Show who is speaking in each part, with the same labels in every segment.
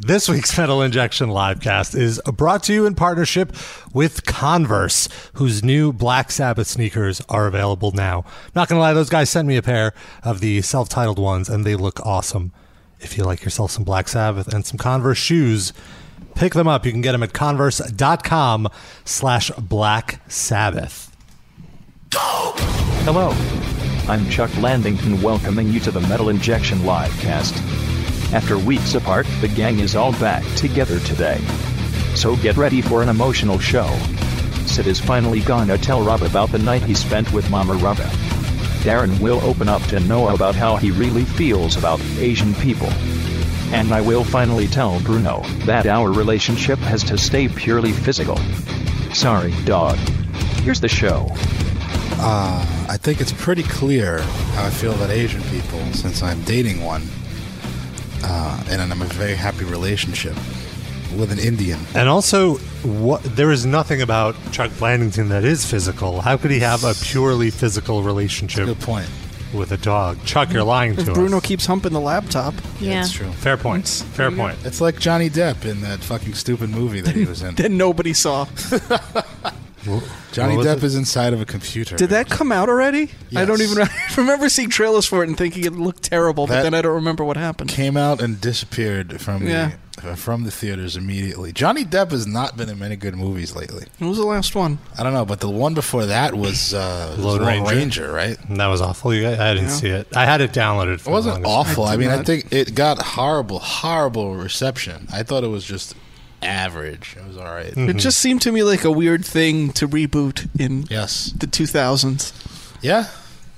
Speaker 1: This week's Metal Injection livecast is brought to you in partnership with Converse, whose new Black Sabbath sneakers are available now. Not gonna lie, those guys sent me a pair of the self-titled ones, and they look awesome. If you like yourself some Black Sabbath and some Converse shoes, pick them up. You can get them at converse.com slash black sabbath.
Speaker 2: Hello. I'm Chuck Landington welcoming you to the Metal Injection Livecast. After weeks apart, the gang is all back together today. So get ready for an emotional show. Sid is finally gonna tell Rob about the night he spent with Mama Rubba. Darren will open up to Noah about how he really feels about Asian people. And I will finally tell Bruno that our relationship has to stay purely physical. Sorry, dog. Here's the show.
Speaker 3: Uh, I think it's pretty clear how I feel about Asian people since I'm dating one, uh, and I'm in a very happy relationship with an Indian.
Speaker 1: And also, what there is nothing about Chuck Blandington that is physical. How could he have a purely physical relationship
Speaker 3: Good point.
Speaker 1: with a dog? Chuck, you're lying to
Speaker 4: Bruno
Speaker 1: us.
Speaker 4: keeps humping the laptop.
Speaker 5: Yeah.
Speaker 3: It's true.
Speaker 1: Fair points. Fair point.
Speaker 3: It's like Johnny Depp in that fucking stupid movie that he was in.
Speaker 4: Then nobody saw.
Speaker 3: Johnny
Speaker 1: What was
Speaker 3: Depp
Speaker 1: it?
Speaker 3: is inside of a computer.
Speaker 4: Did that come out already? I don't
Speaker 3: Yes.
Speaker 4: even I remember seeing trailers for it and thinking it looked terrible,
Speaker 3: That-
Speaker 4: but then I don't remember what happened.
Speaker 3: came out and disappeared from
Speaker 4: Yeah.
Speaker 3: the uh, from the theaters immediately. Johnny Depp has not been in many good movies lately.
Speaker 4: What was the last one?
Speaker 3: I don't know, but the one before that was uh, was
Speaker 1: Lone
Speaker 3: Lone
Speaker 1: Ranger.
Speaker 3: Ranger. right?
Speaker 1: And that was awful. You guys, I didn't
Speaker 4: Yeah.
Speaker 1: see it. I had it downloaded. For
Speaker 3: It wasn't
Speaker 1: the longest-
Speaker 3: awful. I,
Speaker 4: I did
Speaker 3: mean, I
Speaker 4: not-
Speaker 3: think it got horrible, horrible reception. I thought it was just average. It was all right.
Speaker 4: It just seemed to me like a weird thing to reboot in
Speaker 3: Yes.
Speaker 4: the 2000s.
Speaker 3: Yeah.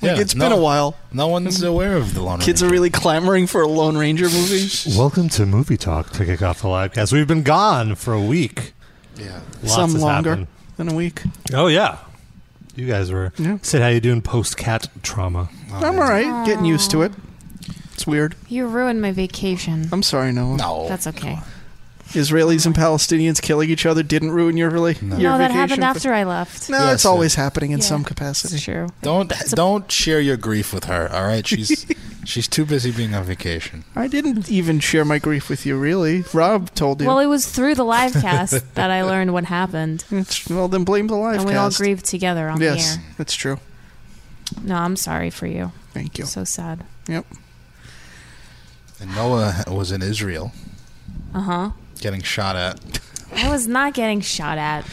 Speaker 4: Like
Speaker 3: yeah.
Speaker 4: it's been a while. Mm-hmm.
Speaker 3: No one's aware of the Lone
Speaker 4: Kids are
Speaker 3: Ranger.
Speaker 4: really clamoring for a Lone Ranger movie.
Speaker 1: Welcome to Movie Talk to kick off the livecast. We've been gone for a week.
Speaker 3: Yeah.
Speaker 1: Lots
Speaker 4: Some
Speaker 1: has
Speaker 4: longer
Speaker 1: happened.
Speaker 4: than a week.
Speaker 1: Oh yeah, you guys were.
Speaker 4: Yeah.
Speaker 1: Sid, how you doing post cat trauma?
Speaker 4: I'm all right, getting used to it. It's weird.
Speaker 5: You ruined my vacation.
Speaker 4: I'm sorry, Noah.
Speaker 3: No.
Speaker 5: That's okay.
Speaker 4: Israelis and Palestinians killing each other didn't ruin your really your
Speaker 5: no, that happened
Speaker 4: vacation for-
Speaker 5: after I left.
Speaker 4: No,
Speaker 3: Yes,
Speaker 4: it's
Speaker 3: sir.
Speaker 4: always happening in
Speaker 5: Yeah.
Speaker 4: some capacity.
Speaker 5: It's true.
Speaker 3: Don't don't share your grief with her. All right, she's she's too busy being on vacation.
Speaker 4: I didn't even share my grief with you, really. Rob told you.
Speaker 5: Well,
Speaker 4: Well,
Speaker 5: it was through the live cast that I learned what happened.
Speaker 4: then blame the live
Speaker 5: and we all grieved together on
Speaker 4: Yes,
Speaker 5: the air.
Speaker 4: that's true.
Speaker 5: No, I'm sorry for you.
Speaker 4: Thank you.
Speaker 5: So sad.
Speaker 4: Yep.
Speaker 3: And Noah was in Israel
Speaker 5: Uh huh.
Speaker 3: getting shot at.
Speaker 5: I was not getting shot at.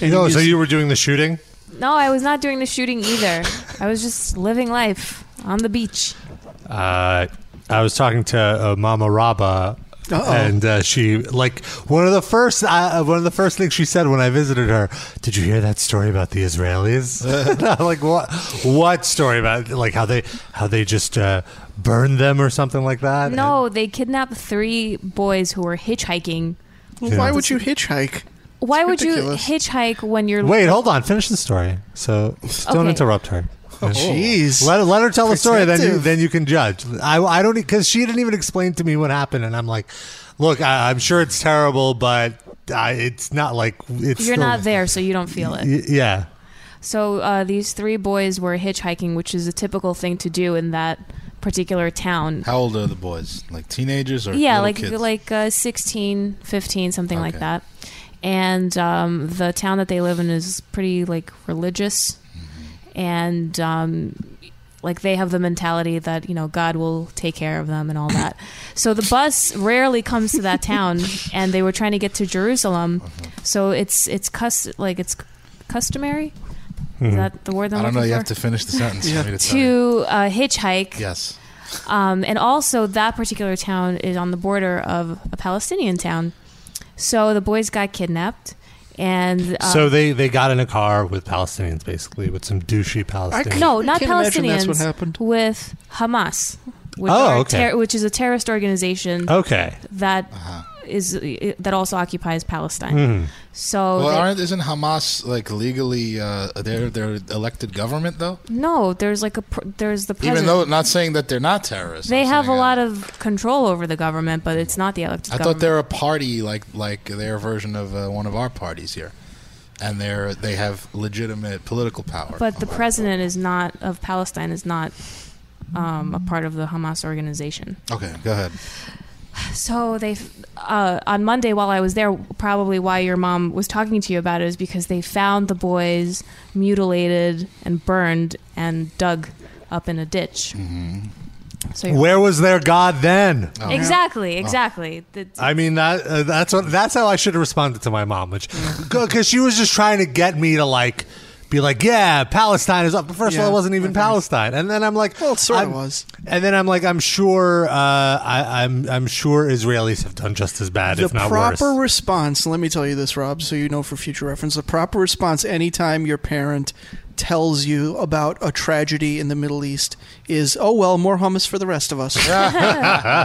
Speaker 4: And
Speaker 1: No, Oh, so
Speaker 4: just-
Speaker 1: you were doing the shooting.
Speaker 5: No, I was not doing the shooting either. I was just living life on the beach.
Speaker 1: uh, I was talking to uh, Mama Raba.
Speaker 4: Uh-oh.
Speaker 1: And uh, she like one of the first uh, one of the first things she said when I visited her. Did you hear that story about the Israelis? And I'm like what? What story about like how they how they just uh, burned them or something like that?
Speaker 5: No, they kidnapped three boys who were hitchhiking.
Speaker 4: well,
Speaker 1: Yeah.
Speaker 4: why would you hitchhike?
Speaker 5: Why would you
Speaker 4: ridiculous.
Speaker 5: hitchhike when you're
Speaker 1: And- wait, hold on. Finish the story. So don't
Speaker 5: Okay.
Speaker 1: interrupt her.
Speaker 4: Oh, Jeez.
Speaker 1: Let, let her tell the story, then you
Speaker 4: Protective.
Speaker 1: then you can judge. I, I don't because she didn't even explain to me what happened, and I'm like, look, I, I'm sure it's terrible, but I, it's not like it's
Speaker 5: you're
Speaker 1: still-
Speaker 5: not there, so you don't feel it.
Speaker 1: Y- yeah,
Speaker 5: So uh, these three boys were hitchhiking, which is a typical thing to do in that particular town.
Speaker 3: How old are the boys? Like teenagers or
Speaker 5: yeah,
Speaker 3: little
Speaker 5: like
Speaker 3: kids?
Speaker 5: like uh, 16, 15, something like
Speaker 3: Okay.
Speaker 5: that. And um, the town that they live in is pretty like religious,
Speaker 3: Mm-hmm.
Speaker 5: and um, like they have the mentality that you know God will take care of them and all that. so the bus rarely comes to that town, and they were trying to get to Jerusalem,
Speaker 3: Uh-huh.
Speaker 5: so it's it's cus- like it's customary. Is that the word? that I'm
Speaker 3: Mm-hmm. I don't know.
Speaker 5: looking
Speaker 3: You
Speaker 5: for?
Speaker 3: have to finish the sentence. for
Speaker 4: Yeah.
Speaker 3: me to tell you.
Speaker 5: to uh, hitchhike.
Speaker 3: Yes.
Speaker 5: Um, and also, that particular town is on the border of a Palestinian town. So the boys got kidnapped. And uh,
Speaker 1: so they they got in a car with Palestinians, basically with some douchey Palestinians.
Speaker 5: no,
Speaker 4: I
Speaker 5: not
Speaker 4: can't imagine
Speaker 5: Palestinians.
Speaker 4: that's what happened.
Speaker 5: With Hamas, which,
Speaker 1: Oh,
Speaker 5: are a
Speaker 1: okay.
Speaker 5: terror- which is a terrorist organization
Speaker 1: Okay,
Speaker 5: that
Speaker 3: Uh-huh.
Speaker 5: is that also occupies Palestine.
Speaker 1: Hmm.
Speaker 5: So
Speaker 3: Well,
Speaker 5: they-
Speaker 3: aren't isn't Hamas like legally uh, their their elected government though?
Speaker 5: no, there's like a pr- there's the president.
Speaker 3: Even though not saying that they're not terrorists.
Speaker 5: they
Speaker 3: I'm
Speaker 5: have a
Speaker 3: saying, uh,
Speaker 5: lot of control over the government, but it's not the elected
Speaker 3: I
Speaker 5: government.
Speaker 3: thought they're a party like like their version of uh, one of our parties here, and they're they have legitimate political power.
Speaker 5: But the president is not of Palestine is not um, a part of the Hamas organization.
Speaker 3: okay, go ahead.
Speaker 5: So they, uh, on Monday while I was there, probably why your mom was talking to you about it is because they found the boys mutilated and burned and dug up in a ditch.
Speaker 3: Mm-hmm.
Speaker 5: So your-
Speaker 1: Where was their God then?
Speaker 4: Oh,
Speaker 3: Oh,
Speaker 5: exactly, exactly. The-
Speaker 1: I mean that uh, that's what, that's how I should have responded to my mom, which because she was just trying to get me to like be like, yeah, Palestine is up. But first of all,
Speaker 4: Yeah,
Speaker 1: it wasn't even Palestine, and then I'm like,
Speaker 4: Well, it sorta
Speaker 1: I'm-
Speaker 4: was.
Speaker 1: And then I'm like, I'm sure, uh, I, I'm I'm sure Israelis have done just as bad,
Speaker 4: The
Speaker 1: if not
Speaker 4: proper
Speaker 1: worse.
Speaker 4: response, let me tell you this, Rob, so you know for future reference, the proper response anytime your parent tells you about a tragedy in the Middle East is, oh, well, more hummus for the rest of us. Got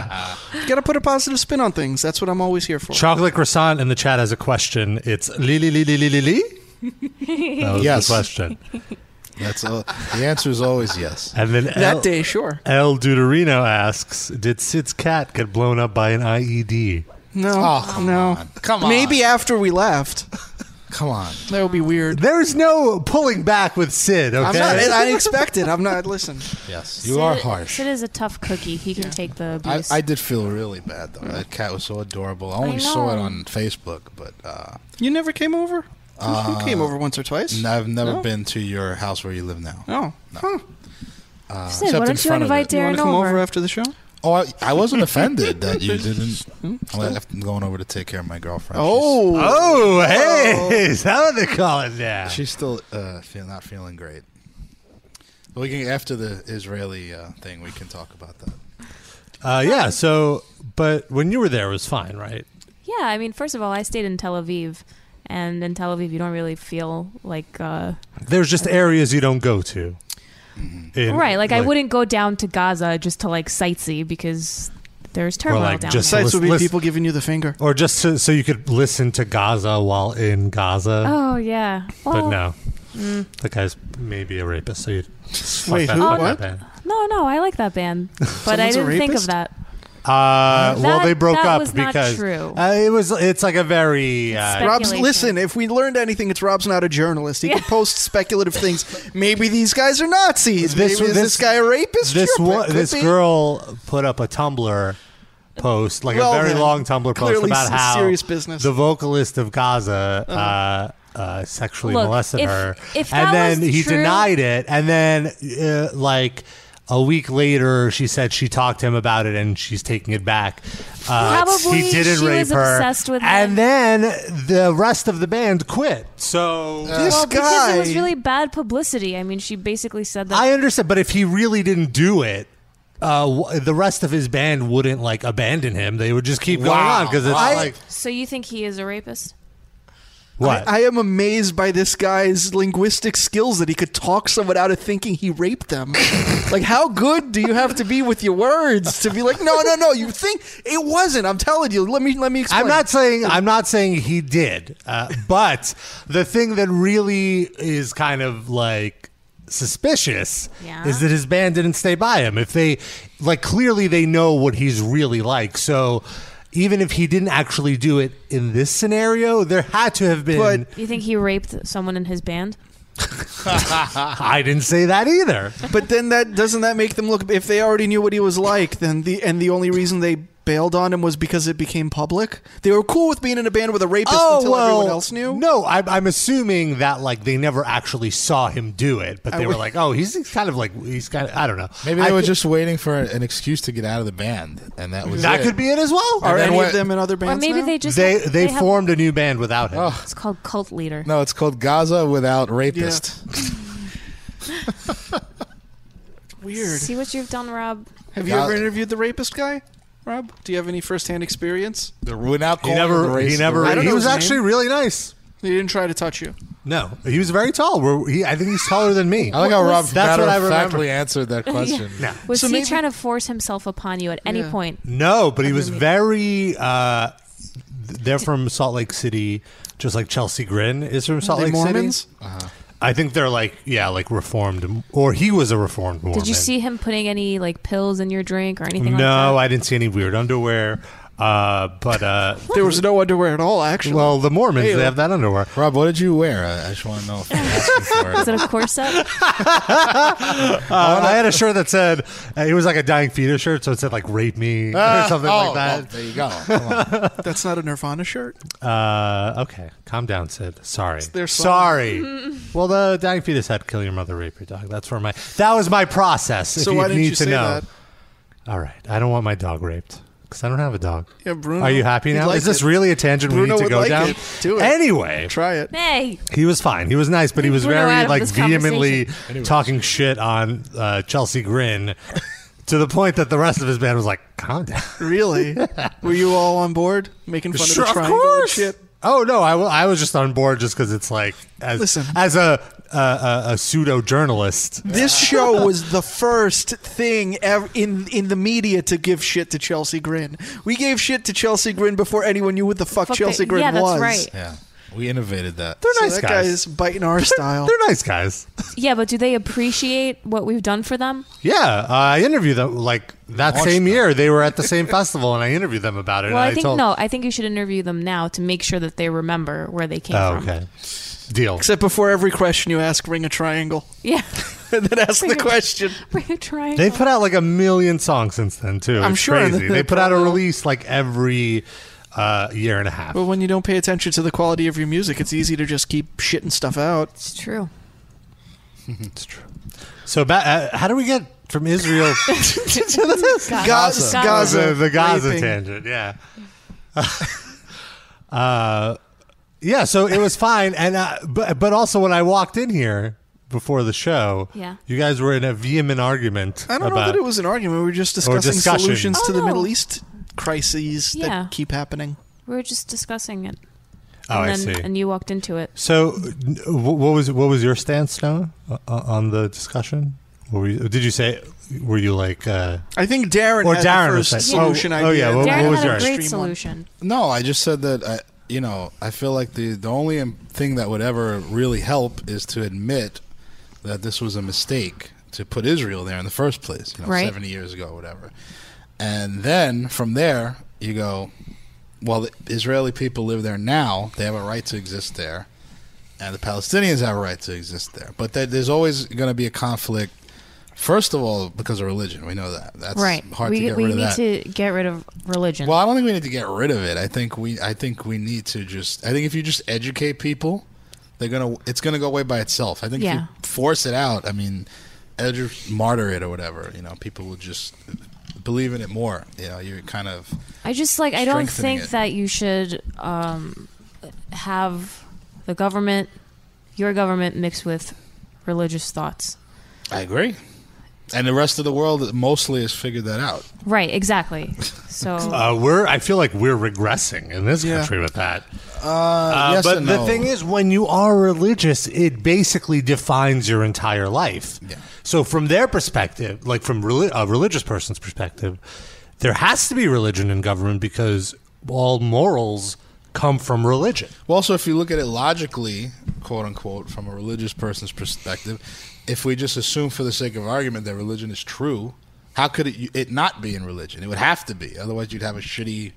Speaker 4: to put a positive spin on things. That's what I'm always here for.
Speaker 1: Chocolate croissant in the chat has a question. It's Lily Lily Lily Lily. That was
Speaker 3: Yes.
Speaker 1: the question.
Speaker 3: That's all, the answer is always yes.
Speaker 1: And then
Speaker 4: that
Speaker 1: El,
Speaker 4: day, sure.
Speaker 1: El Duderino asks, "Did Sid's cat get blown up by an E IED?"
Speaker 4: No.
Speaker 3: Oh, come
Speaker 4: no.
Speaker 3: on. Come on.
Speaker 4: Maybe after we left.
Speaker 3: Come on.
Speaker 4: That would be weird.
Speaker 1: There is no pulling back with Sid. Okay,
Speaker 4: I'm not, I expect it. I'm not, listen.
Speaker 3: Yes, you are
Speaker 5: Sid-
Speaker 3: harsh.
Speaker 5: Sid is a tough cookie. He can take the
Speaker 3: I,
Speaker 5: abuse.
Speaker 3: I did feel really bad though. That cat was so adorable. I only
Speaker 5: I
Speaker 3: saw it
Speaker 5: know.
Speaker 3: on Facebook, but uh,
Speaker 4: You never came over? you came over once or twice.
Speaker 3: n- I've never
Speaker 4: No?
Speaker 3: been to your house where you live now.
Speaker 4: Oh. Huh.
Speaker 3: Uh,
Speaker 5: Sid,
Speaker 3: except
Speaker 5: why
Speaker 3: in
Speaker 5: don't you
Speaker 3: front of
Speaker 5: invite
Speaker 3: it.
Speaker 4: You
Speaker 5: Darren
Speaker 4: want to come
Speaker 5: over.
Speaker 4: over after the show?
Speaker 3: Oh, I, I wasn't offended that you didn't.
Speaker 4: Hmm?
Speaker 3: I'm like, I'm going over to take care of my girlfriend.
Speaker 1: Oh, hey, is that what they call it now?
Speaker 3: she's, she's still uh, feel, not feeling great. But we can after the Israeli uh, thing, we can talk about that.
Speaker 1: Uh, yeah. So, but when you were there, it was fine, right?
Speaker 5: yeah, I mean, first of all, I stayed in Tel Aviv, and in Tel Aviv, you don't really feel like. Uh,
Speaker 1: There's just areas you don't go to. In-
Speaker 5: Mm-hmm. Right, like, I wouldn't go down to Gaza just to like sightsee because there's turmoil
Speaker 1: like,
Speaker 5: down
Speaker 1: just-
Speaker 5: there.
Speaker 4: Sites
Speaker 1: listen-
Speaker 4: would be
Speaker 1: listen-
Speaker 4: people giving you the finger.
Speaker 1: or just so, so you could listen to Gaza while in Gaza.
Speaker 5: Oh yeah.
Speaker 1: but
Speaker 5: Well, mm.
Speaker 1: no, the guy's maybe a rapist. So you
Speaker 4: Wait,
Speaker 1: fuck that-
Speaker 4: who? What?
Speaker 1: fuck that man.
Speaker 5: No, no, I like that band, but I
Speaker 4: Someone's a
Speaker 5: didn't think
Speaker 4: rapist?
Speaker 5: of that.
Speaker 1: Uh, well,
Speaker 5: That-
Speaker 1: they broke
Speaker 5: that
Speaker 1: up
Speaker 5: was not
Speaker 1: because
Speaker 5: true.
Speaker 1: Uh, it was. It's like a very. Uh,
Speaker 5: Spec-
Speaker 4: Rob's
Speaker 5: Speculation.
Speaker 4: listen. If we learned anything, it's Rob's not a journalist. He can post speculative things. Maybe these guys are
Speaker 1: This-
Speaker 4: Nazis. Maybe is
Speaker 1: this-
Speaker 4: this, guy a rapist?
Speaker 1: this
Speaker 4: Sure,
Speaker 1: wo-
Speaker 4: could
Speaker 1: this
Speaker 4: be.
Speaker 1: girl put up a Tumblr post, like
Speaker 4: Well,
Speaker 1: a very
Speaker 4: then,
Speaker 1: long Tumblr post
Speaker 4: clearly
Speaker 1: about
Speaker 4: some
Speaker 1: how
Speaker 4: serious business. Uh-huh.
Speaker 1: the vocalist of Gaza uh, uh, sexually
Speaker 5: Look,
Speaker 1: molested
Speaker 5: if-
Speaker 1: her,
Speaker 5: if
Speaker 1: and
Speaker 5: that
Speaker 1: then
Speaker 5: was
Speaker 1: he
Speaker 5: true-
Speaker 1: denied it, and then uh, like. A week later, she said she talked to him about it, and she's taking it back. Uh,
Speaker 5: Probably
Speaker 1: he didn't
Speaker 5: she
Speaker 1: rape
Speaker 5: was
Speaker 1: her,
Speaker 5: obsessed with
Speaker 1: and
Speaker 5: him.
Speaker 1: then the rest of the band quit. So
Speaker 4: This
Speaker 5: Well, because
Speaker 4: guy.
Speaker 5: it was really bad publicity. I mean, she basically said that.
Speaker 1: I understand, but if he really didn't do it, uh, w- the rest of his band wouldn't like abandon him. They would just keep going
Speaker 3: Wow.
Speaker 1: on because it's
Speaker 3: I-
Speaker 1: like
Speaker 5: so you think he is a rapist?
Speaker 1: what?
Speaker 4: I am amazed by this guy's linguistic skills that he could talk someone out of thinking he raped them. like, how good do you have to be with your words to be like, no, no, no? You think it wasn't? I'm telling you. Let me let me explain.
Speaker 1: I'm not saying I'm not saying he did, uh, but the thing that really is kind of like suspicious
Speaker 5: Yeah.
Speaker 1: is that his band didn't stay by him. If they like clearly they know what he's really like, so. Even if he didn't actually do it in this scenario, there had to have been.
Speaker 4: But-
Speaker 5: You think he raped someone in his band?
Speaker 1: I didn't say that either.
Speaker 4: But then that doesn't that make them look? If they already knew what he was like, then the and the only reason they bailed on him was because it became public. They were cool with being in a band with a rapist
Speaker 1: Oh,
Speaker 4: until everyone else knew.
Speaker 1: No, I'm, I'm assuming that like they never actually saw him do it, but
Speaker 4: I
Speaker 1: they were
Speaker 4: would-
Speaker 1: like, oh, he's kind of like he's kind of I don't know.
Speaker 3: Maybe
Speaker 1: I
Speaker 3: they were
Speaker 1: thi-
Speaker 3: just waiting for an excuse to get out of the band, and that was
Speaker 1: that
Speaker 3: it.
Speaker 1: could be it as well.
Speaker 4: Are
Speaker 3: And then
Speaker 4: any
Speaker 3: what-
Speaker 4: of them in other
Speaker 5: Or
Speaker 4: bands?
Speaker 5: maybe
Speaker 4: now?
Speaker 5: they just
Speaker 1: they
Speaker 5: have-
Speaker 1: they,
Speaker 5: have-
Speaker 1: formed a new band without him.
Speaker 5: it's called cult leader.
Speaker 3: Oh, No, it's called Gaza without
Speaker 4: Yeah.
Speaker 3: rapist.
Speaker 4: Weird.
Speaker 5: See what you've done, Rob.
Speaker 4: Have you
Speaker 3: Got
Speaker 4: ever
Speaker 3: it.
Speaker 4: interviewed the rapist guy, Rob? Do you have any firsthand experience?
Speaker 3: The without
Speaker 1: He
Speaker 3: calling him the
Speaker 1: never
Speaker 3: racist.
Speaker 1: he never
Speaker 4: I don't
Speaker 1: he
Speaker 4: know
Speaker 1: was
Speaker 4: his name.
Speaker 1: actually really nice.
Speaker 4: They didn't try to touch you.
Speaker 1: No, he was very tall. We're, he, I think he's taller than me.
Speaker 3: I like how Rob
Speaker 1: That's what I remember.
Speaker 3: matter-of-factly answered that question.
Speaker 1: No.
Speaker 5: Was
Speaker 4: So
Speaker 5: he
Speaker 4: maybe-
Speaker 5: trying to force himself upon you at any
Speaker 4: Yeah.
Speaker 5: point?
Speaker 1: No, but he was very. Uh, they're from Salt Lake City, just like Chelsea Grin is from Salt
Speaker 4: they
Speaker 1: Lake
Speaker 4: Mormons?
Speaker 1: City. I think they're like yeah, like reformed, or he was a reformed Mormon.
Speaker 5: Did you see him putting any like pills in your drink or anything like that?
Speaker 1: No, I didn't see any weird underwear. Uh, but uh,
Speaker 4: There was no underwear at all, actually. uh,
Speaker 1: well, the Mormons they have that underwear.
Speaker 3: Rob, what did you wear? I I just want to know if I'm asking for
Speaker 5: Is
Speaker 3: it.
Speaker 5: it a corset?
Speaker 3: Oh,
Speaker 1: Uh, I had a shirt that said uh, it was like a dying fetus shirt, so it said like "rape me"
Speaker 4: Ah.
Speaker 1: or something
Speaker 3: Oh,
Speaker 1: like
Speaker 3: well,
Speaker 1: that.
Speaker 3: there you go. Come on.
Speaker 4: That's not a Nirvana shirt.
Speaker 1: Uh, okay, calm down, Sid. Sorry,
Speaker 4: their song.
Speaker 1: sorry. well, the dying fetus had "kill your mother, rape your dog." That's where my that was my process. If
Speaker 4: so
Speaker 1: you
Speaker 4: why didn't
Speaker 1: need
Speaker 4: you
Speaker 1: to
Speaker 4: say
Speaker 1: know.
Speaker 4: that?
Speaker 1: All right, I don't want my dog raped because I don't have a dog.
Speaker 4: Yeah, Bruno.
Speaker 1: Are you happy
Speaker 4: he'd
Speaker 1: now?
Speaker 4: like
Speaker 1: Is this
Speaker 4: it.
Speaker 1: really a tangent we
Speaker 4: Bruno
Speaker 1: need to
Speaker 4: would
Speaker 1: go
Speaker 4: like
Speaker 1: down?
Speaker 4: it. Do it.
Speaker 1: Anyway,
Speaker 4: Try it.
Speaker 5: Hey,
Speaker 1: he was fine. He was nice, but he was
Speaker 5: Bruno out
Speaker 1: very
Speaker 5: of
Speaker 1: like
Speaker 5: this
Speaker 1: vehemently
Speaker 5: conversation.
Speaker 1: talking shit on uh, Chelsea Grin to the point that the rest of his band was like, "Calm down."
Speaker 4: Really? Were you all on board making fun of the triangle and shit?
Speaker 1: Oh no, I, wa- I was just on board just because it's like as
Speaker 4: Listen.
Speaker 1: as a a, a, a pseudo journalist.
Speaker 4: This show was the first thing ever in in the media to give shit to Chelsea Grin. We gave shit to Chelsea Grin before anyone knew what the fuck,
Speaker 5: Fuck
Speaker 4: Chelsea
Speaker 5: the-
Speaker 4: Grin
Speaker 5: yeah, that's
Speaker 4: was.
Speaker 5: right.
Speaker 3: Yeah, we innovated that.
Speaker 1: They're
Speaker 4: So
Speaker 1: nice
Speaker 4: that guy
Speaker 1: guys.
Speaker 4: is biting our style.
Speaker 1: They're nice guys.
Speaker 5: yeah, but do they appreciate what we've done for them?
Speaker 1: Yeah, uh, I interviewed them like that
Speaker 3: Watch
Speaker 1: same
Speaker 3: them.
Speaker 1: year. They were at the same festival, and I interviewed them about it.
Speaker 5: Well,
Speaker 1: and
Speaker 5: I think
Speaker 1: told,
Speaker 5: no. I think you should interview them now to make sure that they remember where they came
Speaker 1: Oh,
Speaker 5: from.
Speaker 1: okay, deal.
Speaker 4: Except before every question you ask, ring a triangle,
Speaker 5: Yeah,
Speaker 4: and then ask the question.
Speaker 5: we're trying.
Speaker 1: They put out like a million songs since then too.
Speaker 4: I'm
Speaker 1: It's
Speaker 4: sure
Speaker 1: crazy.
Speaker 4: that
Speaker 1: they
Speaker 4: they
Speaker 1: put out a
Speaker 4: probably-
Speaker 1: release like every uh, year and a half.
Speaker 4: But when you don't pay attention to the quality of your music, it's easy to just keep shitting stuff out.
Speaker 5: it's true.
Speaker 1: It's true. So, ba- uh, how do we get from Israel to this?
Speaker 4: Gaza.
Speaker 5: Gaza.
Speaker 1: the,
Speaker 4: Gaza.
Speaker 1: the Gaza
Speaker 4: Raping.
Speaker 1: tangent? Yeah. uh, yeah. So it was fine, and uh, but but also when I walked in here before the show,
Speaker 5: Yeah.
Speaker 1: you guys were in a vehement argument.
Speaker 4: I don't
Speaker 1: about,
Speaker 4: know that it was an argument. We were just discussing
Speaker 1: discussion.
Speaker 4: solutions
Speaker 5: Oh,
Speaker 4: to the
Speaker 5: no.
Speaker 4: Middle East crises
Speaker 5: Yeah.
Speaker 4: that keep happening.
Speaker 5: We were just discussing it.
Speaker 1: Oh,
Speaker 5: and
Speaker 1: I
Speaker 5: then,
Speaker 1: see.
Speaker 5: And you walked into it.
Speaker 1: So, n- wh- what was what was your stance now uh, on the discussion? What were you, did you say? Were you like? Uh,
Speaker 4: I think Darren
Speaker 1: Or
Speaker 4: had the
Speaker 1: Darren was
Speaker 4: first
Speaker 1: saying-
Speaker 4: solution
Speaker 1: Oh, oh,
Speaker 4: idea.
Speaker 1: yeah,
Speaker 4: and
Speaker 1: what-
Speaker 4: then
Speaker 5: Darren
Speaker 4: we
Speaker 1: was
Speaker 5: had a
Speaker 1: yours?
Speaker 4: extreme
Speaker 5: great
Speaker 4: one.
Speaker 5: solution.
Speaker 3: No, I just said that I, you know, I feel like the the only im- thing that would ever really help is to admit that this was a mistake to put Israel there in the first place, you know,
Speaker 5: Right.
Speaker 3: 70 years ago whatever. And then from there, you go, well, the Israeli people live there now, they have a right to exist there, and the Palestinians have a right to exist there. But there, there's always going to be a conflict First of all, because of religion, we know that. That's
Speaker 5: Right.
Speaker 3: hard
Speaker 5: we
Speaker 3: to get
Speaker 5: we
Speaker 3: rid of
Speaker 5: need
Speaker 3: that.
Speaker 5: to get rid of religion.
Speaker 3: Well, I don't think we need to get rid of it. I think we I think we need to just I think if you just educate people, they're going to it's going to go away by itself. I think if
Speaker 5: Yeah.
Speaker 3: you force it out, I mean, edu- martyr it or whatever, you know, people will just believe in it more. You know, you're kind of
Speaker 5: I just like I don't
Speaker 3: strengthening
Speaker 5: think
Speaker 3: it.
Speaker 5: that you should um, have the government, your government, mixed with religious thoughts.
Speaker 3: I agree. And the rest of the world mostly has figured that out.
Speaker 5: Right. Exactly. So
Speaker 1: uh, we're I feel like we're regressing in this
Speaker 4: Yeah.
Speaker 1: country with that.
Speaker 3: Uh, yes
Speaker 1: but
Speaker 3: and
Speaker 1: the
Speaker 3: no.
Speaker 1: thing is, when you are religious, it basically defines your entire life.
Speaker 3: Yeah.
Speaker 1: So, from their perspective, like from reli- a religious person's perspective, there has to be religion in government because all morals come from religion.
Speaker 3: Well, also, if you look at it logically, quote unquote, from a religious person's perspective, if we just assume for the sake of argument that religion is true, how could it, it not be in religion? It would have to be. Otherwise, you'd have a shitty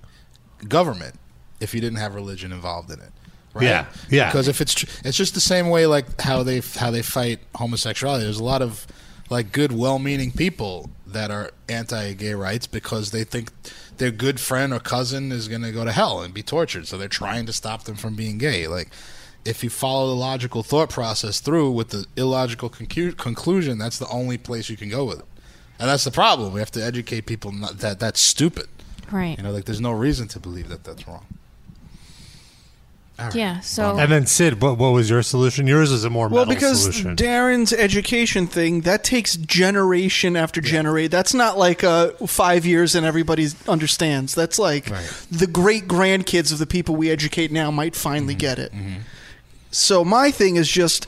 Speaker 3: government if you didn't have religion involved in it. Right?
Speaker 1: Yeah, yeah.
Speaker 3: Because if it's tr- it's just the same way like how they how they fight homosexuality. There's a lot of like good, well-meaning people that are anti-gay rights because they think their good friend or cousin is going to go to hell and be tortured, so they're trying to stop them from being gay. Like if you follow the logical thought process through with the illogical concu- conclusion, that's the only place you can go with it. And that's the problem. We have to educate people not, that that's stupid.
Speaker 5: right.
Speaker 3: You know, like there's no reason to believe that that's wrong. All right.
Speaker 5: yeah. So
Speaker 1: And then, Sid, what, what was your solution? Yours is a more
Speaker 4: Well,
Speaker 1: metal
Speaker 4: because
Speaker 1: solution.
Speaker 4: Darren's education thing that takes generation after generation. That's not like uh, five years and everybody understands. That's like
Speaker 3: Right.
Speaker 4: the great grandkids of the people we educate
Speaker 1: Mm-hmm.
Speaker 3: Mm-hmm.
Speaker 4: now might finally get it. So my thing is just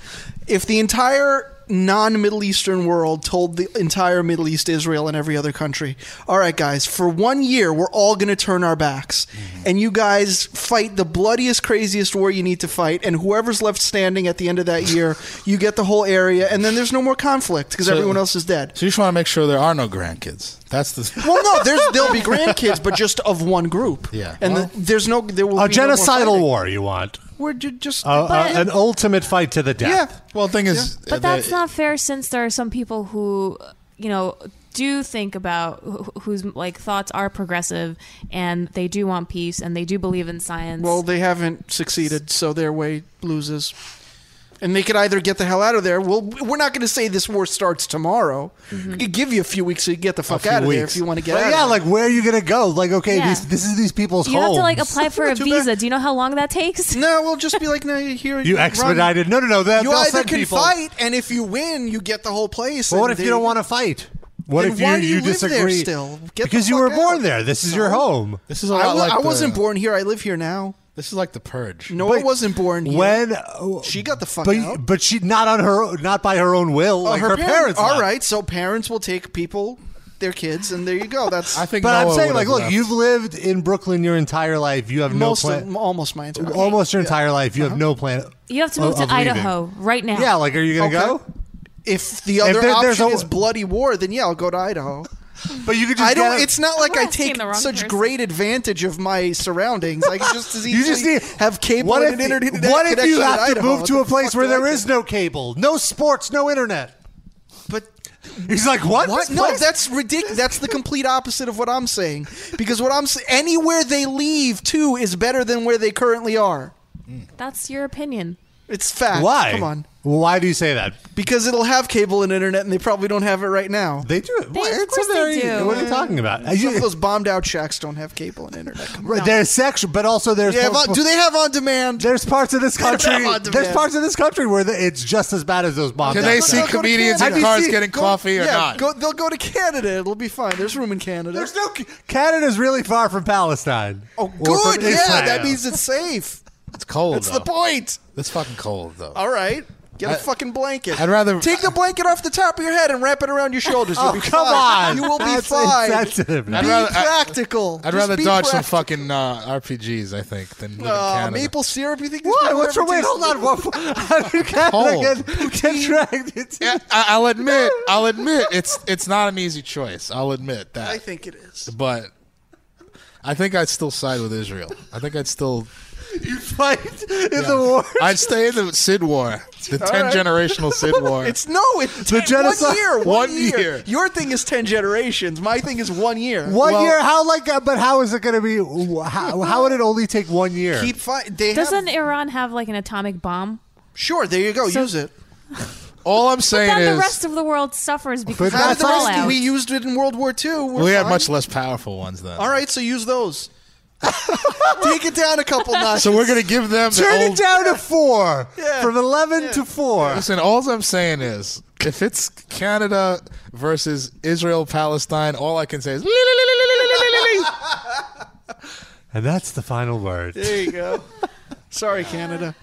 Speaker 4: if the entire non Middle Eastern world told the entire Middle East, Israel, and every other country, all right, guys, for one year, we're all going to turn our backs. And you guys fight the bloodiest, craziest war you need to fight. And whoever's left standing at the end of that year, you get the whole area. And then there's no more conflict because
Speaker 3: So-
Speaker 4: everyone else is dead.
Speaker 3: So you just want to make sure there are no grandkids. That's the.
Speaker 4: Well, no, there's, there'll be grandkids, but just of one group.
Speaker 3: Yeah.
Speaker 4: And
Speaker 3: Well-
Speaker 4: the, there's no, there will
Speaker 1: A
Speaker 4: be no more
Speaker 1: genocidal
Speaker 4: fighting.
Speaker 1: war you want.
Speaker 4: We're ju- just,
Speaker 3: Uh,
Speaker 1: A- a- an ultimate fight to the
Speaker 4: yeah.
Speaker 1: death.
Speaker 3: Well, thing is, uh,
Speaker 5: But that's
Speaker 3: the-
Speaker 5: not fair since there are some people who, you know, do think about wh- whose like thoughts are progressive and they do want peace and they do believe in science.
Speaker 4: Well, they haven't succeeded, so their way loses. And they could either get the hell out of there. Well, we're not going to say this war starts tomorrow. We could give you a few weeks to get the fuck
Speaker 3: few
Speaker 4: out of there
Speaker 3: weeks.
Speaker 4: if you want to get
Speaker 1: But
Speaker 4: out.
Speaker 1: yeah,
Speaker 4: of
Speaker 1: like where are you gonna go? Like, okay,
Speaker 5: Yeah.
Speaker 1: these, this is these people's
Speaker 5: you have to like
Speaker 1: homes.
Speaker 5: apply for a
Speaker 4: Too bad.
Speaker 5: visa. Do you know how long that takes?
Speaker 4: there. no, we'll just be like, no, you're here.
Speaker 1: You
Speaker 4: run.
Speaker 1: expedited? No, no, no. They,
Speaker 4: You
Speaker 1: they'll
Speaker 4: either
Speaker 1: send
Speaker 4: can
Speaker 1: people.
Speaker 4: fight, and if you win, you get the whole place.
Speaker 1: But what
Speaker 4: and
Speaker 1: if
Speaker 4: there
Speaker 1: you don't
Speaker 4: go.
Speaker 1: want to fight? What
Speaker 4: Then
Speaker 1: if
Speaker 4: why
Speaker 1: you,
Speaker 4: do
Speaker 1: you
Speaker 4: you live there
Speaker 1: disagree?
Speaker 4: still? Get the
Speaker 1: because you
Speaker 4: fuck
Speaker 1: were born
Speaker 4: out.
Speaker 1: there. This is your home.
Speaker 3: This is a
Speaker 4: I
Speaker 3: lot
Speaker 4: wa-
Speaker 3: like
Speaker 4: I
Speaker 3: the-
Speaker 4: wasn't born here. I live here now.
Speaker 3: This is like the purge.
Speaker 4: No, I
Speaker 1: But
Speaker 4: wasn't born here.
Speaker 1: When uh,
Speaker 4: She got the fuck
Speaker 1: but,
Speaker 4: out.
Speaker 1: But she not on her own- not by her own will.
Speaker 4: Oh,
Speaker 1: like her, parents.
Speaker 4: All right,
Speaker 1: left.
Speaker 4: so parents will take people, their kids, and there you go. That's
Speaker 3: I think.
Speaker 1: But
Speaker 3: Noah
Speaker 1: I'm saying,
Speaker 3: would've
Speaker 1: like, look,
Speaker 3: left.
Speaker 1: you've lived in Brooklyn your entire life. You have
Speaker 4: most
Speaker 1: no
Speaker 4: of-
Speaker 1: plan.
Speaker 4: almost my entire. Uh-huh.
Speaker 1: Almost your entire life, you have no plan.
Speaker 5: You have to move
Speaker 1: of-
Speaker 5: to
Speaker 1: of leaving.
Speaker 5: Idaho right now.
Speaker 1: Yeah, like, are you gonna
Speaker 4: Okay.
Speaker 1: go?
Speaker 4: If the other
Speaker 1: there- there's
Speaker 4: option
Speaker 1: a-
Speaker 4: is bloody war, then yeah, I'll go to Idaho.
Speaker 1: But you could just.
Speaker 4: I don't.
Speaker 1: get-
Speaker 4: It's not like I
Speaker 5: I'm asking
Speaker 4: take
Speaker 5: the wrong
Speaker 4: such
Speaker 5: person.
Speaker 4: great advantage of my surroundings. I can just as
Speaker 1: You
Speaker 4: easily
Speaker 1: just need
Speaker 4: have cable
Speaker 1: What
Speaker 4: and
Speaker 1: if,
Speaker 4: an
Speaker 1: the-
Speaker 4: internet
Speaker 1: what if
Speaker 4: connection
Speaker 1: you
Speaker 4: in
Speaker 1: have to
Speaker 4: Idaho.
Speaker 1: move
Speaker 4: What
Speaker 1: to
Speaker 4: the
Speaker 1: a place
Speaker 4: fuck
Speaker 1: where
Speaker 4: do I
Speaker 1: there
Speaker 4: care?
Speaker 1: is no cable, no sports, no internet?
Speaker 4: But
Speaker 1: He's like, what?
Speaker 4: what?
Speaker 1: This
Speaker 4: No,
Speaker 1: place-
Speaker 4: that's ridiculous. That's the complete opposite of what I'm saying. Because what I'm saying, anywhere they leave to is better than where they currently are.
Speaker 5: That's your opinion.
Speaker 4: It's fact.
Speaker 1: why?
Speaker 4: Come on.
Speaker 1: Why do you say that?
Speaker 4: Because it'll have cable and internet, and they probably don't have it right now.
Speaker 1: They do. Why?
Speaker 5: of
Speaker 1: It's a
Speaker 5: course they
Speaker 1: very-
Speaker 5: do.
Speaker 1: What are you talking about? Are you-
Speaker 4: Some of those bombed out shacks don't have cable and internet. Come on.
Speaker 1: right, There's section, but also there's
Speaker 4: They have
Speaker 1: parts-
Speaker 4: on- do they have on demand?
Speaker 1: there's parts of this country.
Speaker 4: have on
Speaker 1: There's
Speaker 4: demand.
Speaker 1: parts of this country where the, it's just as bad as those bombs.
Speaker 3: Can they
Speaker 4: Go-
Speaker 3: see
Speaker 4: go to
Speaker 3: comedians in
Speaker 1: Canada.
Speaker 3: cars
Speaker 1: Have you seen-
Speaker 3: getting coffee or
Speaker 4: yeah,
Speaker 3: not?
Speaker 4: Go, they'll go to Canada. It'll be fine. There's room in Canada.
Speaker 1: There's no Canada's really far from Palestine.
Speaker 4: oh,
Speaker 1: Or from
Speaker 4: good. Yeah,
Speaker 1: Israel.
Speaker 4: that means it's safe.
Speaker 3: it's cold.
Speaker 4: That's
Speaker 3: though.
Speaker 4: the point.
Speaker 3: It's fucking cold though.
Speaker 4: All right. Get a
Speaker 3: I-
Speaker 4: fucking blanket.
Speaker 3: I'd rather-
Speaker 4: take the blanket off the top of your head and wrap it around your shoulders. You'll
Speaker 1: Oh,
Speaker 4: be
Speaker 1: come
Speaker 4: fine.
Speaker 1: on.
Speaker 4: You will be
Speaker 1: That's
Speaker 4: fine.
Speaker 1: insensitive, man.
Speaker 3: I'd
Speaker 4: Be
Speaker 3: rather- I-
Speaker 4: practical.
Speaker 3: I'd
Speaker 4: Just
Speaker 3: rather
Speaker 4: be
Speaker 3: dodge some
Speaker 4: practical.
Speaker 3: fucking uh, RPGs, I think, than
Speaker 1: Oh,
Speaker 3: live in
Speaker 4: Uh,
Speaker 3: Canada.
Speaker 4: maple syrup. You think? these
Speaker 1: Why?
Speaker 4: people
Speaker 1: What's
Speaker 4: ever
Speaker 1: your wait?
Speaker 4: taste-
Speaker 1: Hold on. What, how did Canada
Speaker 3: Cold.
Speaker 1: get, get dragged into?
Speaker 3: Yeah, I, I'll admit, I'll admit, it's it's not an easy choice. I'll admit that.
Speaker 4: I think it is.
Speaker 3: but I think I'd still side with Israel. I think I'd still.
Speaker 1: You fight in the war.
Speaker 3: I'd stay in the Sid War, the ten
Speaker 4: right.
Speaker 3: generational Sid War.
Speaker 4: It's no, it's ten,
Speaker 1: genocide-
Speaker 4: one year. One,
Speaker 3: one
Speaker 4: year.
Speaker 3: year.
Speaker 4: Your thing is ten generations. My thing is one year.
Speaker 1: One
Speaker 3: Well-
Speaker 1: year? How like? uh, But how is it going to be? How, how would it only take one year?
Speaker 4: Keep fight. They
Speaker 5: Doesn't
Speaker 4: have,
Speaker 5: Iran have like an atomic bomb?
Speaker 4: sure. There you go. use it.
Speaker 3: All I'm saying
Speaker 5: Then
Speaker 3: is
Speaker 5: the rest of the world suffers because
Speaker 1: But
Speaker 5: of
Speaker 1: that's
Speaker 5: the
Speaker 4: How the rest
Speaker 5: fallout.
Speaker 4: we used it in World War II. We're
Speaker 3: we had
Speaker 4: fine.
Speaker 3: much less powerful ones then.
Speaker 4: All right, so use those. Take it down a couple notches.
Speaker 3: So we're gonna give them the
Speaker 1: Turn
Speaker 3: old
Speaker 1: it down to four.
Speaker 4: Yeah.
Speaker 1: From eleven to four.
Speaker 3: Listen, all I'm saying is, if it's Canada versus Israel Palestine, all I can say is.
Speaker 1: And that's the final word.
Speaker 4: There you go. Sorry, Canada.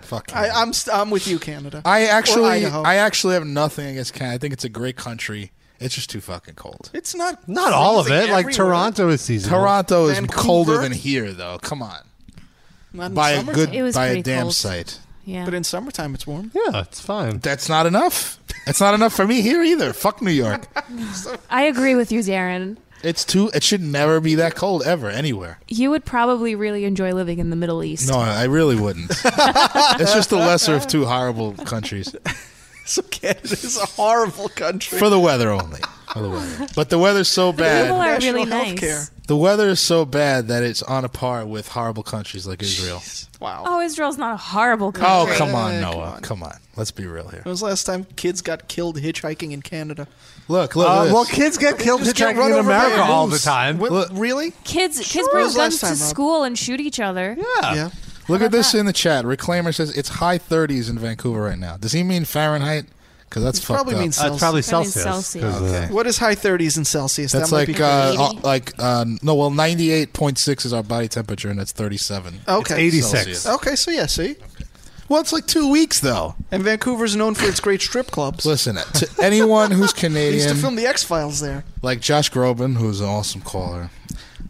Speaker 3: Fuck.
Speaker 4: I, I'm st- I'm with you, Canada.
Speaker 3: I
Speaker 4: Or
Speaker 3: actually,
Speaker 4: Idaho.
Speaker 3: I actually have nothing against Canada. I think it's a great country. It's just too fucking cold.
Speaker 4: it's not
Speaker 1: Not all of it.
Speaker 4: freezing
Speaker 1: Like
Speaker 4: everywhere.
Speaker 1: Toronto is seasonal.
Speaker 3: Toronto is
Speaker 4: Vancouver?
Speaker 3: colder than here, though. Come on,
Speaker 4: Not in
Speaker 3: by a
Speaker 4: summertime.
Speaker 3: good,
Speaker 5: It was
Speaker 3: by a
Speaker 5: pretty
Speaker 3: damn
Speaker 5: cold.
Speaker 3: sight.
Speaker 5: yeah.
Speaker 4: but in summertime it's warm.
Speaker 1: Yeah, it's fine.
Speaker 3: That's not enough. It's not enough for me here either. Fuck New York.
Speaker 5: I agree with you, Darren.
Speaker 3: It's too. It should never be that cold ever anywhere.
Speaker 5: You would probably really enjoy living in the Middle East.
Speaker 3: No, I really wouldn't. it's just the lesser of two horrible countries
Speaker 4: So Canada is a horrible country.
Speaker 3: for the weather only. For the weather. But the weather's so
Speaker 5: People
Speaker 3: bad.
Speaker 5: are
Speaker 4: National
Speaker 5: really
Speaker 4: health care.
Speaker 5: nice.
Speaker 3: The weather is so bad that it's on a par with horrible countries like Israel.
Speaker 4: Wow.
Speaker 5: Oh, Israel's not a horrible
Speaker 3: Oh,
Speaker 5: country.
Speaker 3: come
Speaker 4: Eh,
Speaker 3: on,
Speaker 4: come
Speaker 3: Noah.
Speaker 4: on.
Speaker 3: Come on. Let's be real here.
Speaker 4: When was the last time kids got killed hitchhiking in Canada?
Speaker 3: Look, look.
Speaker 1: Uh,
Speaker 3: at this.
Speaker 1: well, kids get killed
Speaker 4: Just get
Speaker 1: hitchhiking
Speaker 4: run
Speaker 1: in
Speaker 4: over by a
Speaker 1: America all the
Speaker 4: moose.
Speaker 1: time.
Speaker 4: Wh-
Speaker 3: Look.
Speaker 4: really?
Speaker 5: Kids, kids
Speaker 4: When
Speaker 5: bring
Speaker 4: was the
Speaker 5: guns
Speaker 4: last
Speaker 5: to
Speaker 4: time, Rob?
Speaker 5: school and shoot each other.
Speaker 1: Yeah.
Speaker 4: Yeah.
Speaker 3: Look at this in the chat. Reclaimer says it's high 30s in Vancouver right now. Does he mean Fahrenheit? Because that's fucked
Speaker 4: probably
Speaker 3: up.
Speaker 4: means-
Speaker 1: Uh, it's probably
Speaker 5: That means
Speaker 1: Celsius.
Speaker 5: Celsius.
Speaker 1: 'cause, uh,
Speaker 3: Okay.
Speaker 4: What is high 30s in Celsius?
Speaker 3: that's
Speaker 4: that might
Speaker 3: like
Speaker 4: be
Speaker 3: uh, uh,
Speaker 5: Maybe.
Speaker 3: like uh, no, well, 98.6 is our body temperature, and that's 37.
Speaker 4: okay.
Speaker 1: Eighty six.
Speaker 3: Celsius.
Speaker 4: Okay, so yeah, see?
Speaker 3: Well, it's like two weeks though.
Speaker 4: And Vancouver's known for its great strip clubs.
Speaker 3: Listen, to anyone who's
Speaker 4: They used to
Speaker 3: Canadian,
Speaker 4: film the X Files there.
Speaker 3: like Josh Groban, who's an awesome caller.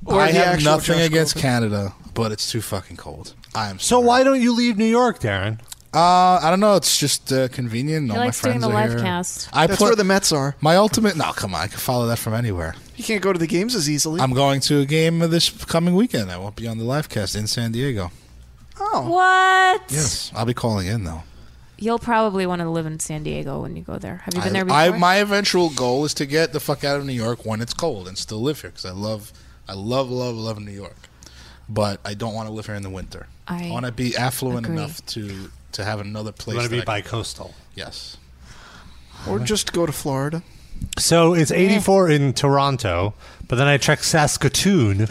Speaker 4: Or
Speaker 3: I
Speaker 4: the
Speaker 3: have
Speaker 4: actual
Speaker 3: nothing
Speaker 4: Josh
Speaker 3: against
Speaker 4: Groban.
Speaker 3: Canada, but it's too fucking cold. I am
Speaker 1: So why don't you leave New York, Darren?
Speaker 3: Uh, I don't know. It's just uh, convenient. All my
Speaker 5: likes doing
Speaker 3: friends
Speaker 5: the
Speaker 3: are
Speaker 5: live
Speaker 3: here.
Speaker 5: cast.
Speaker 3: I
Speaker 4: That's
Speaker 3: put
Speaker 4: where the Mets are.
Speaker 3: my ultimate. No, come on. I can follow that from anywhere.
Speaker 4: You can't go to the games as easily.
Speaker 3: I'm going to a game this coming weekend. I won't be on the live cast in San Diego.
Speaker 4: oh,
Speaker 5: What?
Speaker 3: Yes, I'll be calling in though.
Speaker 5: You'll probably want to live in San Diego when you go there. Have you been
Speaker 3: I,
Speaker 5: there before?
Speaker 3: I- my eventual goal is to get the fuck out of New York when it's cold and still live here because I love, I love, love, love New York, but I don't want to live here in the winter.
Speaker 5: I
Speaker 3: want to be affluent
Speaker 5: agree.
Speaker 3: enough to to have another place.
Speaker 1: You want
Speaker 3: that
Speaker 1: to be
Speaker 3: I can-
Speaker 1: bi-coastal.
Speaker 3: yes.
Speaker 4: or just go to Florida.
Speaker 1: So it's 84 in Toronto, but then I checked Saskatoon,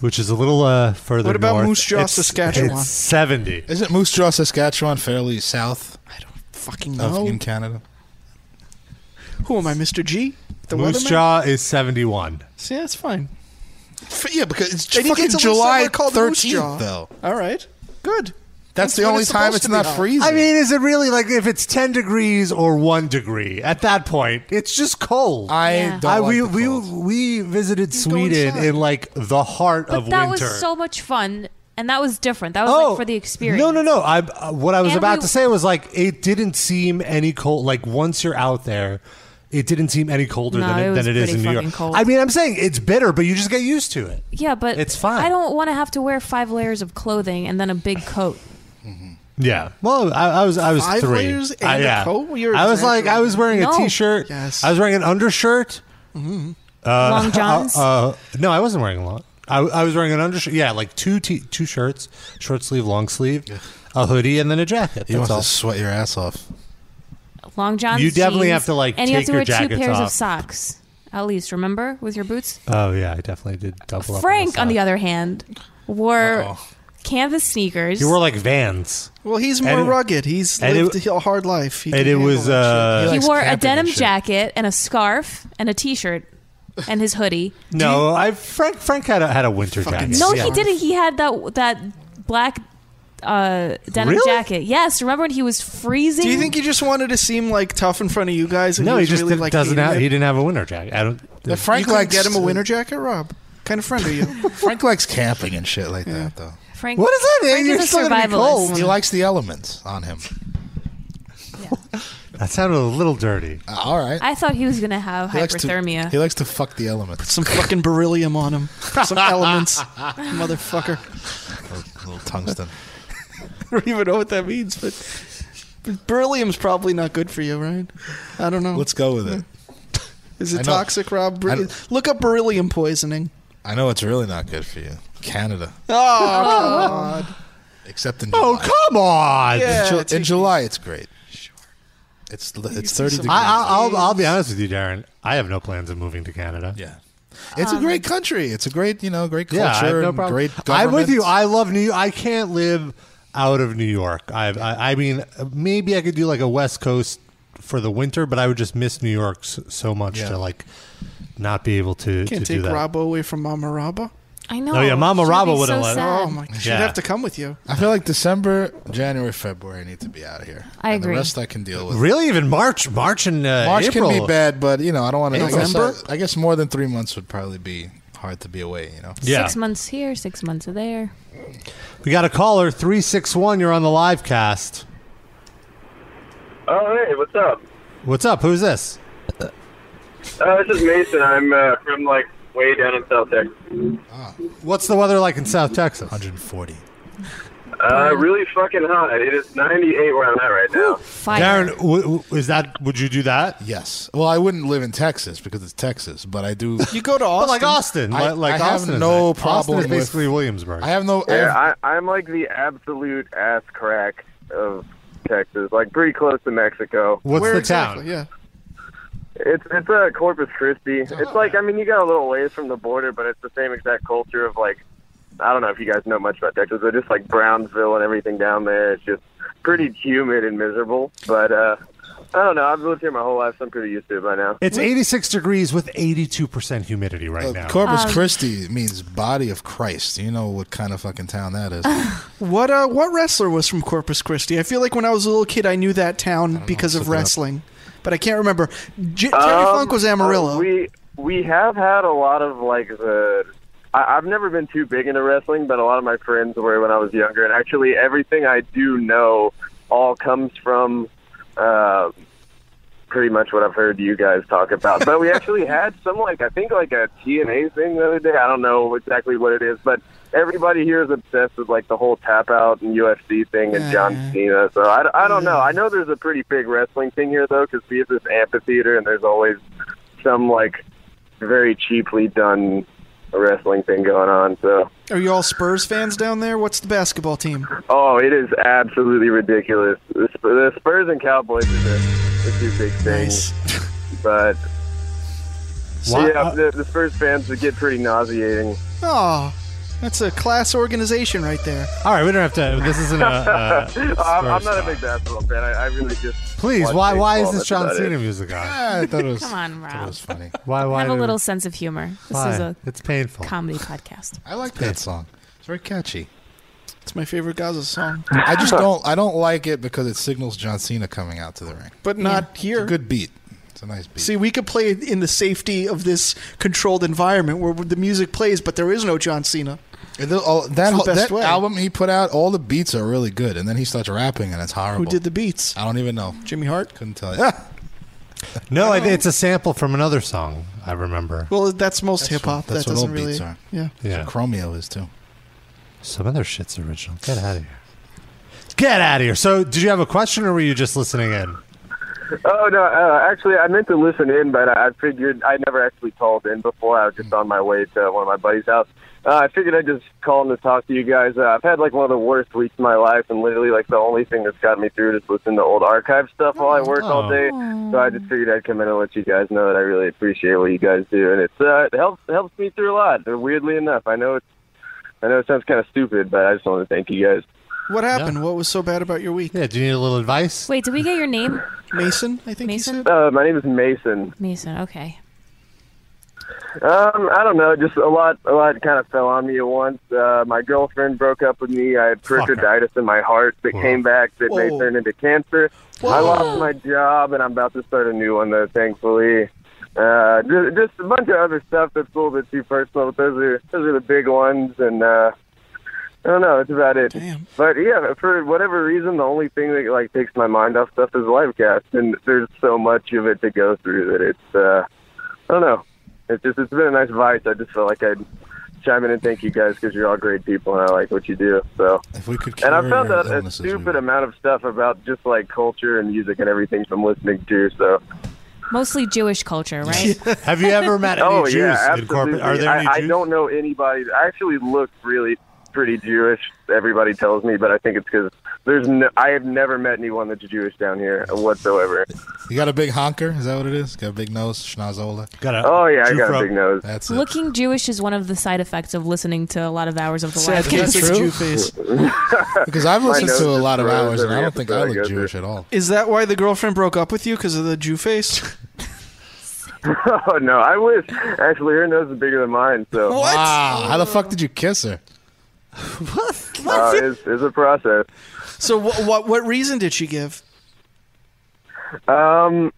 Speaker 1: which is a little uh, further
Speaker 4: What about
Speaker 1: north.
Speaker 4: Moose Jaw,
Speaker 1: It's-
Speaker 4: Saskatchewan?
Speaker 1: It's 70.
Speaker 3: Isn't Moose Jaw, Saskatchewan, fairly south
Speaker 4: I don't fucking
Speaker 3: of
Speaker 4: know.
Speaker 3: in Canada?
Speaker 4: Who am I, Mr. G? The
Speaker 1: Moose
Speaker 4: weatherman?
Speaker 1: Jaw is 71.
Speaker 4: See, that's fine.
Speaker 3: F- Yeah, because it's
Speaker 4: And he
Speaker 3: fucking
Speaker 4: gets to live
Speaker 3: July
Speaker 4: somewhere called Moose Jaw.
Speaker 3: thirteenth, though.
Speaker 4: All right. Good.
Speaker 3: That's the
Speaker 4: when
Speaker 3: only time
Speaker 4: supposed
Speaker 3: it's
Speaker 4: to be
Speaker 3: not
Speaker 4: hot.
Speaker 3: freezing.
Speaker 1: I mean, is it really like if it's 10 degrees or 1 degree? At that point, it's just cold.
Speaker 3: I
Speaker 5: Yeah.
Speaker 3: don't.
Speaker 1: I-
Speaker 3: like
Speaker 1: we,
Speaker 3: the
Speaker 1: we,
Speaker 3: cold.
Speaker 1: we visited
Speaker 4: go
Speaker 1: Sweden
Speaker 4: inside.
Speaker 1: in like the heart
Speaker 5: but
Speaker 1: of
Speaker 5: that
Speaker 1: winter. Oh,
Speaker 5: was so much fun, and that was different. That was like for the experience.
Speaker 1: No, no, no. I uh, what I was
Speaker 5: And
Speaker 1: about
Speaker 5: we-
Speaker 1: to say was like it didn't seem any cold. Like once you're out there, it didn't seem any colder
Speaker 5: No,
Speaker 1: than
Speaker 5: it
Speaker 1: it,
Speaker 5: was
Speaker 1: than it is
Speaker 5: pretty
Speaker 1: in New
Speaker 5: fucking
Speaker 1: York.
Speaker 5: cold.
Speaker 1: I mean, I'm saying it's bitter, but you just get used to it.
Speaker 5: Yeah, but
Speaker 1: It's fine.
Speaker 5: I don't want to have to wear five layers of clothing and then a big coat.
Speaker 1: Yeah. Well, I, I was I was
Speaker 4: Five
Speaker 1: three.
Speaker 4: layers and
Speaker 1: I,
Speaker 4: a
Speaker 1: yeah.
Speaker 4: coat? You're
Speaker 1: I was like I
Speaker 4: exaggerating.
Speaker 1: was wearing
Speaker 5: No.
Speaker 1: a t-shirt.
Speaker 4: Yes.
Speaker 1: I was wearing an undershirt.
Speaker 3: Mm-hmm.
Speaker 5: Long johns.
Speaker 1: Uh, no, I wasn't wearing a lot. I, I was wearing an undershirt. Yeah, like two t- two shirts, short sleeve, long sleeve, a hoodie, and then a jacket.
Speaker 3: you
Speaker 1: That's
Speaker 3: must
Speaker 1: all.
Speaker 3: have sweat your ass off.
Speaker 5: Long johns.
Speaker 1: You definitely
Speaker 5: jeans,
Speaker 1: have to, like,
Speaker 5: and you have
Speaker 1: take
Speaker 5: to
Speaker 1: your
Speaker 5: wear two
Speaker 1: jackets
Speaker 5: pairs of
Speaker 1: off.
Speaker 5: socks at least. Remember with your boots.
Speaker 1: Oh yeah, I definitely did double up.
Speaker 5: Frank, on
Speaker 1: side.
Speaker 5: the other hand, wore canvas sneakers.
Speaker 1: You wore like Vans,
Speaker 4: Well, he's more
Speaker 1: And it-
Speaker 4: rugged. He's
Speaker 1: and
Speaker 4: lived
Speaker 1: it-
Speaker 4: a hard life. He can
Speaker 1: and it
Speaker 4: handle
Speaker 1: was
Speaker 4: that shit.
Speaker 1: uh,
Speaker 5: he
Speaker 3: Like
Speaker 5: wore a
Speaker 3: camping and
Speaker 5: denim
Speaker 3: shit.
Speaker 5: jacket and a scarf and a t-shirt and his hoodie.
Speaker 1: no. I Frank Frank had a, had a winter
Speaker 4: Fucking
Speaker 1: jacket.
Speaker 5: No, he
Speaker 4: Scarf.
Speaker 5: didn't. He had that that black uh, denim
Speaker 1: Really?
Speaker 5: jacket. Yes, remember when he was freezing?
Speaker 4: Do you think he just wanted to seem like tough in front of you guys? And
Speaker 1: No, he
Speaker 4: was
Speaker 1: just
Speaker 4: really,
Speaker 1: didn't,
Speaker 4: like,
Speaker 1: doesn't
Speaker 4: hating
Speaker 1: have.
Speaker 4: it?
Speaker 1: He didn't have a winter jacket. I don't.
Speaker 3: Yeah, Frank
Speaker 4: You could
Speaker 3: likes
Speaker 4: get him a winter jacket, Rob. Kind of friend are you?
Speaker 3: Frank likes camping and shit like that, though.
Speaker 5: Frank?
Speaker 1: What does that mean?
Speaker 5: Frank
Speaker 1: You're
Speaker 5: is a
Speaker 1: still gonna be
Speaker 5: survivalist.
Speaker 1: cold.
Speaker 3: He likes the elements on him.
Speaker 1: That sounded a little dirty.
Speaker 3: Uh, all right.
Speaker 5: I thought he was gonna have
Speaker 3: he likes to-
Speaker 5: hyperthermia.
Speaker 3: he likes to fuck the elements.
Speaker 4: Some fucking beryllium on him. Some elements, motherfucker.
Speaker 3: little tungsten.
Speaker 4: I don't even know what that means, but, but beryllium's probably not good for you, right? I
Speaker 5: Oh.
Speaker 4: don't know.
Speaker 3: Let's go with it.
Speaker 4: Is
Speaker 3: I
Speaker 4: it
Speaker 3: know-
Speaker 4: toxic, Rob?
Speaker 3: I
Speaker 4: Ber-
Speaker 3: don't-
Speaker 4: Look up beryllium poisoning.
Speaker 3: I know it's really not good for you, Canada.
Speaker 4: Oh,
Speaker 3: Except in
Speaker 1: Oh
Speaker 3: July.
Speaker 1: come on!
Speaker 4: Yeah.
Speaker 3: In, Ju-
Speaker 4: it's
Speaker 3: in
Speaker 4: okay.
Speaker 3: July, it's great. It's it's thirty degrees.
Speaker 1: I, I'll, I'll I'll be honest with you, Darren. I have no plans of moving to Canada.
Speaker 3: yeah, it's
Speaker 5: Oh,
Speaker 3: a great country. It's a great you know great culture.
Speaker 1: Yeah, I have no
Speaker 3: and
Speaker 1: problem.
Speaker 3: Great.
Speaker 1: I'm with you.
Speaker 3: government.
Speaker 1: I love New. I can't live out of New York. I've, I I mean, maybe I could do like a West Coast for the winter, but I would just miss New York so, so much
Speaker 3: Yeah.
Speaker 1: to like not be able to, to
Speaker 4: can't
Speaker 1: do
Speaker 4: take
Speaker 1: that.
Speaker 4: Rob away from Mama Rabba.
Speaker 5: I know.
Speaker 1: Oh, yeah, Mama
Speaker 5: She'd
Speaker 1: Raba
Speaker 5: be
Speaker 1: would've
Speaker 5: so
Speaker 1: let-
Speaker 5: sad.
Speaker 4: Oh my! She'd
Speaker 1: Yeah.
Speaker 4: have to come with you.
Speaker 3: I feel like December, January, February I need to be out of here.
Speaker 5: I
Speaker 3: And
Speaker 5: agree.
Speaker 3: the rest I can deal with.
Speaker 1: Really, even March, March and uh,
Speaker 3: March
Speaker 1: April.
Speaker 3: can be bad, but you know I don't want to. I guess, I,
Speaker 4: November?
Speaker 3: I guess more than three months would probably be hard to be away. You know.
Speaker 1: Yeah,
Speaker 5: Six months here, six months there.
Speaker 1: we got a caller three six one. You're on the live cast.
Speaker 6: Oh, hey, what's up?
Speaker 1: What's up? Who's this?
Speaker 6: Uh, this is Mason. I'm uh, from, like, way down in South Texas.
Speaker 1: What's the weather like in South Texas?
Speaker 3: 140.
Speaker 6: Uh, really fucking hot. It is 98 where I'm at right now.
Speaker 5: Fire.
Speaker 1: Darren, w- w- is that? Would you do that?
Speaker 3: Yes. Well, I wouldn't live in Texas because it's Texas, but I do.
Speaker 4: You go to
Speaker 1: But
Speaker 4: Austin.
Speaker 1: like Austin,
Speaker 3: I-
Speaker 1: like, like
Speaker 3: I have
Speaker 1: Austin is
Speaker 3: no
Speaker 1: like-
Speaker 3: problem
Speaker 1: Austin is
Speaker 3: with-
Speaker 1: basically Williamsburg.
Speaker 3: I have no. I have-
Speaker 6: Yeah, I, I'm, like, the absolute ass crack of Texas. Like, pretty close to Mexico.
Speaker 1: What's
Speaker 4: Where
Speaker 1: the
Speaker 4: exactly?
Speaker 1: town?
Speaker 4: Yeah.
Speaker 6: It's it's uh, Corpus Christi.
Speaker 3: Oh.
Speaker 6: It's like, I mean, you got a little ways from the border, but it's the same exact culture of, like, I don't know if you guys know much about Texas, but just, like, Brownsville and everything down there. It's just pretty humid and miserable. But, uh, I don't know. I've lived here my whole life, so I'm pretty used to it by now.
Speaker 1: It's 86 degrees with 82% humidity right now.
Speaker 3: Uh, Corpus
Speaker 5: Um,
Speaker 3: Christi means body of Christ. You know what kind of fucking town that is.
Speaker 4: What uh, what wrestler was from Corpus Christi? I feel like when I was a little kid, I knew that town because of wrestling, but I can't remember. J- Terry
Speaker 6: Um,
Speaker 4: Funk was Amarillo.
Speaker 6: uh, we we have had a lot of like the. I, I've never been too big into wrestling, but a lot of my friends were when I was younger, and actually everything I do know all comes from. Uh, Pretty much what I've heard you guys talk about, but we actually had some like I think like a TNA thing the other day. I don't know exactly what it is, but everybody here is obsessed with like the whole tap out and UFC thing and John Cena. So I, I don't know. I know there's a pretty big wrestling thing here though, because we have this amphitheater and there's always some like very cheaply done wrestling thing going on. So,
Speaker 4: Are you all Spurs fans down there? What's the basketball team?
Speaker 6: oh, it is absolutely ridiculous. The Sp- the Spurs and Cowboys are the, the two big things, but
Speaker 1: Why-
Speaker 6: yeah,
Speaker 1: uh,
Speaker 6: the, the Spurs fans would get pretty nauseating.
Speaker 4: Oh, that's a class organization right there.
Speaker 1: all right, we don't have to. This isn't a. Uh,
Speaker 6: I'm, I'm not
Speaker 1: Spurs
Speaker 6: a
Speaker 1: talk.
Speaker 6: big basketball fan. I, I really just
Speaker 1: Please,
Speaker 6: watch
Speaker 1: why? Why
Speaker 6: baseball.
Speaker 1: is this
Speaker 6: That's
Speaker 1: John
Speaker 6: about it.
Speaker 1: Cena music on?
Speaker 3: Ah, I thought it was,
Speaker 5: Come on,
Speaker 3: thought it
Speaker 5: Rob.
Speaker 3: was funny.
Speaker 1: Why? Why?
Speaker 5: Have a
Speaker 1: do-
Speaker 5: little sense of humor. This
Speaker 1: why?
Speaker 5: is a
Speaker 1: it's painful.
Speaker 5: comedy podcast.
Speaker 3: I like that song. It's very catchy.
Speaker 4: It's my favorite Gaza song,
Speaker 3: I just don't. I don't like it because it signals John Cena coming out to the ring.
Speaker 4: but not
Speaker 3: It's a
Speaker 4: here.
Speaker 3: good beat. It's a nice beat.
Speaker 4: See, we could play it in the safety of this controlled environment where the music plays, but there is no John Cena.
Speaker 3: And the-
Speaker 4: oh,
Speaker 3: all- that whole-
Speaker 4: best
Speaker 3: that
Speaker 4: way.
Speaker 3: album he put out, all the beats are really good, and then he starts rapping, and it's horrible.
Speaker 4: Who did the beats?
Speaker 3: I don't even know.
Speaker 4: Jimmy Hart.
Speaker 3: Couldn't tell you.
Speaker 1: No, I, it's a sample from another song. I remember
Speaker 4: Well, that's most hip hop.
Speaker 3: that's
Speaker 4: That
Speaker 3: what
Speaker 4: doesn't
Speaker 3: old
Speaker 4: really.
Speaker 3: beats are.
Speaker 4: Yeah.
Speaker 1: Yeah.
Speaker 3: Chromeo is too.
Speaker 1: some other shit's original. Get out of here. Get out of here. So, did you have a question, or were you just listening in?
Speaker 6: Oh no! Uh, actually, I meant to listen in, but I I figured I never actually called in before. I was just on my way to one of my buddies' house. Uh, I figured I'd just call in to talk to you guys. Uh, I've had like one of the worst weeks of my life, and literally like the only thing that's gotten me through is listening to old archive stuff while I work
Speaker 3: Oh.
Speaker 6: all day. So I just figured I'd come in and let you guys know that I really appreciate what you guys do, and it's uh, it helps helps me through a lot. uh, Weirdly enough, I know it's I know it sounds kind of stupid, but I just want to thank you guys.
Speaker 4: What happened? What was so bad about your week?
Speaker 1: Yeah. Do you need a little advice?
Speaker 5: Wait, did we get your name,
Speaker 4: Mason, I think he
Speaker 5: Mason?
Speaker 4: said.
Speaker 6: Uh, my name is Mason.
Speaker 5: Mason? Okay.
Speaker 6: Um, I don't know. Just a lot, a lot kind of fell on me at once. Uh, my girlfriend broke up with me. I had
Speaker 1: Fuck her.
Speaker 6: pericarditis in my heart that came back that may
Speaker 4: Whoa.
Speaker 6: turn into cancer. I lost my job, and I'm about to start a new one though. Thankfully, uh, just, just a bunch of other stuff that's a little bit too personal. But those are those are the big ones, and uh, I don't know. That's about it.
Speaker 4: Damn.
Speaker 6: But yeah, for whatever reason, the only thing that like takes my mind off stuff is livecast, and there's so much of it to go through that it's uh, I don't know. It's just it's been a nice vice. I just felt like I'd chime in and thank you guys because you're all great people and I like what you do. So.
Speaker 3: If we could cure
Speaker 6: And I found
Speaker 3: your
Speaker 6: out a
Speaker 3: illnesses, we
Speaker 6: stupid
Speaker 3: would.
Speaker 6: amount of stuff about just like culture and music and everything from listening to. So,
Speaker 5: Mostly Jewish culture, right?
Speaker 1: Have you ever met any
Speaker 6: oh
Speaker 1: Jews
Speaker 6: yeah,
Speaker 1: in
Speaker 6: absolutely.
Speaker 1: corporate? Are there
Speaker 6: I,
Speaker 1: any
Speaker 6: I
Speaker 1: Jews?
Speaker 6: don't know anybody. I actually look really pretty Jewish. Everybody tells me, but I think it's because there's no. I have never met anyone that's Jewish down here whatsoever.
Speaker 3: You got a big honker? Is that what it is? Got a big nose, schnozola.
Speaker 1: Got a
Speaker 6: Oh yeah, I
Speaker 1: Jew
Speaker 6: got a
Speaker 1: from-
Speaker 6: big nose.
Speaker 3: Uh, That's it.
Speaker 5: Looking Jewish is one of the side effects of listening to a lot of hours of the
Speaker 4: Sad
Speaker 5: live.
Speaker 4: case
Speaker 3: That's
Speaker 4: with
Speaker 3: true.
Speaker 4: Jew face.
Speaker 3: because I've listened
Speaker 6: nose
Speaker 3: to a
Speaker 6: is
Speaker 3: lot of
Speaker 6: red
Speaker 3: hours, and I
Speaker 6: every
Speaker 3: don't think I
Speaker 6: episode I
Speaker 3: look
Speaker 6: go
Speaker 3: Jewish at all.
Speaker 4: Is that why the girlfriend broke up with you? Because of the Jew face?
Speaker 6: Oh no, I wish. Actually, her nose is bigger than mine, so
Speaker 4: What?
Speaker 3: Wow! How the fuck did you kiss her?
Speaker 6: uh, it's, it's a process.
Speaker 4: So what, what? What reason did she give?
Speaker 6: Um,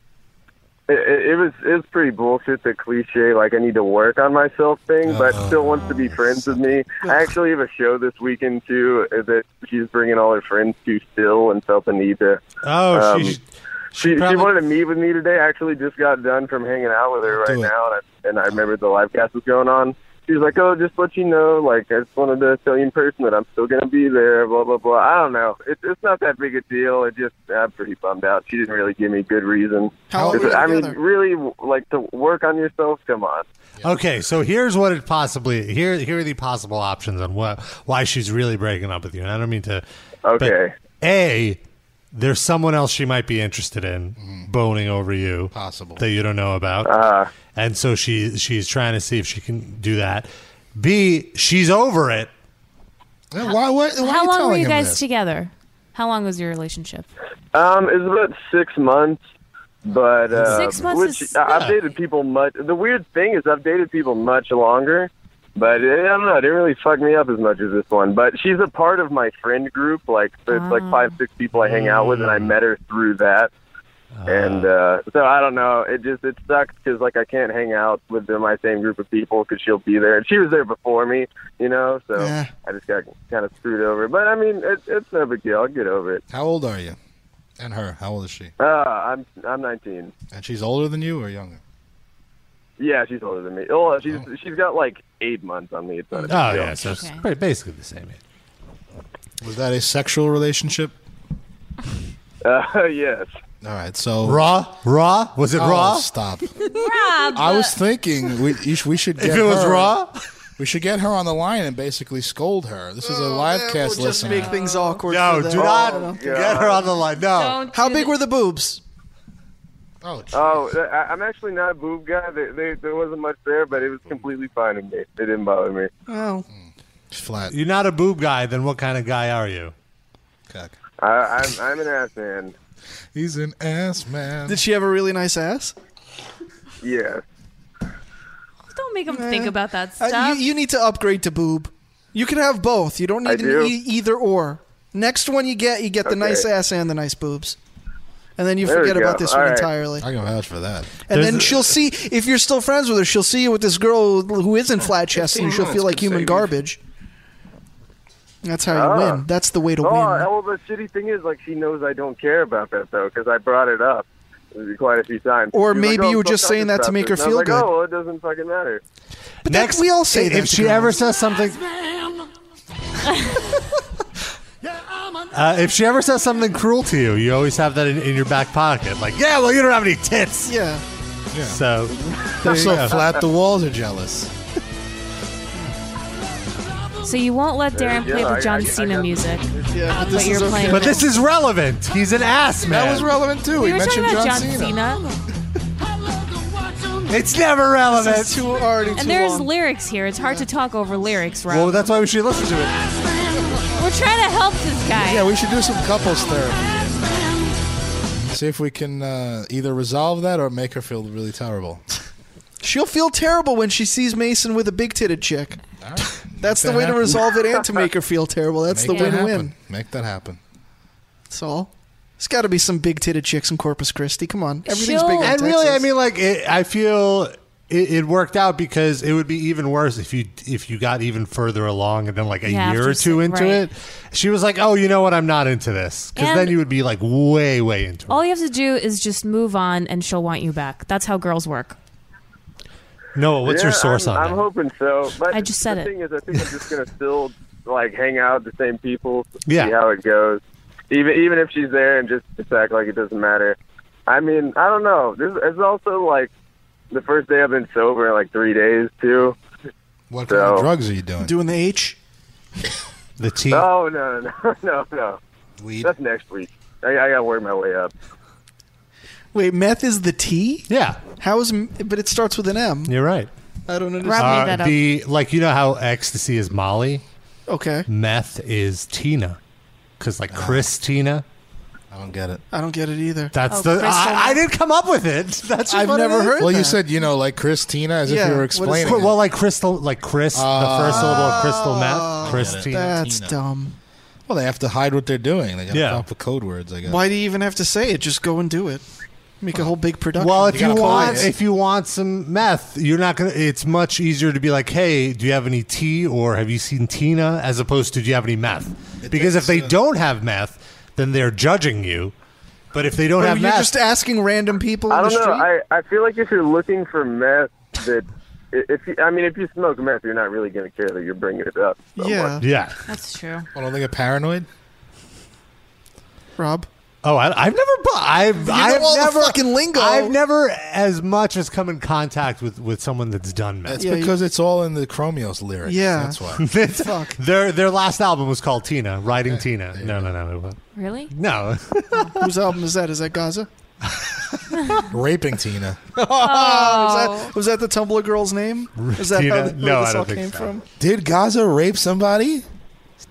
Speaker 6: it, it it was it was pretty bullshit. The cliche like I need to work on myself thing, but
Speaker 1: Oh,
Speaker 6: still wants to be friends with me. I actually have a show this weekend too uh, that she's bringing all her friends to still, and felt the need to.
Speaker 1: Oh,
Speaker 6: Um,
Speaker 1: she, she,
Speaker 6: She, she
Speaker 1: probably-
Speaker 6: wanted to meet with me today. I actually just got done from hanging out with her right
Speaker 3: Do it.
Speaker 6: now, and I, and I remembered the live cast was going on. She was like, "Oh, just let you know, like I just wanted to tell you in person that I'm still gonna be there." Blah blah blah. I don't know. It, it's not that big a deal. It just I'm pretty bummed out. She didn't really give me good reason.
Speaker 4: How long
Speaker 6: It's-
Speaker 4: were you
Speaker 6: I mean,
Speaker 4: together?
Speaker 6: really, like to work on yourself. Come on.
Speaker 1: Okay, so here's what it possibly here here are the possible options on what why she's really breaking up with you. And I don't mean to but
Speaker 6: Okay.
Speaker 1: A there's someone else she might be interested in boning over you.
Speaker 3: Possible.
Speaker 1: That you don't know about. and so she she's trying to see if she can do that. B she's over it.
Speaker 3: Yeah, Why? What? Why are
Speaker 5: How
Speaker 3: you
Speaker 5: long were
Speaker 3: telling
Speaker 5: you
Speaker 3: him
Speaker 5: guys
Speaker 3: this?
Speaker 5: together? How long was your relationship?
Speaker 6: Um, it was about six months, But uh,
Speaker 5: Six months
Speaker 6: which
Speaker 5: is-
Speaker 6: I- I've dated people much. The weird thing is I've dated people much longer, but eh, I don't know. It didn't really fuck me up as much as this one. But she's a part of my friend group. Like so it's like five, six people I hang out with, and I met her through that.
Speaker 3: Ah.
Speaker 6: And uh, so I don't know. It just it sucks because like I can't hang out with the- my same group of people because she'll be there, and she was there before me, you know. So
Speaker 4: Yeah.
Speaker 6: I just got kind of screwed over. But I mean, it, it's no big deal. I'll get over it.
Speaker 3: How old are you? And her, how old is she?
Speaker 6: Uh, I'm I'm 19.
Speaker 3: And she's older than you or younger?
Speaker 6: Yeah, she's older than me. Oh, she's she's got like eight months on me. It's not a big
Speaker 1: Oh
Speaker 6: deal.
Speaker 1: yeah, so it's
Speaker 5: Okay.
Speaker 1: pretty- basically the same age.
Speaker 3: Was that a sexual relationship?
Speaker 6: Uh, yes.
Speaker 3: All right, so
Speaker 1: Raw, raw. Was it
Speaker 3: Oh,
Speaker 1: raw?
Speaker 3: Stop.
Speaker 5: Rob,
Speaker 3: I was thinking we you sh- we should get
Speaker 1: If it was
Speaker 3: her-
Speaker 1: raw,
Speaker 3: we should get her on the line and basically scold her. This is a live cast
Speaker 4: We'll just
Speaker 3: listener.
Speaker 4: make things awkward.
Speaker 1: no.
Speaker 4: for
Speaker 1: Do
Speaker 4: them.
Speaker 1: not get her on the line. No.
Speaker 5: don't
Speaker 4: How
Speaker 5: do
Speaker 4: big
Speaker 5: that.
Speaker 4: were the boobs?
Speaker 3: oh, gee.
Speaker 6: Oh, I, I'm actually not a boob guy. There, there, there wasn't much there, but it was completely fine in me. It didn't bother me.
Speaker 4: Oh,
Speaker 3: flat
Speaker 1: You're not a boob guy. Then what kind of guy are you?
Speaker 3: cock.
Speaker 6: I, I'm I'm an ass man.
Speaker 3: He's an ass man.
Speaker 4: did she have a really nice ass?
Speaker 6: Yeah.
Speaker 5: Don't make him think about that
Speaker 4: Uh,
Speaker 5: stuff.
Speaker 4: you, you need to upgrade to boob. You can have both. You don't
Speaker 6: I
Speaker 4: need an
Speaker 6: do.
Speaker 4: e- either or. Next one you get, you get the
Speaker 6: Okay.
Speaker 4: nice ass and the nice boobs, and then you
Speaker 6: There we
Speaker 4: forget about
Speaker 6: go.
Speaker 4: this
Speaker 6: All
Speaker 4: one
Speaker 6: right.
Speaker 4: entirely.
Speaker 3: I can vouch for that.
Speaker 4: And then
Speaker 1: There's-
Speaker 4: she'll see if you're still friends with her. She'll see you with this girl who isn't flat chested, and she'll feel like human garbage. That's how you
Speaker 6: Ah.
Speaker 4: win. That's the way to
Speaker 6: Oh,
Speaker 4: win.
Speaker 6: well, the shitty thing is, like, she knows I don't care about that though, because I brought it up quite a few times.
Speaker 4: Or
Speaker 6: She was
Speaker 4: maybe
Speaker 6: like, oh,
Speaker 4: you were
Speaker 6: I'm
Speaker 4: just saying that to
Speaker 6: self-conscious
Speaker 4: make her
Speaker 6: about this. And I was
Speaker 4: feel
Speaker 6: like,
Speaker 4: good.
Speaker 6: Oh, well, it doesn't fucking matter.
Speaker 1: Next,
Speaker 4: we all say
Speaker 1: if
Speaker 4: that
Speaker 1: If
Speaker 4: to
Speaker 1: she
Speaker 4: girls.
Speaker 1: ever says something, uh, if she ever says something cruel to you, you always have that in, in your back pocket. Like, yeah, well, you don't have any tits,
Speaker 4: Yeah.
Speaker 1: so
Speaker 3: They're so
Speaker 1: go.
Speaker 3: flat the walls are jealous.
Speaker 5: so you won't let Darren play
Speaker 6: Yeah, I-
Speaker 5: the John
Speaker 6: I- I
Speaker 5: Cena
Speaker 6: got-
Speaker 5: music,
Speaker 4: Yeah, but
Speaker 5: but,
Speaker 4: this
Speaker 5: you're
Speaker 4: is
Speaker 5: playing.
Speaker 1: But this is relevant. He's an ass man.
Speaker 3: That was relevant too.
Speaker 5: we
Speaker 3: He
Speaker 5: were talking
Speaker 3: mentioned
Speaker 5: about
Speaker 3: John,
Speaker 5: John
Speaker 3: Cena.
Speaker 5: Cena,
Speaker 1: It's never relevant.
Speaker 4: It's too already too
Speaker 5: and there's
Speaker 4: long.
Speaker 5: lyrics here. It's hard to talk over lyrics, Rob.
Speaker 1: well, that's why we should listen to it.
Speaker 5: We're trying to help this guy.
Speaker 3: Yeah, we should do some couples therapy. See if we can uh, either resolve that or make her feel really terrible.
Speaker 4: She'll feel terrible when she sees Mason with a big titted chick. That's the way to resolve it and to make her feel terrible. That's
Speaker 3: Make
Speaker 4: the way
Speaker 3: that
Speaker 4: to win.
Speaker 3: happen. Make that happen.
Speaker 4: That's all. There's got to be some big titted chicks in Corpus Christi. Come on, everything's
Speaker 5: She'll-
Speaker 4: big. in
Speaker 1: And really, I
Speaker 4: Texas.
Speaker 1: mean, like, it, I feel it, it worked out because it would be even worse if you if you got even further along and then like a
Speaker 5: Yeah,
Speaker 1: year or
Speaker 5: after
Speaker 1: two
Speaker 5: si-
Speaker 1: into
Speaker 5: right.
Speaker 1: it, she was like, "Oh, you know what? I'm not into this." Because then
Speaker 5: And-
Speaker 1: you would be like way, way into it.
Speaker 5: All you have to do is just move on, and she'll want you back. That's how girls work.
Speaker 1: Noah, what's your
Speaker 6: Yeah,
Speaker 1: source
Speaker 6: I'm,
Speaker 1: on
Speaker 6: I'm
Speaker 1: that?
Speaker 6: hoping so. But
Speaker 5: I just said
Speaker 6: the
Speaker 5: it.
Speaker 6: thing is, I think I'm just gonna still like hang out with the same people.
Speaker 1: Yeah.
Speaker 6: See how it goes. Even even if she's there and just, just act like it doesn't matter. I mean, I don't know. This it's also like the first day I've been sober in like three days too.
Speaker 3: What kind of
Speaker 6: So-
Speaker 3: drugs are you doing?
Speaker 4: doing the H.
Speaker 1: the tea.
Speaker 6: Oh no no no no no.
Speaker 3: Weed.
Speaker 6: That's next week. I, I gotta work my way up.
Speaker 4: Wait, meth is the T.
Speaker 1: Yeah,
Speaker 4: How is? m- But it starts with an M.
Speaker 1: you're right.
Speaker 4: I don't understand.
Speaker 5: Rob
Speaker 1: Uh,
Speaker 5: made that up.
Speaker 1: the like, you know how ecstasy is Molly,
Speaker 4: Okay, Ah.
Speaker 1: meth is Tina, because like Christina.
Speaker 3: I don't get it.
Speaker 4: I don't get it either.
Speaker 1: That's
Speaker 5: Oh,
Speaker 1: the
Speaker 5: Crystal
Speaker 1: I, I didn't come up with it. That's just
Speaker 4: I've
Speaker 1: what it
Speaker 4: never
Speaker 1: is.
Speaker 4: heard
Speaker 3: Well, you
Speaker 4: that.
Speaker 3: said you know like Christina as
Speaker 4: Yeah,
Speaker 3: if you were
Speaker 4: what is-
Speaker 3: explaining.
Speaker 1: Well, like crystal, like Chris, the first syllable of crystal meth, Christina.
Speaker 4: Ah. That's dumb.
Speaker 3: it. Well, they have to hide what they're doing. They got to
Speaker 1: Yeah.
Speaker 3: come up with code words. I guess.
Speaker 4: Why do you even have to say it? Just go and do it. Make a whole big production.
Speaker 1: Well, if
Speaker 3: You
Speaker 1: you,
Speaker 3: gotta call
Speaker 1: want,
Speaker 3: it.
Speaker 1: if you want some meth, you're not gonna. It's much easier to be like, hey, do you have any tea, or have you seen Tina, as opposed to do you have any meth? because if
Speaker 3: uh,
Speaker 1: they don't have meth, then they're judging you. But if they don't
Speaker 4: Or
Speaker 1: have
Speaker 4: Oh, you're
Speaker 1: meth,
Speaker 4: just asking random people.
Speaker 6: I
Speaker 4: in
Speaker 6: don't
Speaker 4: the
Speaker 6: know.
Speaker 4: street?
Speaker 6: I I feel like if you're looking for meth, that if you, I mean if you smoke meth, you're not really gonna care that you're bringing it up. so much.
Speaker 4: yeah,
Speaker 1: yeah.
Speaker 5: That's true.
Speaker 3: Well, don't they get paranoid?
Speaker 4: Rob.
Speaker 1: Oh, I, I've never. bu- I've I've
Speaker 4: all the
Speaker 1: never
Speaker 4: fucking lingo.
Speaker 1: I've never as much as come in contact with with someone that's done meth.
Speaker 3: That's
Speaker 4: Yeah, you-
Speaker 3: because it's all in the Chromios lyrics.
Speaker 4: Yeah.
Speaker 3: that's why.
Speaker 1: That's-
Speaker 4: Fuck.
Speaker 1: Their their last album was called Tina, Riding Tina. No, no, no, no,
Speaker 5: Really?
Speaker 1: no.
Speaker 4: Whose album is that? Is that Gaza?
Speaker 3: Raping Tina.
Speaker 5: Oh,
Speaker 4: Was that the Tumblr girl's name? Is that
Speaker 1: Tina?
Speaker 4: how the, where
Speaker 1: No,
Speaker 4: this
Speaker 1: I don't
Speaker 4: all
Speaker 1: think
Speaker 4: came
Speaker 1: so.
Speaker 4: from?
Speaker 3: Did Gaza rape somebody?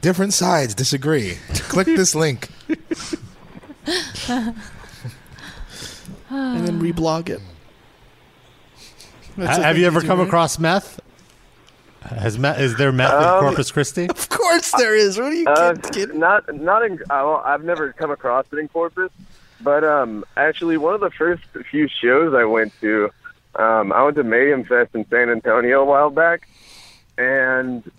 Speaker 3: Different sides disagree. Click this link.
Speaker 4: and then reblog it. That's
Speaker 1: Ha-
Speaker 4: a
Speaker 1: have
Speaker 4: thing
Speaker 1: you ever
Speaker 4: do,
Speaker 1: come
Speaker 4: right?
Speaker 1: across meth? Has meth? Is there meth
Speaker 6: Um,
Speaker 1: in Corpus Christi?
Speaker 4: Of course there is. What are you
Speaker 6: Uh,
Speaker 4: kid- kidding?
Speaker 6: not not in. I, well, I've never come across it in Corpus, but um, actually, one of the first few shows I went to, um, I went to Mayhem Fest in San Antonio a while back, and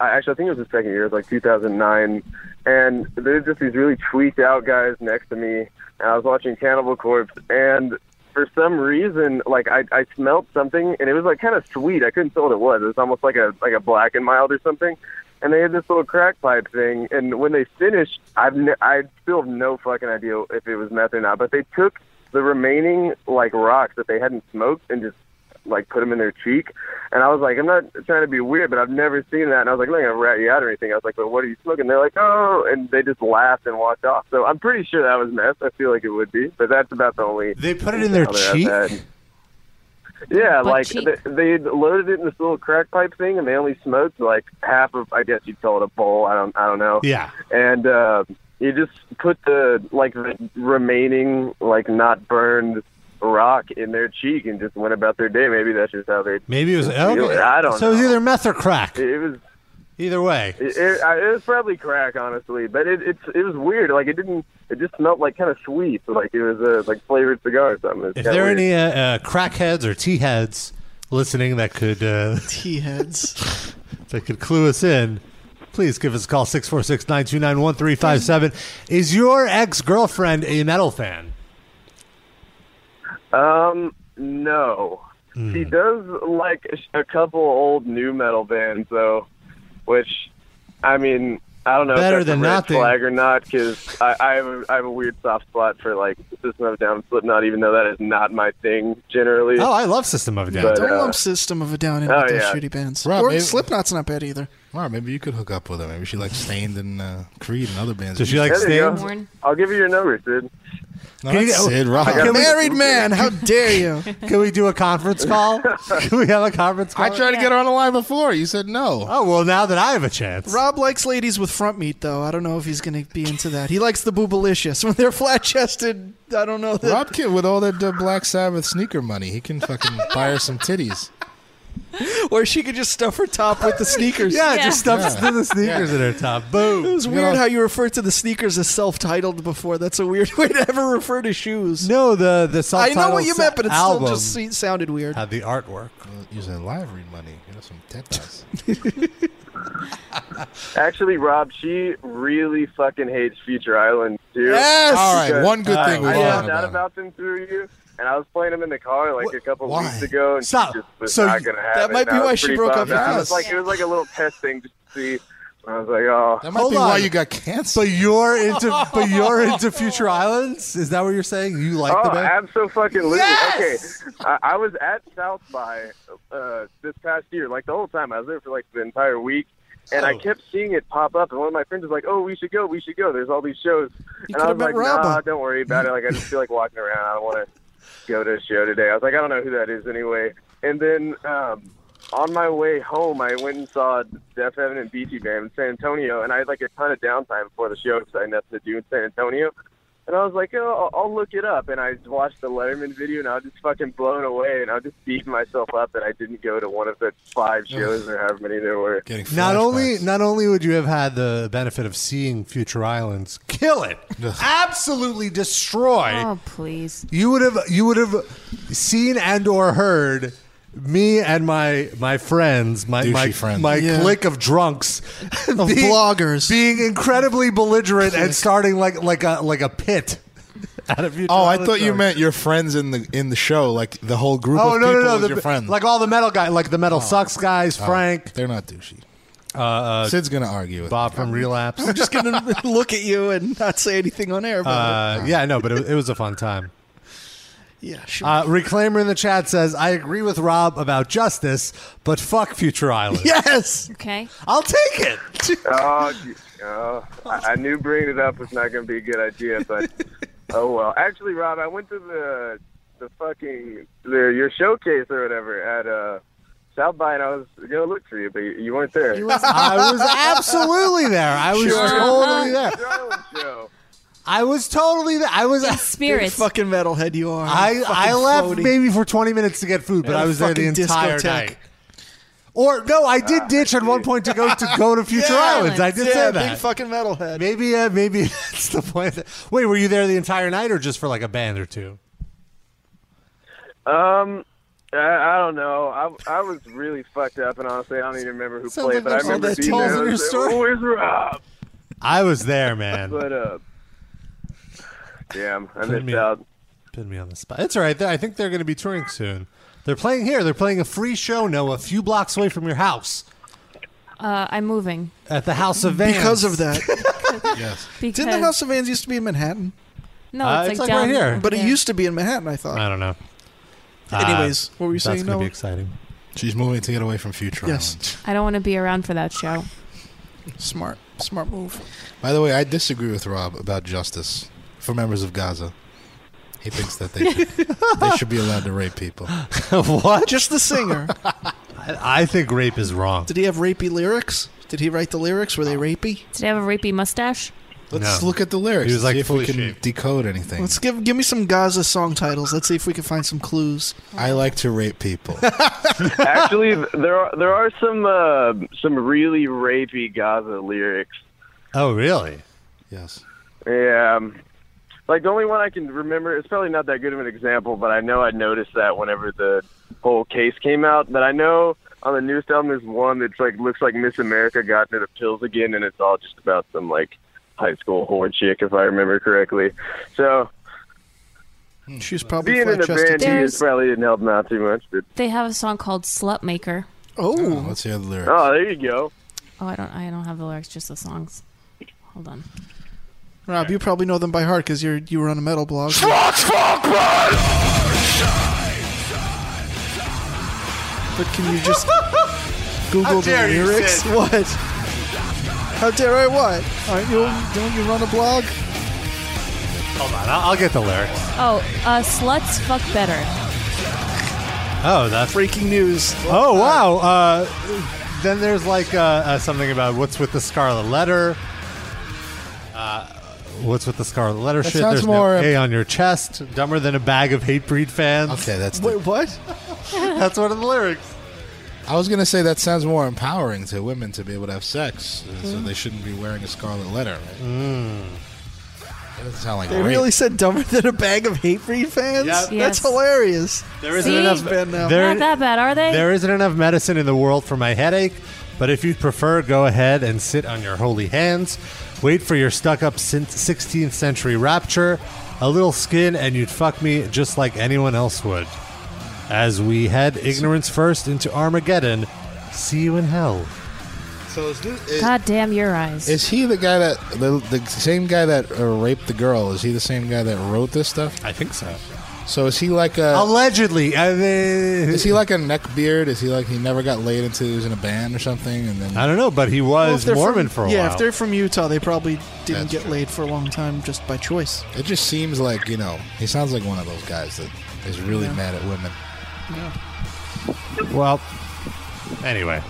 Speaker 6: I actually I think it was the second year, it was like 2009, and there's just these really tweaked out guys next to me, and I was watching Cannibal Corpse, and for some reason, like I, I smelled something, and it was like kind of sweet. I couldn't tell what it was. It was almost like a like a black and mild or something. And they had this little crack pipe thing, and when they finished, I've ne- I still have no fucking idea if it was meth or not. But they took the remaining like rocks that they hadn't smoked and just like put them in their cheek. And I was like, I'm not trying to be weird, but I've never seen that. And I was like, I'm not gonna rat you out or anything. I was like, but what are you smoking? They're like, oh, and they just laughed and walked off. So I'm pretty sure that was meth. I feel like it would be, but that's about the only.
Speaker 1: They put it in their
Speaker 6: other I've
Speaker 1: cheek?
Speaker 6: had. Yeah,
Speaker 5: But
Speaker 6: like
Speaker 5: cheek.
Speaker 6: they, they loaded it in this little crack pipe thing, and they only smoked like half of. I guess you'd call it a bowl. I don't. I don't know
Speaker 1: Yeah.
Speaker 6: and uh, you just put the like the remaining like not burned rock in their cheek and just went about their day. Maybe that's just how they.
Speaker 1: Maybe it was.
Speaker 6: Really?
Speaker 1: Okay.
Speaker 6: I don't
Speaker 1: So it was
Speaker 6: know.
Speaker 1: either meth or crack.
Speaker 6: It was
Speaker 1: Either way.
Speaker 6: it, it, I- it was probably crack, honestly, but it it's, it was weird. Like it didn't. It just smelled like kind of sweet, like it was a like flavored cigar or something. It's
Speaker 1: If
Speaker 6: kinda
Speaker 1: there are
Speaker 6: weird.
Speaker 1: any uh, uh, crackheads or tea heads listening that could uh,
Speaker 4: Tea heads.
Speaker 1: that could clue us in, please give us a call 646-929-1357. Is your ex-girlfriend a metal fan?
Speaker 6: Um, no.
Speaker 1: Hmm.
Speaker 6: She does like a couple old new metal bands though, which, I mean, I don't know
Speaker 1: Better
Speaker 6: if that's
Speaker 1: than
Speaker 6: a red
Speaker 1: nothing.
Speaker 6: flag or not because I, I have a, I have a weird soft spot for like System of a Down, and Slipknot, even though that is not my thing generally.
Speaker 1: Oh, I love System of a Down.
Speaker 6: But-
Speaker 4: Don't
Speaker 6: uh,
Speaker 4: lump System of a Down in
Speaker 6: oh,
Speaker 4: with those
Speaker 6: yeah.
Speaker 4: shitty bands.
Speaker 3: Rob,
Speaker 4: or
Speaker 3: maybe-
Speaker 4: Slipknot's not bad either.
Speaker 3: Wow, maybe you could hook up with her. Maybe she likes Stained and uh, Creed and other bands.
Speaker 1: Does she like
Speaker 6: There you go.
Speaker 1: Sting?
Speaker 5: Warren.
Speaker 6: I'll give you your number, dude.
Speaker 3: No,
Speaker 1: Can you
Speaker 3: that's
Speaker 1: get-
Speaker 3: Sid Rob.
Speaker 1: I
Speaker 4: A
Speaker 1: Can we-
Speaker 4: married man, how dare you?
Speaker 1: Can we do a conference call? Can we have a conference call?
Speaker 3: I tried to get her on the line before. You said no.
Speaker 1: Oh well, now that I have a chance,
Speaker 4: Rob likes ladies with front meat, though. I don't know if he's going to be into that. He likes the boobalicious. When they're flat chested, I don't know. That,
Speaker 3: Rob Kid with all that uh, Black Sabbath sneaker money, he can fucking buy her some titties.
Speaker 4: Or she could just stuff her top with the sneakers.
Speaker 1: yeah,
Speaker 5: Yeah.
Speaker 1: just stuff
Speaker 3: Yeah.
Speaker 1: the sneakers in her top. Boom.
Speaker 4: It was weird how you referred to the sneakers as self-titled before. That's a weird way to ever refer to shoes.
Speaker 1: No, the the
Speaker 4: I know what
Speaker 1: self-titled
Speaker 4: you meant, but it
Speaker 1: album
Speaker 4: still just se- sounded weird.
Speaker 1: had the artwork.
Speaker 3: Using livery money, you know, some tetas.
Speaker 6: Actually, Rob, she really fucking hates Future Island too.
Speaker 4: Yes!
Speaker 3: all right, one good thing we
Speaker 6: I
Speaker 3: found
Speaker 6: found out
Speaker 3: about.
Speaker 6: about them through you, and I was playing them in the car like a couple
Speaker 3: Why?
Speaker 6: weeks ago, and
Speaker 1: Stop.
Speaker 6: she just was
Speaker 1: So
Speaker 6: not gonna have
Speaker 4: that
Speaker 6: it.
Speaker 4: might
Speaker 6: And I
Speaker 4: be
Speaker 6: was
Speaker 4: why she
Speaker 6: pretty
Speaker 4: broke
Speaker 6: bummed
Speaker 4: up
Speaker 6: out.
Speaker 4: with
Speaker 6: It
Speaker 4: us.
Speaker 6: was like it was like a little test thing just to see. And I was like, oh,
Speaker 3: That might
Speaker 1: Hold
Speaker 3: be why
Speaker 1: on.
Speaker 3: you got cancer.
Speaker 1: But you're into but you're into Future Islands. Is that what you're saying? You like the
Speaker 6: Oh,
Speaker 1: band?
Speaker 6: absolutely! fucking Okay, I, I was at South by uh, this past year, like the whole time. I was there for like the entire week, and I kept seeing it pop up. And one of my friends was like, "Oh, we should go, we should go." There's all these shows, and I
Speaker 4: could've
Speaker 6: was
Speaker 4: met
Speaker 6: like,
Speaker 4: Rob.
Speaker 6: "Nah, don't worry about it." Like I just feel like walking around. I don't want to go to a show today. I was like, "I don't know who that is anyway." And then um, on my way home, I went and saw Def Heaven and Beachy Band in San Antonio, and I had like a ton of downtime before the show because I had nothing to do in San Antonio. And I was like, oh, I'll I'll look it up. And I watched the Letterman video, and I was just fucking blown away. And I was just beating myself up that I didn't go to one of the five shows or however many there were.
Speaker 3: Getting
Speaker 1: Not only
Speaker 3: flashbacks.
Speaker 1: not only would you have had the benefit of seeing Future Islands kill it, absolutely destroy.
Speaker 5: Oh, please.
Speaker 1: You would have you would have seen and or heard me and my my friends, my
Speaker 3: Douchey
Speaker 1: my,
Speaker 3: friends.
Speaker 1: my
Speaker 4: Yeah.
Speaker 1: clique of drunks, of
Speaker 4: bloggers.
Speaker 1: being incredibly belligerent and starting like like a like a pit. Out of
Speaker 3: Oh, I thought you meant your friends in the in the show, like the whole group.
Speaker 1: Oh
Speaker 3: of
Speaker 1: no
Speaker 3: people
Speaker 1: no no!
Speaker 3: was
Speaker 1: The,
Speaker 3: your Oh. friend.
Speaker 1: Like all the metal guy, like the metal sucks guys, Frank,
Speaker 3: they're not douchey.
Speaker 1: Uh,
Speaker 3: Sid's gonna argue with
Speaker 1: Bob from Relapse.
Speaker 4: I'm just going to look at you and not say anything on air. About
Speaker 1: Uh, yeah, I know, but it, it was a fun time.
Speaker 4: it. Yeah, sure.
Speaker 1: Uh, Reclaimer in the chat says, "I agree with Rob about justice, but fuck Future Island.
Speaker 4: yes.
Speaker 5: Okay.
Speaker 1: I'll take it."
Speaker 6: Oh, gee, oh, I, I knew bringing it up was not going to be a good idea, but oh well. Actually, Rob, I went to the the fucking the, your showcase or whatever at uh, South by, and I was gonna look for you, but you, you weren't there. You
Speaker 1: I was absolutely there. I was totally there.
Speaker 6: Island show.
Speaker 1: I was totally. th- I was
Speaker 5: In
Speaker 4: Big
Speaker 5: spirits.
Speaker 4: fucking metalhead you are.
Speaker 1: I I left maybe for twenty minutes to get food, but
Speaker 4: At
Speaker 1: I
Speaker 4: a
Speaker 1: was there the
Speaker 4: fucking
Speaker 1: entire
Speaker 4: discotheque. Ah,
Speaker 1: night. Or no, I did ditch at one point to go to go to Future
Speaker 4: Yeah.
Speaker 1: Islands. I did say
Speaker 4: Yeah,
Speaker 1: that.
Speaker 4: big fucking metalhead.
Speaker 1: maybe uh, maybe that's the point. Wait, were you there the entire night or just for like a band or two?
Speaker 6: Um, I, I don't know. I, I was really fucked up, and honestly, I don't even remember who
Speaker 1: Sounds
Speaker 6: played,
Speaker 1: like
Speaker 6: but I
Speaker 1: there's all
Speaker 6: remember
Speaker 1: that
Speaker 6: being
Speaker 1: tells
Speaker 6: there.
Speaker 1: in
Speaker 6: and I
Speaker 1: your
Speaker 6: said,
Speaker 1: story.
Speaker 6: "Oh, Where's Rob?
Speaker 1: I was there, man.
Speaker 6: But uh, damn, I
Speaker 1: Put me-
Speaker 6: missed out.
Speaker 1: Put me on the spot. It's all right. I think they're going to be touring soon. They're playing here. They're playing a free show, Noah, a few blocks away from your house
Speaker 5: Uh, I'm moving.
Speaker 1: at the House of Vans.
Speaker 4: because of that.
Speaker 3: Yes.
Speaker 5: Because,
Speaker 4: Didn't the House of Vans used to be in Manhattan?
Speaker 5: No,
Speaker 1: Uh,
Speaker 5: it's,
Speaker 1: it's
Speaker 5: like,
Speaker 1: like right
Speaker 5: down-
Speaker 1: here.
Speaker 4: But
Speaker 5: yeah.
Speaker 4: it used to be in Manhattan, I thought.
Speaker 1: I don't know.
Speaker 4: Anyways, what were you
Speaker 1: that's
Speaker 4: saying,
Speaker 1: That's going to
Speaker 4: Noah?
Speaker 1: be exciting.
Speaker 3: She's moving to get away from Future
Speaker 4: Yes.
Speaker 3: Islands.
Speaker 5: I don't want to be around for that show.
Speaker 4: Smart. Smart move.
Speaker 3: By the way, I disagree with Rob about justice for members of Gaza. He thinks that they should, they should be allowed to rape people.
Speaker 1: what?
Speaker 4: Just the singer.
Speaker 1: I think rape is wrong.
Speaker 4: Did he have rapey lyrics? Did he write the lyrics? Were they rapey?
Speaker 5: Did I have a rapey mustache?
Speaker 3: Let's
Speaker 1: No.
Speaker 3: look at the lyrics.
Speaker 1: He was, like,
Speaker 3: see if we
Speaker 1: fully
Speaker 3: can
Speaker 1: shaved.
Speaker 3: decode anything.
Speaker 4: Let's give give me some Gaza song titles. Let's see if we can find some clues.
Speaker 3: I like to rape people.
Speaker 6: Actually, there are there are some uh, some really rapey Gaza lyrics.
Speaker 1: Oh, really?
Speaker 3: yes.
Speaker 6: Yeah. um, Like the only one I can remember, it's probably not that good of an example, but I know I noticed that whenever the whole case came out. But I know on the newest album there's one that's like looks like Miss America got into the pills again, and it's all just about some like high school whore chick, if I remember correctly. So
Speaker 4: Hmm. She was probably
Speaker 6: being in the
Speaker 4: flat
Speaker 6: band,
Speaker 4: chested.
Speaker 5: too.
Speaker 6: it probably didn't help not too much. But
Speaker 5: They have a song called Slut Maker.
Speaker 3: Oh,
Speaker 4: Oh,
Speaker 3: let's hear the lyrics.
Speaker 6: oh, there you go.
Speaker 5: Oh, I don't. I don't have the lyrics, just the songs. Hold on.
Speaker 4: Rob, you probably know them by heart because you're you were on a metal blog. But can you just Google the
Speaker 1: dare you,
Speaker 4: lyrics?
Speaker 1: Sid.
Speaker 4: What? How dare I? What? Aren't you don't you run a blog?
Speaker 1: Hold on. I'll, I'll get the lyrics.
Speaker 5: Oh, uh, sluts fuck better.
Speaker 1: Oh, that's.
Speaker 4: Breaking news.
Speaker 1: Oh, wow. Uh, then there's like uh, uh, something about what's with the Scarlet Letter. Uh, what's with the Scarlet Letter shit?
Speaker 3: sounds
Speaker 1: There's
Speaker 3: more-
Speaker 1: no A on your chest. Dumber than a bag of hate breed fans.
Speaker 3: Okay, that's.
Speaker 4: Wait, what?
Speaker 1: That's one of the lyrics.
Speaker 3: I was gonna say that sounds more empowering to women to be able to have sex, and so they shouldn't be wearing a scarlet letter. Right? That doesn't sound like
Speaker 4: They
Speaker 3: rape.
Speaker 4: really said dumber than a bag of hate breed fans?
Speaker 5: Yes.
Speaker 1: Yeah.
Speaker 4: That's hilarious. uh,
Speaker 1: There isn't
Speaker 5: See?
Speaker 1: enough.
Speaker 4: Bad now.
Speaker 1: There,
Speaker 5: Not that bad, are they?
Speaker 1: there isn't enough medicine in the world for my headache. But if you prefer, go ahead and sit on your holy hands. Wait for your stuck-up sin- 16th century rapture. A little skin, and you'd fuck me just like anyone else would. As we head ignorance first into Armageddon. See you in hell.
Speaker 3: So is, this- is,
Speaker 5: God damn your eyes.
Speaker 3: is he the guy that the, the same guy that uh, raped the girl? Is he the same guy that wrote this stuff?
Speaker 1: I think so.
Speaker 3: So is he like a?
Speaker 1: Allegedly, uh,
Speaker 3: Is he like a neck beard? Is he like he never got laid until he was in a band or something? And then
Speaker 1: I don't know, but he
Speaker 4: Well,
Speaker 1: was
Speaker 4: if they're
Speaker 1: Mormon
Speaker 4: from-
Speaker 1: for a
Speaker 4: yeah,
Speaker 1: while.
Speaker 4: if they're from Utah, they probably didn't
Speaker 3: That's
Speaker 4: get
Speaker 3: true.
Speaker 4: laid for a long time just by choice.
Speaker 3: it just seems like you know he sounds like one of those guys that is really mad at women.
Speaker 1: Well, anyway.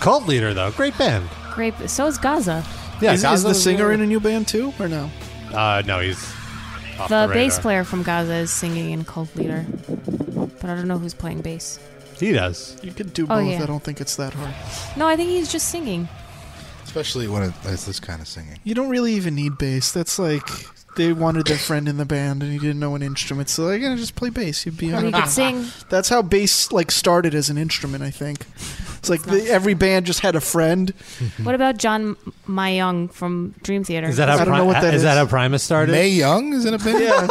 Speaker 1: Cult leader, though. Great band.
Speaker 5: Grape. So is Gaza.
Speaker 1: Yeah,
Speaker 4: is, is the singer in a new band too, or no?
Speaker 1: Uh, no, he's off
Speaker 5: The
Speaker 1: the
Speaker 5: bass
Speaker 1: radar.
Speaker 5: player from Gaza is singing in Cult Leader, but I don't know who's playing bass.
Speaker 1: He does.
Speaker 4: You could do
Speaker 5: Oh,
Speaker 4: both.
Speaker 5: yeah.
Speaker 4: I don't think it's that hard.
Speaker 5: No, I think he's just singing.
Speaker 3: Especially when it, it's this kind of singing.
Speaker 4: You don't really even need bass. That's like they wanted their friend in the band and he didn't know an instrument, so they're gonna just play bass. You'd be
Speaker 5: Well,
Speaker 4: on
Speaker 5: he
Speaker 4: a
Speaker 5: could
Speaker 4: band.
Speaker 5: sing.
Speaker 4: That's how bass like started as an instrument. I think it's like the, every band just had a friend.
Speaker 5: What about John Myung from Dream Theater?
Speaker 1: Is that how
Speaker 4: I don't know
Speaker 1: Pri-
Speaker 4: what Hmm. that
Speaker 1: is that
Speaker 4: is.
Speaker 1: how Primus started?
Speaker 3: May Young is in a band.
Speaker 4: Yeah.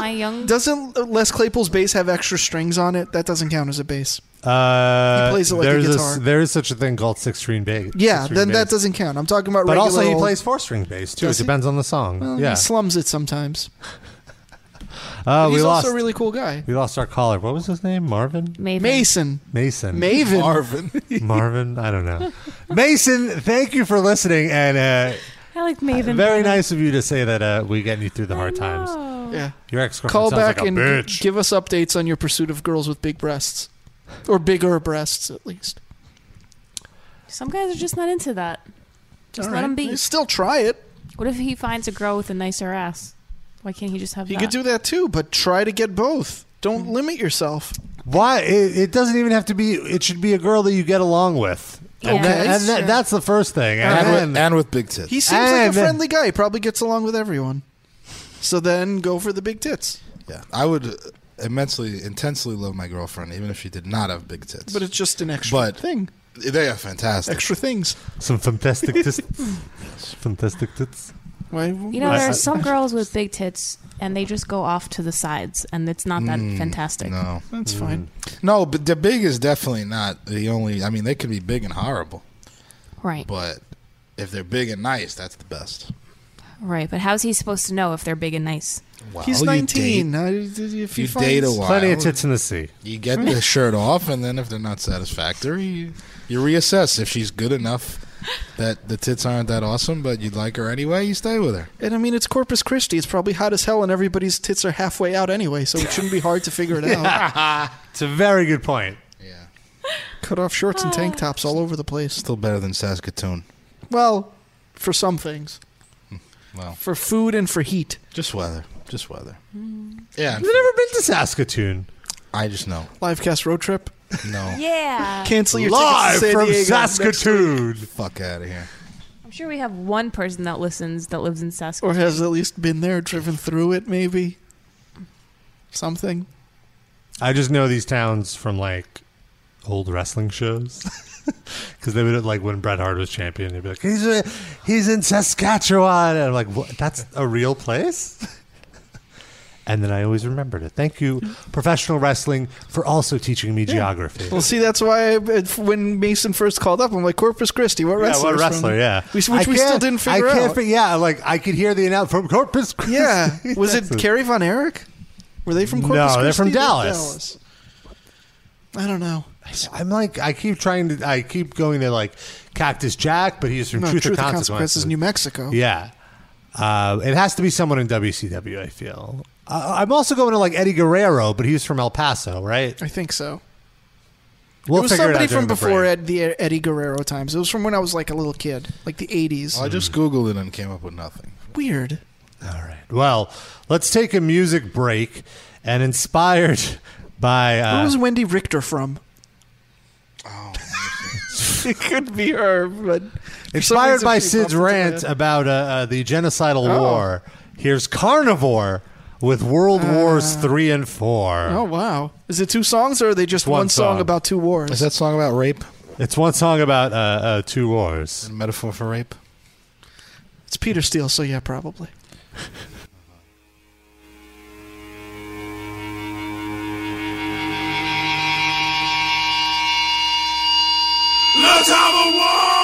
Speaker 5: Myung?
Speaker 4: doesn't uh, Les Claypool's bass have extra strings on it? That doesn't count as a bass.
Speaker 1: Uh,
Speaker 4: He plays it like a
Speaker 1: there's
Speaker 4: guitar.
Speaker 1: there is such a thing called six string bass.
Speaker 4: Yeah,
Speaker 1: six-string
Speaker 4: then that
Speaker 1: bass.
Speaker 4: doesn't count. I'm talking about
Speaker 1: But
Speaker 4: regular
Speaker 1: also, he
Speaker 4: old-
Speaker 1: plays four string bass too. It
Speaker 4: Does he?
Speaker 1: depends on the song.
Speaker 4: Well,
Speaker 1: yeah.
Speaker 4: He slums it sometimes.
Speaker 1: Uh,
Speaker 4: But
Speaker 1: we
Speaker 4: he's
Speaker 1: lost.
Speaker 4: also a really cool guy.
Speaker 1: we lost our caller. What was his name? Marvin.
Speaker 5: Maven.
Speaker 4: Mason.
Speaker 1: Mason.
Speaker 4: Maven.
Speaker 3: Marvin.
Speaker 1: Marvin. I don't know. Mason, thank you for listening, and
Speaker 5: I like
Speaker 1: uh,
Speaker 5: Maven.
Speaker 1: very nice of you to say that uh, we getting you through the hard times.
Speaker 5: Oh.
Speaker 4: yeah.
Speaker 1: Your ex girlfriend
Speaker 4: Call
Speaker 1: sounds
Speaker 4: back
Speaker 1: like a
Speaker 4: and
Speaker 1: bitch.
Speaker 4: g- give us updates on your pursuit of girls with big breasts. Or bigger breasts, at least.
Speaker 5: Some guys are just not into that. Just
Speaker 4: All
Speaker 5: let
Speaker 4: right.
Speaker 5: them be.
Speaker 4: Still try it.
Speaker 5: What if he finds a girl with a nicer ass? Why can't he just have
Speaker 4: You
Speaker 5: that?
Speaker 4: could do that too, but try to get both. Don't limit yourself.
Speaker 1: Why? It, it doesn't even have to be. It should be a girl that you get along with.
Speaker 5: Yeah,
Speaker 1: and, that,
Speaker 5: that's
Speaker 1: and that-
Speaker 5: true.
Speaker 1: that's the first thing. And,
Speaker 3: And,
Speaker 1: then
Speaker 3: with, and with big tits.
Speaker 4: He seems like a
Speaker 1: And- uh,
Speaker 4: friendly guy. He probably gets along with everyone. So then go for the big tits.
Speaker 3: yeah, I would immensely, intensely love my girlfriend, even if she did not have big tits.
Speaker 4: But it's just an extra
Speaker 3: But-
Speaker 4: thing.
Speaker 3: they are fantastic.
Speaker 4: Extra things.
Speaker 1: some fantastic tits. fantastic tits.
Speaker 4: Why,
Speaker 5: You know, there are some girls with big tits and they just go off to the sides, and it's not that
Speaker 4: Mm,
Speaker 5: fantastic.
Speaker 3: Mm, No,
Speaker 4: That's fine.
Speaker 3: no, but the big is definitely not the only. I mean, they could be big and horrible,
Speaker 5: Right,
Speaker 3: but if they're big and nice, that's the best.
Speaker 5: right. But how's he supposed to know if they're big and nice?
Speaker 3: Wow,
Speaker 4: He's
Speaker 1: Oh,
Speaker 3: you
Speaker 4: 19.
Speaker 3: date-
Speaker 4: Uh, if he
Speaker 3: You
Speaker 4: finds-
Speaker 3: date a while.
Speaker 1: Plenty of tits in the sea.
Speaker 3: You get the shirt off, and then if they're not satisfactory, you, you reassess if she's good enough that the tits aren't that awesome, but you'd like her anyway. You stay with her.
Speaker 4: And I mean, it's Corpus Christi. It's probably hot as hell, and everybody's tits are halfway out anyway, so it shouldn't be hard to figure it out.
Speaker 1: It's a very good point.
Speaker 3: Yeah, Ah.
Speaker 4: Cut off shorts and tank tops all over the place.
Speaker 3: still better than Saskatoon.
Speaker 4: Well, for some things.
Speaker 3: Well,
Speaker 4: For food and for heat.
Speaker 3: just weather, just weather.
Speaker 4: Mm.
Speaker 3: Yeah,
Speaker 1: I've never been to Saskatoon.
Speaker 3: I just know.
Speaker 4: Livecast road trip.
Speaker 3: No,
Speaker 5: Yeah,
Speaker 4: Cancel your
Speaker 1: Live
Speaker 4: tickets to San
Speaker 1: from
Speaker 4: Diego next
Speaker 1: Saskatoon.
Speaker 3: fuck out of here.
Speaker 5: I'm sure we have one person that listens that lives in Saskatoon.
Speaker 4: or has at least been there, driven through it, maybe something.
Speaker 1: I just know these towns from like old wrestling shows. Because they would like when Bret Hart was champion, they'd be like, "He's a, he's in Saskatchewan," and I'm like, what? "That's a real place." and then I always remembered it. Thank you, professional wrestling, for also teaching me geography.
Speaker 4: Well, see, that's why I, if- when Mason first called up, I'm like Corpus Christi. What
Speaker 1: yeah,
Speaker 4: wrestler?
Speaker 1: what wrestler? Yeah,
Speaker 4: which,
Speaker 1: I
Speaker 4: which we still
Speaker 1: can't-
Speaker 4: didn't figure
Speaker 1: I can't
Speaker 4: out.
Speaker 1: fi- yeah, like I could hear the announcement from Corpus Christi.
Speaker 4: yeah, was it
Speaker 1: Texas.
Speaker 4: Carrie Von Erich? Were they from
Speaker 1: No,
Speaker 4: Corpus Christi?
Speaker 1: they're from
Speaker 4: They're
Speaker 1: Dallas.
Speaker 4: Dallas. I don't know.
Speaker 1: I'm like, I keep trying to, I keep going to like Cactus Jack, but he's from
Speaker 4: No,
Speaker 1: Truth,
Speaker 4: Truth
Speaker 1: or
Speaker 4: and
Speaker 1: Consequences.
Speaker 4: Consequences, New Mexico.
Speaker 1: Yeah. Uh, it has to be someone in WCW, I feel. I I'm also going to like Eddie Guerrero, but he's from El Paso, right?
Speaker 4: I think so.
Speaker 1: We'll
Speaker 4: it was
Speaker 1: figure
Speaker 4: somebody
Speaker 1: it out during
Speaker 4: from
Speaker 1: the
Speaker 4: before
Speaker 1: break.
Speaker 4: Ed, the Eddie Guerrero times. It was from when I was like a little kid, like the 80s.
Speaker 3: I just googled it and came up with nothing.
Speaker 4: Weird.
Speaker 1: All right. Well, let's take a music break and inspired by.
Speaker 4: Where
Speaker 1: Uh,
Speaker 4: was Wendy Richter from? Oh, it could be her, but for some
Speaker 1: inspired
Speaker 4: reason
Speaker 1: by
Speaker 4: she
Speaker 1: Sid's
Speaker 4: popped into
Speaker 1: rant
Speaker 4: my head.
Speaker 1: about uh, uh, the genocidal
Speaker 4: Oh.
Speaker 1: war. Here's Carnivore with World Wars 3 and 4.
Speaker 4: Uh. Oh wow! Is it two songs or are they just
Speaker 1: One
Speaker 4: one, song.
Speaker 1: song.
Speaker 4: about two wars?
Speaker 3: Is that song about rape?
Speaker 1: It's one song about uh, uh, two wars.
Speaker 3: Metaphor for rape?
Speaker 4: it's Peter Steele, so yeah, probably.
Speaker 7: Let's have a war!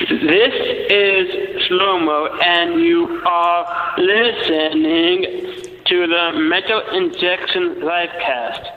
Speaker 2: This is Slow Mo, and you are listening to the Metal Injection Livecast.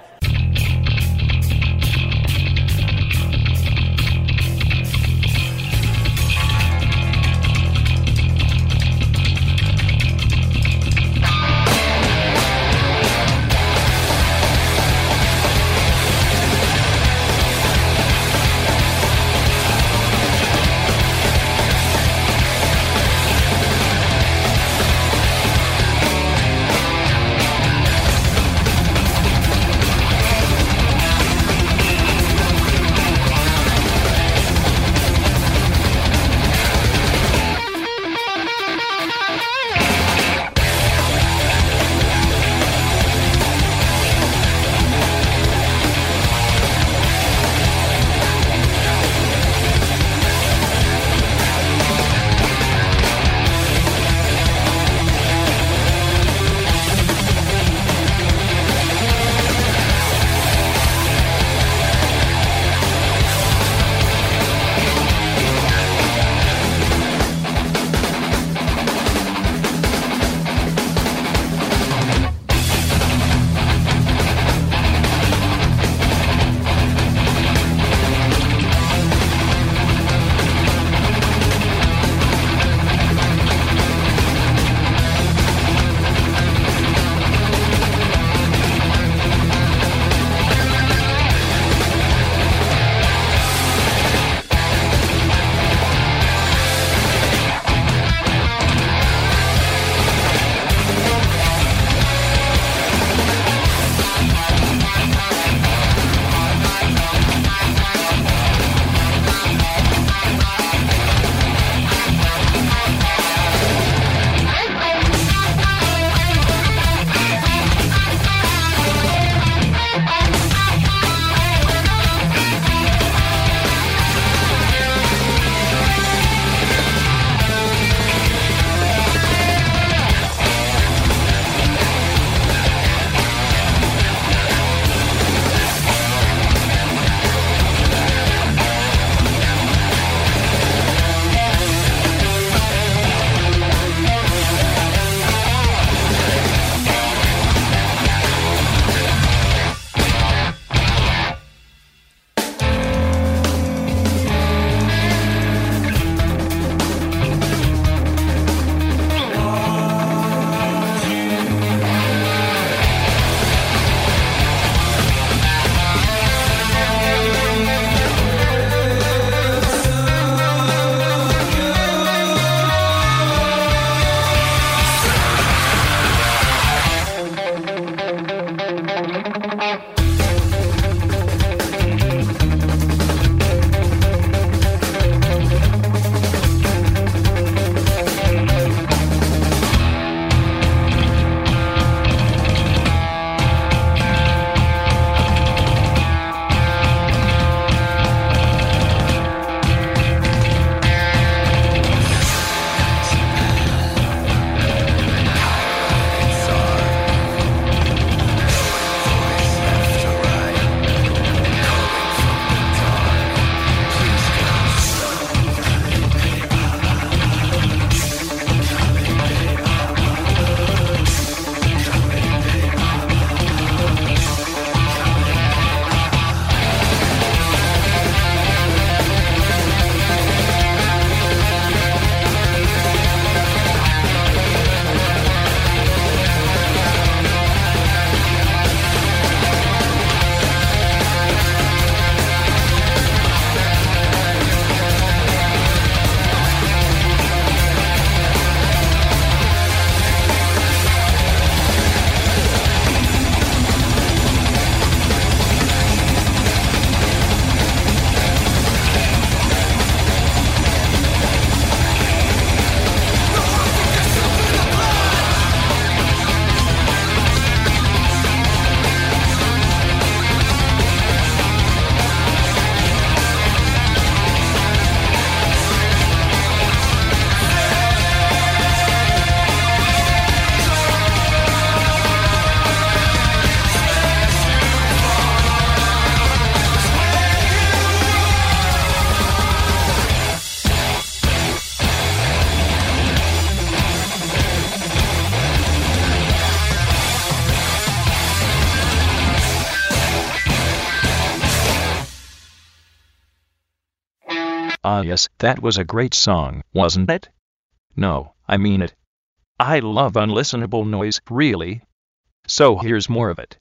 Speaker 2: Ah, yes, that was a great song, wasn't it? No, I mean it. I love unlistenable noise, really. So here's more of it.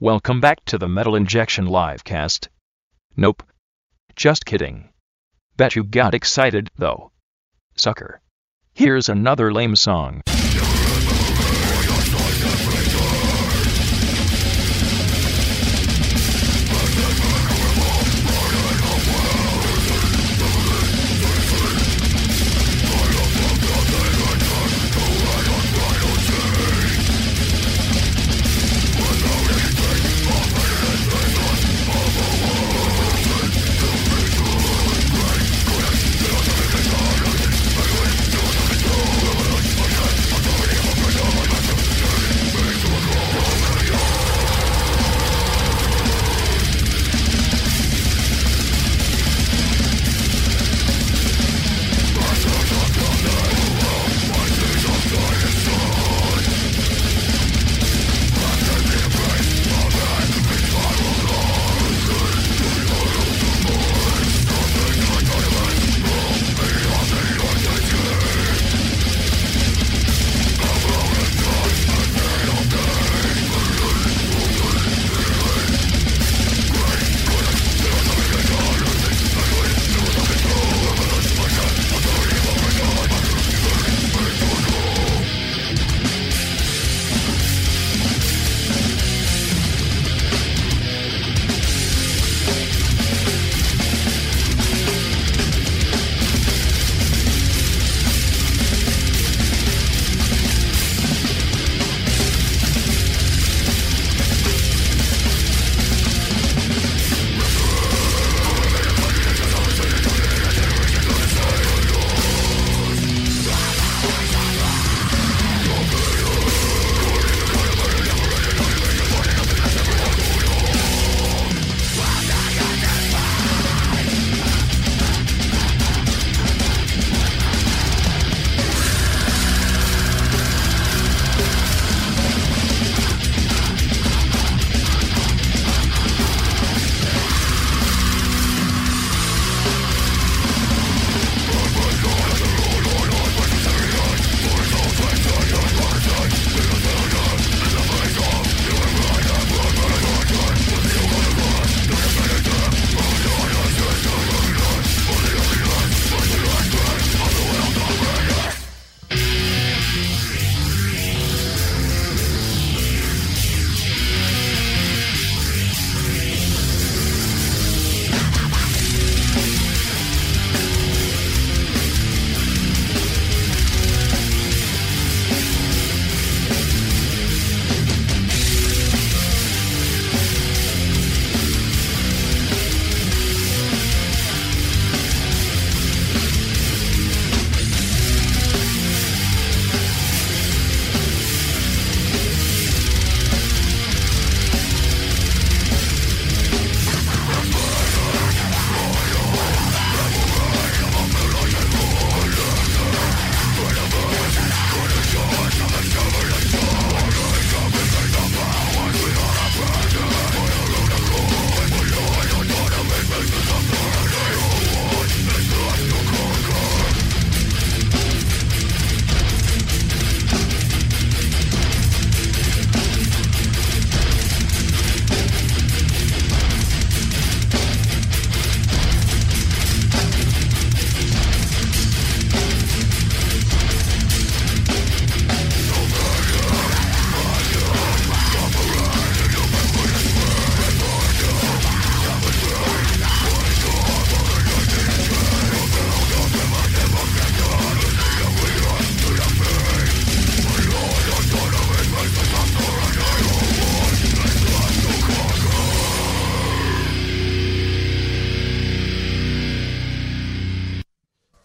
Speaker 2: Welcome back to the Metal Injection Livecast. Nope. Just kidding. Bet you got excited, though. Sucker. Here's another lame song.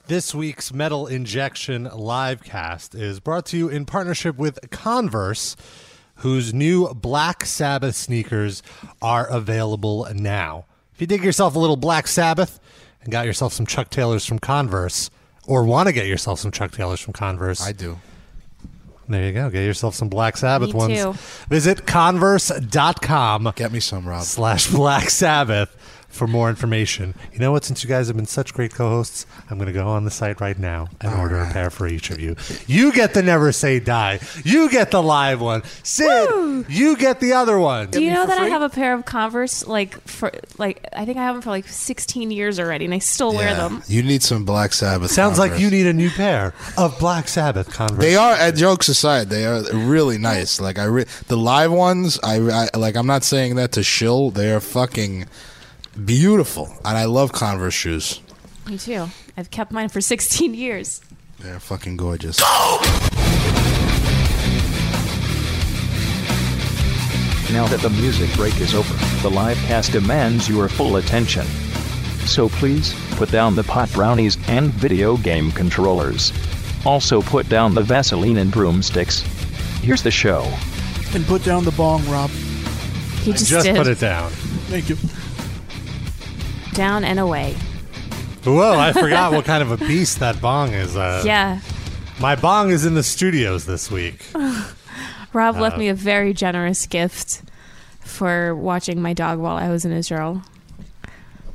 Speaker 1: This week's Metal Injection livecast is brought to you in partnership with Converse, whose new Black Sabbath sneakers are available now. If you dig yourself a little Black Sabbath and got yourself some Chuck Taylors from Converse, or want to get yourself some Chuck Taylors from Converse,
Speaker 3: I do.
Speaker 1: There you go. Get yourself some Black Sabbath
Speaker 5: Me
Speaker 1: ones.
Speaker 5: too.
Speaker 1: Visit converse.com
Speaker 3: Get me some, Rob.
Speaker 1: slash Black Sabbath for more information. You know what? Since you guys have been such great co hosts, I'm going to go on the site right now and order a pair for each of you. You get the Never Say Die. You get the live one. Sid, you get the other one.
Speaker 5: Do you
Speaker 4: me
Speaker 5: know
Speaker 4: for
Speaker 5: that I
Speaker 4: free?
Speaker 5: have a pair of Converse like for like I think I have them for like 16 years already, and I still wear
Speaker 3: Yeah.
Speaker 5: them.
Speaker 3: You need some Black Sabbath.
Speaker 1: Sounds like
Speaker 3: Converse.
Speaker 1: you need a new pair of Black Sabbath Converse.
Speaker 3: They are at jokes aside. They are really nice. Like I, re- the live ones. I, I like. I'm not saying that to shill. They are fucking beautiful, and I love Converse shoes.
Speaker 5: Me too. I've kept mine for 16 years.
Speaker 3: They're fucking gorgeous.
Speaker 2: Now that the music break is over, the live cast demands your full attention. So please, put down the pot brownies and video game controllers. Also, put down the Vaseline and broomsticks. Here's the show.
Speaker 4: And put down the bong, Rob.
Speaker 5: He
Speaker 1: I
Speaker 5: just,
Speaker 1: just
Speaker 5: did.
Speaker 1: put it down.
Speaker 4: Thank you.
Speaker 5: down and away.
Speaker 1: Whoa, I forgot what kind of a beast that bong is. Uh,
Speaker 5: yeah.
Speaker 1: My bong is in the studios this week.
Speaker 5: Rob left
Speaker 1: uh,
Speaker 5: me a very generous gift for watching my dog while I was in Israel.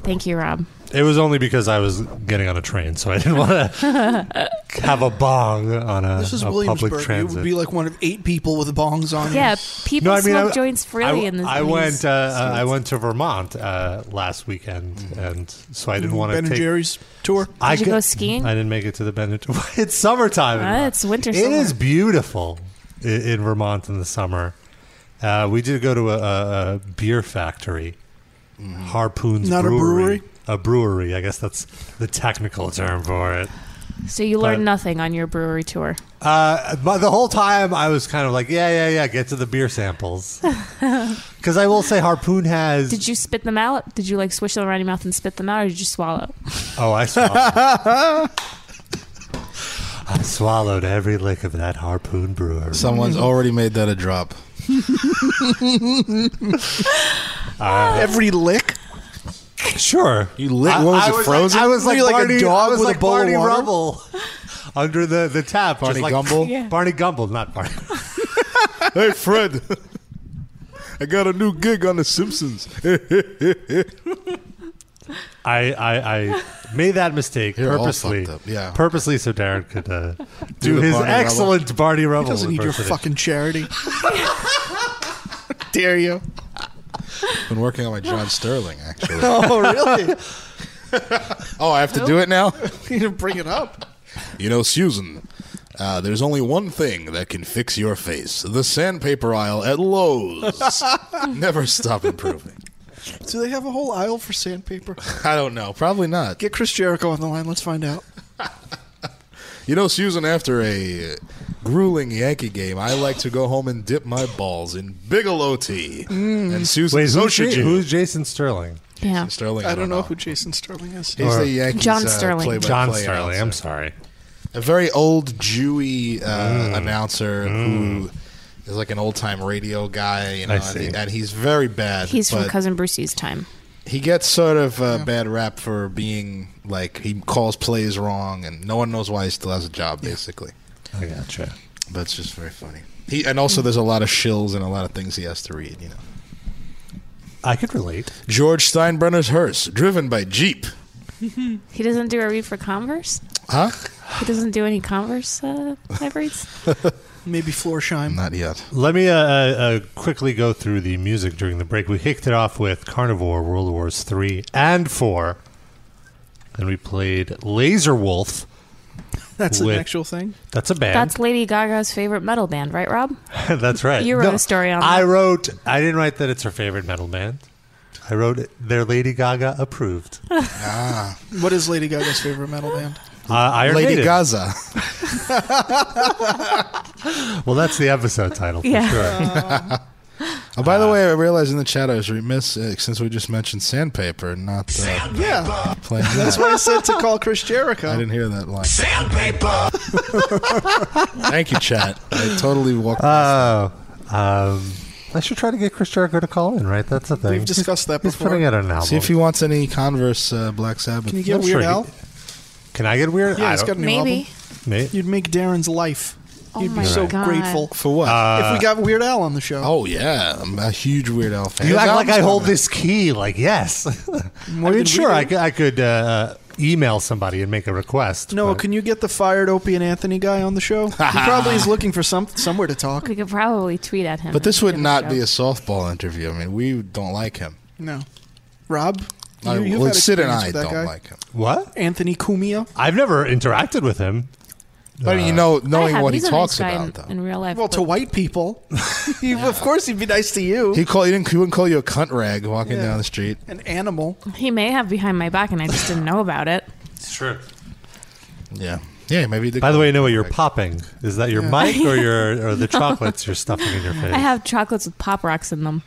Speaker 5: Thank you, Rob.
Speaker 1: It was only because I was getting on a train, so I didn't want to have a bong on a,
Speaker 4: This is
Speaker 1: a public
Speaker 4: Williamsburg. You
Speaker 1: transit.
Speaker 4: would be like one of eight people with bongs on. you.
Speaker 5: Yeah, people
Speaker 1: I mean,
Speaker 5: smoke
Speaker 1: I-
Speaker 5: joints freely
Speaker 1: I,
Speaker 5: in this.
Speaker 1: I
Speaker 5: in
Speaker 1: went.
Speaker 5: these
Speaker 1: Uh, uh,
Speaker 5: states.
Speaker 1: I went to Vermont uh, last weekend, and so I didn't want to
Speaker 4: Mm-hmm. Ben and
Speaker 1: take.
Speaker 4: Jerry's tour.
Speaker 1: I
Speaker 5: Did you
Speaker 1: ca-
Speaker 5: go skiing?
Speaker 1: I didn't make it to the Ben. and- it's summertime. in
Speaker 5: Uh,
Speaker 1: Vermont.
Speaker 5: it's winter
Speaker 1: It
Speaker 5: somewhere.
Speaker 1: is beautiful in, in Vermont in the summer. Uh, we did go to a, a, a beer factory, Harpoons
Speaker 4: Mm-hmm. Not a
Speaker 1: brewery.
Speaker 4: brewery?
Speaker 1: A brewery. I guess that's the technical term for it.
Speaker 5: So you learned
Speaker 1: but-
Speaker 5: nothing on your brewery tour.
Speaker 1: Uh, but the whole time I was kind of like, yeah, yeah, yeah, get to the beer samples. Because I will say Harpoon has.
Speaker 5: Did you spit them out? Did you like swish them around your mouth and spit them out, or did you swallow?
Speaker 1: Oh, I swallowed. I swallowed every lick of that Harpoon brewery.
Speaker 3: Someone's already made that a drop.
Speaker 4: Every lick.
Speaker 1: Uh, Sure.
Speaker 3: You lit- what was it,
Speaker 1: was
Speaker 3: frozen?
Speaker 1: Like, I was
Speaker 4: Were
Speaker 1: like,
Speaker 4: you like a
Speaker 1: Barney, I
Speaker 4: dog
Speaker 1: was
Speaker 4: with a
Speaker 1: like
Speaker 4: bowl of
Speaker 1: Barney
Speaker 4: water?
Speaker 1: Rubble under the, the tap.
Speaker 3: Barney Gumble? Yeah.
Speaker 1: Barney Gumble, not Barney.
Speaker 3: hey, Fred. I got a new gig on The Simpsons.
Speaker 1: I, I, I made that mistake
Speaker 3: You're all
Speaker 1: purposely.
Speaker 3: fucked up, yeah.
Speaker 1: Purposely so Darren could uh, do,
Speaker 3: the
Speaker 1: his
Speaker 3: Barney Rubble.
Speaker 1: excellent Barney Rubble.
Speaker 4: He doesn't need your
Speaker 1: impersonation.
Speaker 4: fucking charity. Dare you?
Speaker 3: been working on my John Sterling, actually.
Speaker 4: Oh, really?
Speaker 3: Oh, I have to do it now?
Speaker 4: you didn't bring it up.
Speaker 3: You know, Susan, uh, there's only one thing that can fix your face the sandpaper aisle at Lowe's. Never stop improving.
Speaker 4: Do they have a whole aisle for sandpaper?
Speaker 3: I don't know. Probably not.
Speaker 4: Get Chris Jericho on the line. Let's find out.
Speaker 3: You know, Susan, after a grueling Yankee game, I like to go home and dip my balls in Bigelow tea. And Susan,
Speaker 1: Wait,
Speaker 3: so
Speaker 1: who's,
Speaker 3: should
Speaker 1: Ja-
Speaker 3: you.
Speaker 1: who's Jason Sterling?
Speaker 5: Yeah.
Speaker 3: Sterling?
Speaker 4: I, don't know. who Jason Sterling is.
Speaker 3: He's
Speaker 1: Or-
Speaker 3: the Yankees.
Speaker 5: John
Speaker 3: uh,
Speaker 5: Sterling.
Speaker 3: play-by-play
Speaker 1: John Sterling. I'm
Speaker 3: announcer.
Speaker 1: sorry. Mm.
Speaker 3: A very old Jewy uh, announcer who is like an old time radio guy, you know,
Speaker 1: I
Speaker 3: and,
Speaker 1: see.
Speaker 3: he- and he's very bad.
Speaker 5: He's from
Speaker 3: but
Speaker 5: Cousin Brucey's time.
Speaker 3: He gets sort of a bad rap for being like he calls plays wrong, and no one knows why he still has a job, basically.
Speaker 1: I gotcha.
Speaker 3: But it's just very funny. He and also there's a lot of shills and a lot of things he has to read, you know.
Speaker 1: I could relate.
Speaker 3: George Steinbrenner's hearse, driven by Jeep.
Speaker 5: He doesn't do a read for Converse.
Speaker 3: Huh?
Speaker 5: He doesn't do any Converse uh, live reads.
Speaker 4: Maybe Florsheim.
Speaker 3: Not yet.
Speaker 1: Let me uh, uh, quickly go through the music during the break. We kicked it off with Carnivore, World Wars three and four. Then we played Laser Wolf.
Speaker 4: That's
Speaker 1: Wait.
Speaker 4: an actual thing.
Speaker 1: That's a band.
Speaker 5: That's Lady Gaga's favorite metal band, right, Rob?
Speaker 1: That's right.
Speaker 5: You wrote a story on
Speaker 1: I
Speaker 5: that.
Speaker 1: wrote. I didn't write that it's her favorite metal band. I wrote it, they're Lady Gaga approved. Uh,
Speaker 4: What is Lady Gaga's favorite metal band?
Speaker 5: Uh,
Speaker 1: Iron
Speaker 3: Lady
Speaker 1: Maiden.
Speaker 3: Gaza.
Speaker 1: Well, that's the episode title for
Speaker 5: Yeah.
Speaker 1: sure.
Speaker 3: Oh, by the way, I realized in the chat I was remiss uh, since we just mentioned sandpaper, not uh,
Speaker 4: Yeah.
Speaker 3: playing that.
Speaker 4: That's why I said to call Chris
Speaker 3: I
Speaker 4: Jericho.
Speaker 3: didn't hear that line.
Speaker 7: Sandpaper.
Speaker 3: Thank you, chat. I totally walked.
Speaker 1: Oh, um, I should try to get Chris Jericho to call in. Right, that's the thing.
Speaker 4: We've discussed that
Speaker 1: He's
Speaker 4: before.
Speaker 1: putting out an album.
Speaker 3: See if he wants any Converse uh, Black Sabbath.
Speaker 4: Can you get
Speaker 1: I'm
Speaker 4: Weird
Speaker 1: sure
Speaker 4: Al?
Speaker 1: he- Can I get weird?
Speaker 4: Yeah,
Speaker 1: I
Speaker 4: he's
Speaker 1: don't-
Speaker 4: got a new album.
Speaker 5: Maybe.
Speaker 1: May-
Speaker 4: You'd make Darren's life.
Speaker 5: Oh
Speaker 4: You'd be
Speaker 5: my
Speaker 4: so
Speaker 5: God. Uh,
Speaker 4: grateful.
Speaker 3: for what?
Speaker 1: Uh,
Speaker 4: if we got Weird Al on the show,
Speaker 3: oh yeah, I'm a huge Weird Al fan.
Speaker 1: You
Speaker 3: His
Speaker 1: act like
Speaker 3: album's
Speaker 1: I hold
Speaker 3: coming out.
Speaker 1: this key. Like yes, I
Speaker 4: than we
Speaker 1: mean, sure, I
Speaker 4: do.
Speaker 1: could, I could uh, email somebody and make a request.
Speaker 4: Noah,
Speaker 1: but-
Speaker 4: can you get the fired Opie and Anthony guy on the show? he probably is looking for some somewhere to talk.
Speaker 5: We could probably tweet at him.
Speaker 3: But this
Speaker 5: and
Speaker 3: would
Speaker 5: give
Speaker 3: not
Speaker 5: shout.
Speaker 3: be a softball interview. I mean, we don't like him.
Speaker 4: No, Rob, you,
Speaker 3: I,
Speaker 4: you've
Speaker 3: well,
Speaker 4: had
Speaker 3: Sid and I
Speaker 4: experience with that
Speaker 3: don't
Speaker 4: guy.
Speaker 3: like him.
Speaker 1: what?
Speaker 4: Anthony Cumia. Uh,
Speaker 1: I've never interacted with him.
Speaker 3: But you know,
Speaker 5: I
Speaker 3: knowing
Speaker 5: have.
Speaker 3: what
Speaker 5: He's
Speaker 3: he
Speaker 5: a nice
Speaker 3: talks
Speaker 5: guy
Speaker 3: about,
Speaker 5: in,
Speaker 3: though,
Speaker 5: in real life.
Speaker 4: Well, to
Speaker 5: but-
Speaker 4: white people, he, of course he'd be nice to you.
Speaker 3: he call he didn't he wouldn't call you a cunt rag walking
Speaker 4: Yeah.
Speaker 3: down the street.
Speaker 4: An animal.
Speaker 5: he may have behind my back, and I just didn't know about it.
Speaker 1: It's true.
Speaker 3: Yeah, yeah, maybe. he did
Speaker 1: By the
Speaker 3: call
Speaker 1: way,
Speaker 3: you a
Speaker 1: Noah,
Speaker 3: cunt
Speaker 1: you're
Speaker 3: rag.
Speaker 1: popping. Is that your mic or your or the chocolates you're stuffing in your face?
Speaker 5: I have chocolates with pop rocks in them.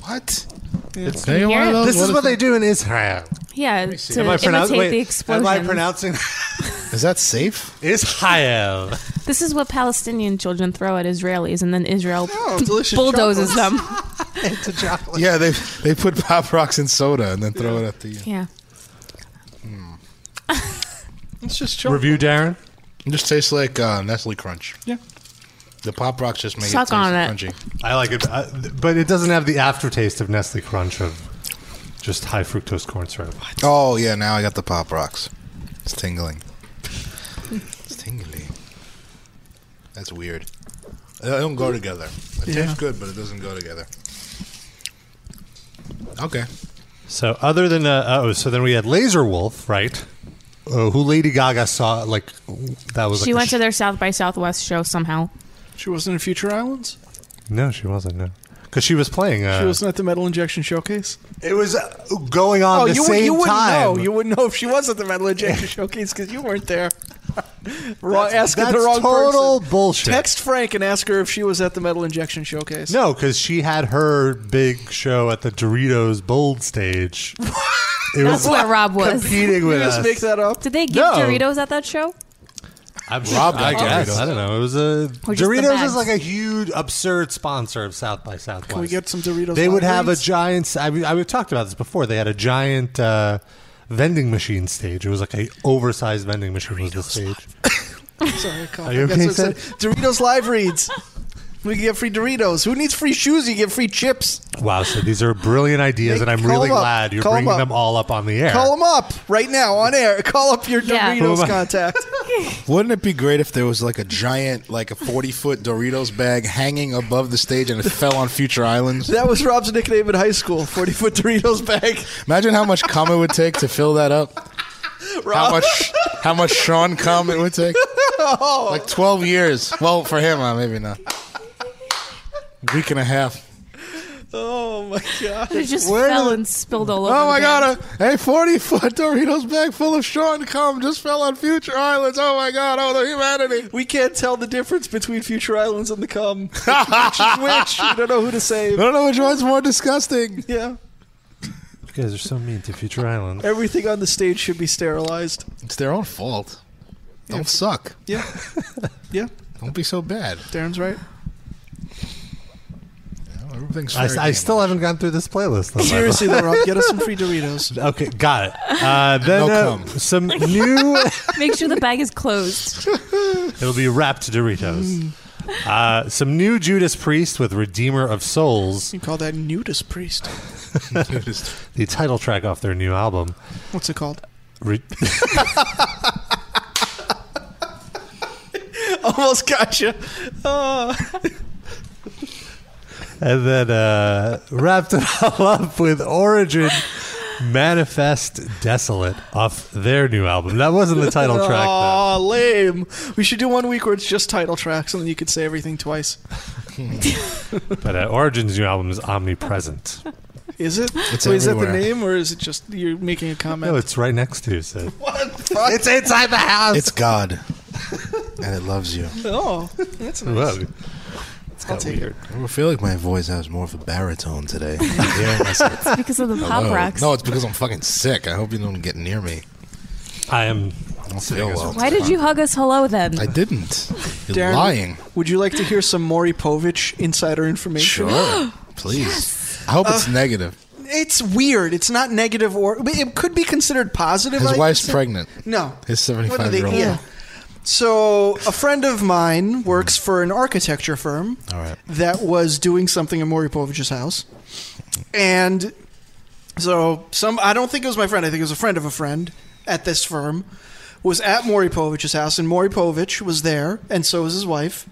Speaker 3: What?
Speaker 4: It's-
Speaker 3: They
Speaker 5: you
Speaker 3: one
Speaker 5: hear
Speaker 3: of
Speaker 5: it?
Speaker 3: those-
Speaker 1: This is what
Speaker 3: is
Speaker 1: they do in Israel.
Speaker 5: Yeah, to
Speaker 1: Am I
Speaker 5: imitate
Speaker 1: pronoun- wait,
Speaker 5: the explosion.
Speaker 1: Am I pronouncing
Speaker 3: it? Is that safe?
Speaker 1: Israel?
Speaker 5: This is what Palestinian children throw at Israelis, and then Israel
Speaker 4: Oh, delicious
Speaker 5: bulldozes them.
Speaker 1: It's a chocolate.
Speaker 3: Yeah, they they put pop rocks in soda and then throw it at the.
Speaker 5: Yeah.
Speaker 3: Hmm.
Speaker 4: It's just chocolate.
Speaker 1: Review, Darren.
Speaker 3: It just tastes like uh, Nestle Crunch.
Speaker 4: Yeah.
Speaker 3: The pop rocks just make
Speaker 5: Suck
Speaker 3: it taste
Speaker 5: on it.
Speaker 3: crunchy.
Speaker 1: I like it, uh, but it doesn't have the aftertaste of Nestle Crunch of just high fructose corn syrup.
Speaker 3: Oh yeah, now I got the pop rocks. It's tingling. it's tingly. That's weird. They don't go together. It
Speaker 4: Yeah.
Speaker 3: tastes good, but it doesn't go together. Okay.
Speaker 1: So other than uh, oh, so then we had Laser Wolf, right? Uh, who Lady Gaga saw like that was
Speaker 5: She
Speaker 1: like a
Speaker 5: went
Speaker 1: sh-
Speaker 5: to their South by Southwest show somehow.
Speaker 4: She wasn't in Future Islands.
Speaker 1: no, she wasn't no, because she was playing. Uh,
Speaker 4: She wasn't at the Metal Injection Showcase. Oh,
Speaker 1: It was uh, going on the
Speaker 4: you, wou-
Speaker 1: same
Speaker 4: you wouldn't
Speaker 1: time.
Speaker 4: know. You wouldn't know if she was at the Metal Injection Showcase because you weren't there. wrong, asking
Speaker 1: that's
Speaker 4: the wrong
Speaker 1: total
Speaker 4: person.
Speaker 1: bullshit.
Speaker 4: Text Frank and ask her if she was at the Metal Injection Showcase.
Speaker 1: no, because she had her big show at the Doritos Bold stage. it
Speaker 5: That's where Rob was.
Speaker 1: competing
Speaker 4: you
Speaker 1: with
Speaker 4: just
Speaker 1: us.
Speaker 4: make that up.
Speaker 5: Did they give
Speaker 1: No.
Speaker 5: Doritos at that show?
Speaker 1: I'm
Speaker 3: Rob
Speaker 1: I
Speaker 3: got
Speaker 1: guess.
Speaker 3: Doritos.
Speaker 1: I don't know. It was a
Speaker 5: Or just the
Speaker 1: Doritos
Speaker 5: bags.
Speaker 1: is like a huge absurd sponsor of South by Southwest.
Speaker 4: Can we get some Doritos?
Speaker 1: They would have a
Speaker 4: Lotteries?
Speaker 1: giant. I mean, I we've talked about this before. They had a giant uh, vending machine stage. It was like a oversized vending machine was the stage.
Speaker 4: Sorry, I coughed.
Speaker 1: Are you
Speaker 4: I guess
Speaker 1: okay,
Speaker 4: I said Doritos live reads. We can get free Doritos. Who needs free shoes? You get free chips.
Speaker 1: Wow, so these are brilliant ideas,
Speaker 4: Hey,
Speaker 1: and I'm
Speaker 4: call
Speaker 1: really
Speaker 4: them up.
Speaker 1: glad you're
Speaker 4: Call them
Speaker 1: bringing
Speaker 4: up.
Speaker 1: them all up on the air.
Speaker 4: Call them up right now on air. Call up your
Speaker 5: Yeah.
Speaker 1: Who am
Speaker 4: Doritos
Speaker 1: I?
Speaker 4: contact.
Speaker 3: Wouldn't it be great if there was like a giant, like a forty-foot Doritos bag hanging above the stage and it fell on Future Islands?
Speaker 4: That was Rob's nickname in high school. Forty foot Doritos bag.
Speaker 3: Imagine how much cum it would take to fill that up. How
Speaker 4: Rob,
Speaker 3: much? How much Sean cum it would take?
Speaker 4: Oh.
Speaker 3: Like twelve years. Well, for him, uh, maybe not. Week and a half.
Speaker 4: Oh my god.
Speaker 5: It just
Speaker 3: Where
Speaker 5: fell
Speaker 3: did-
Speaker 5: and spilled all over.
Speaker 3: Oh my
Speaker 5: the
Speaker 3: god! A, a forty-foot Doritos bag full of Sean cum just fell on Future Islands. Oh my god! Oh the humanity.
Speaker 4: We can't tell the difference between Future Islands and the cum. Which is which? We don't know who to
Speaker 3: I
Speaker 4: save.
Speaker 3: don't know which one's more disgusting.
Speaker 4: Yeah.
Speaker 1: You guys are so mean to Future Island.
Speaker 4: Everything on the stage should be sterilized.
Speaker 3: It's their own fault. Don't suck.
Speaker 4: Yeah. Yeah.
Speaker 3: Don't be so bad.
Speaker 4: Darren's right.
Speaker 3: Everything's
Speaker 1: I,
Speaker 3: fair
Speaker 1: I
Speaker 3: game.
Speaker 1: still haven't gone through this playlist. Though, by the
Speaker 4: Seriously though, Rob, get us some free Doritos.
Speaker 1: way. okay, got it. Uh, then
Speaker 3: No
Speaker 1: uh,
Speaker 3: cum.
Speaker 1: some new.
Speaker 5: band. Make sure the bag is closed.
Speaker 1: It'll be wrapped Doritos.
Speaker 4: Mm.
Speaker 1: Uh, some new Judas Priest with Redeemer of Souls,
Speaker 4: You call that nudist priest.
Speaker 1: the title track off their new album.
Speaker 4: What's it called?
Speaker 1: Re-
Speaker 4: Almost gotcha.
Speaker 1: and then uh, wrapped it all up with Origin Manifest Desolate off their new album. That wasn't the title track, though.
Speaker 4: Aw, lame. We should do one week where it's just title tracks, and then you could say everything twice.
Speaker 1: But uh, Origin's new album is omnipresent.
Speaker 4: Is it?
Speaker 3: It's
Speaker 4: Wait, is that the
Speaker 3: everywhere.
Speaker 4: name, or is it just you're making a comment?
Speaker 1: No, Oh, it's right next to you. So.
Speaker 4: it's inside the house.
Speaker 3: It's God, and it loves you.
Speaker 4: Oh, that's nice.
Speaker 1: Whoa.
Speaker 3: It's
Speaker 4: I'll take it.
Speaker 3: I feel like my voice has more of a baritone today. Yeah, I said,
Speaker 5: It's because of the pop
Speaker 3: "Hello."
Speaker 5: rocks.
Speaker 3: No, it's because I'm fucking sick. I hope you don't get near me.
Speaker 1: I am.
Speaker 3: I don't feel well.
Speaker 5: Why did you hug us hello then?
Speaker 3: I didn't. You're
Speaker 4: Darren,
Speaker 3: lying.
Speaker 4: Would you like to hear some Maury Povich insider information?
Speaker 3: Sure. Please. I hope it's negative.
Speaker 4: It's weird. It's not negative or but it could be considered positive.
Speaker 3: His
Speaker 4: I
Speaker 3: wife's
Speaker 4: guess.
Speaker 3: pregnant.
Speaker 4: No.
Speaker 3: His
Speaker 4: What do
Speaker 3: 75
Speaker 4: they-
Speaker 3: year old.
Speaker 4: yeah. So a friend of mine works for an architecture firm
Speaker 3: All right.
Speaker 4: that was doing something in Maury Povich's house, and so some. I don't think it was my friend. I think it was a friend of a friend at this firm was at Maury Povich's house, and Maury Povich was there, and so was his wife.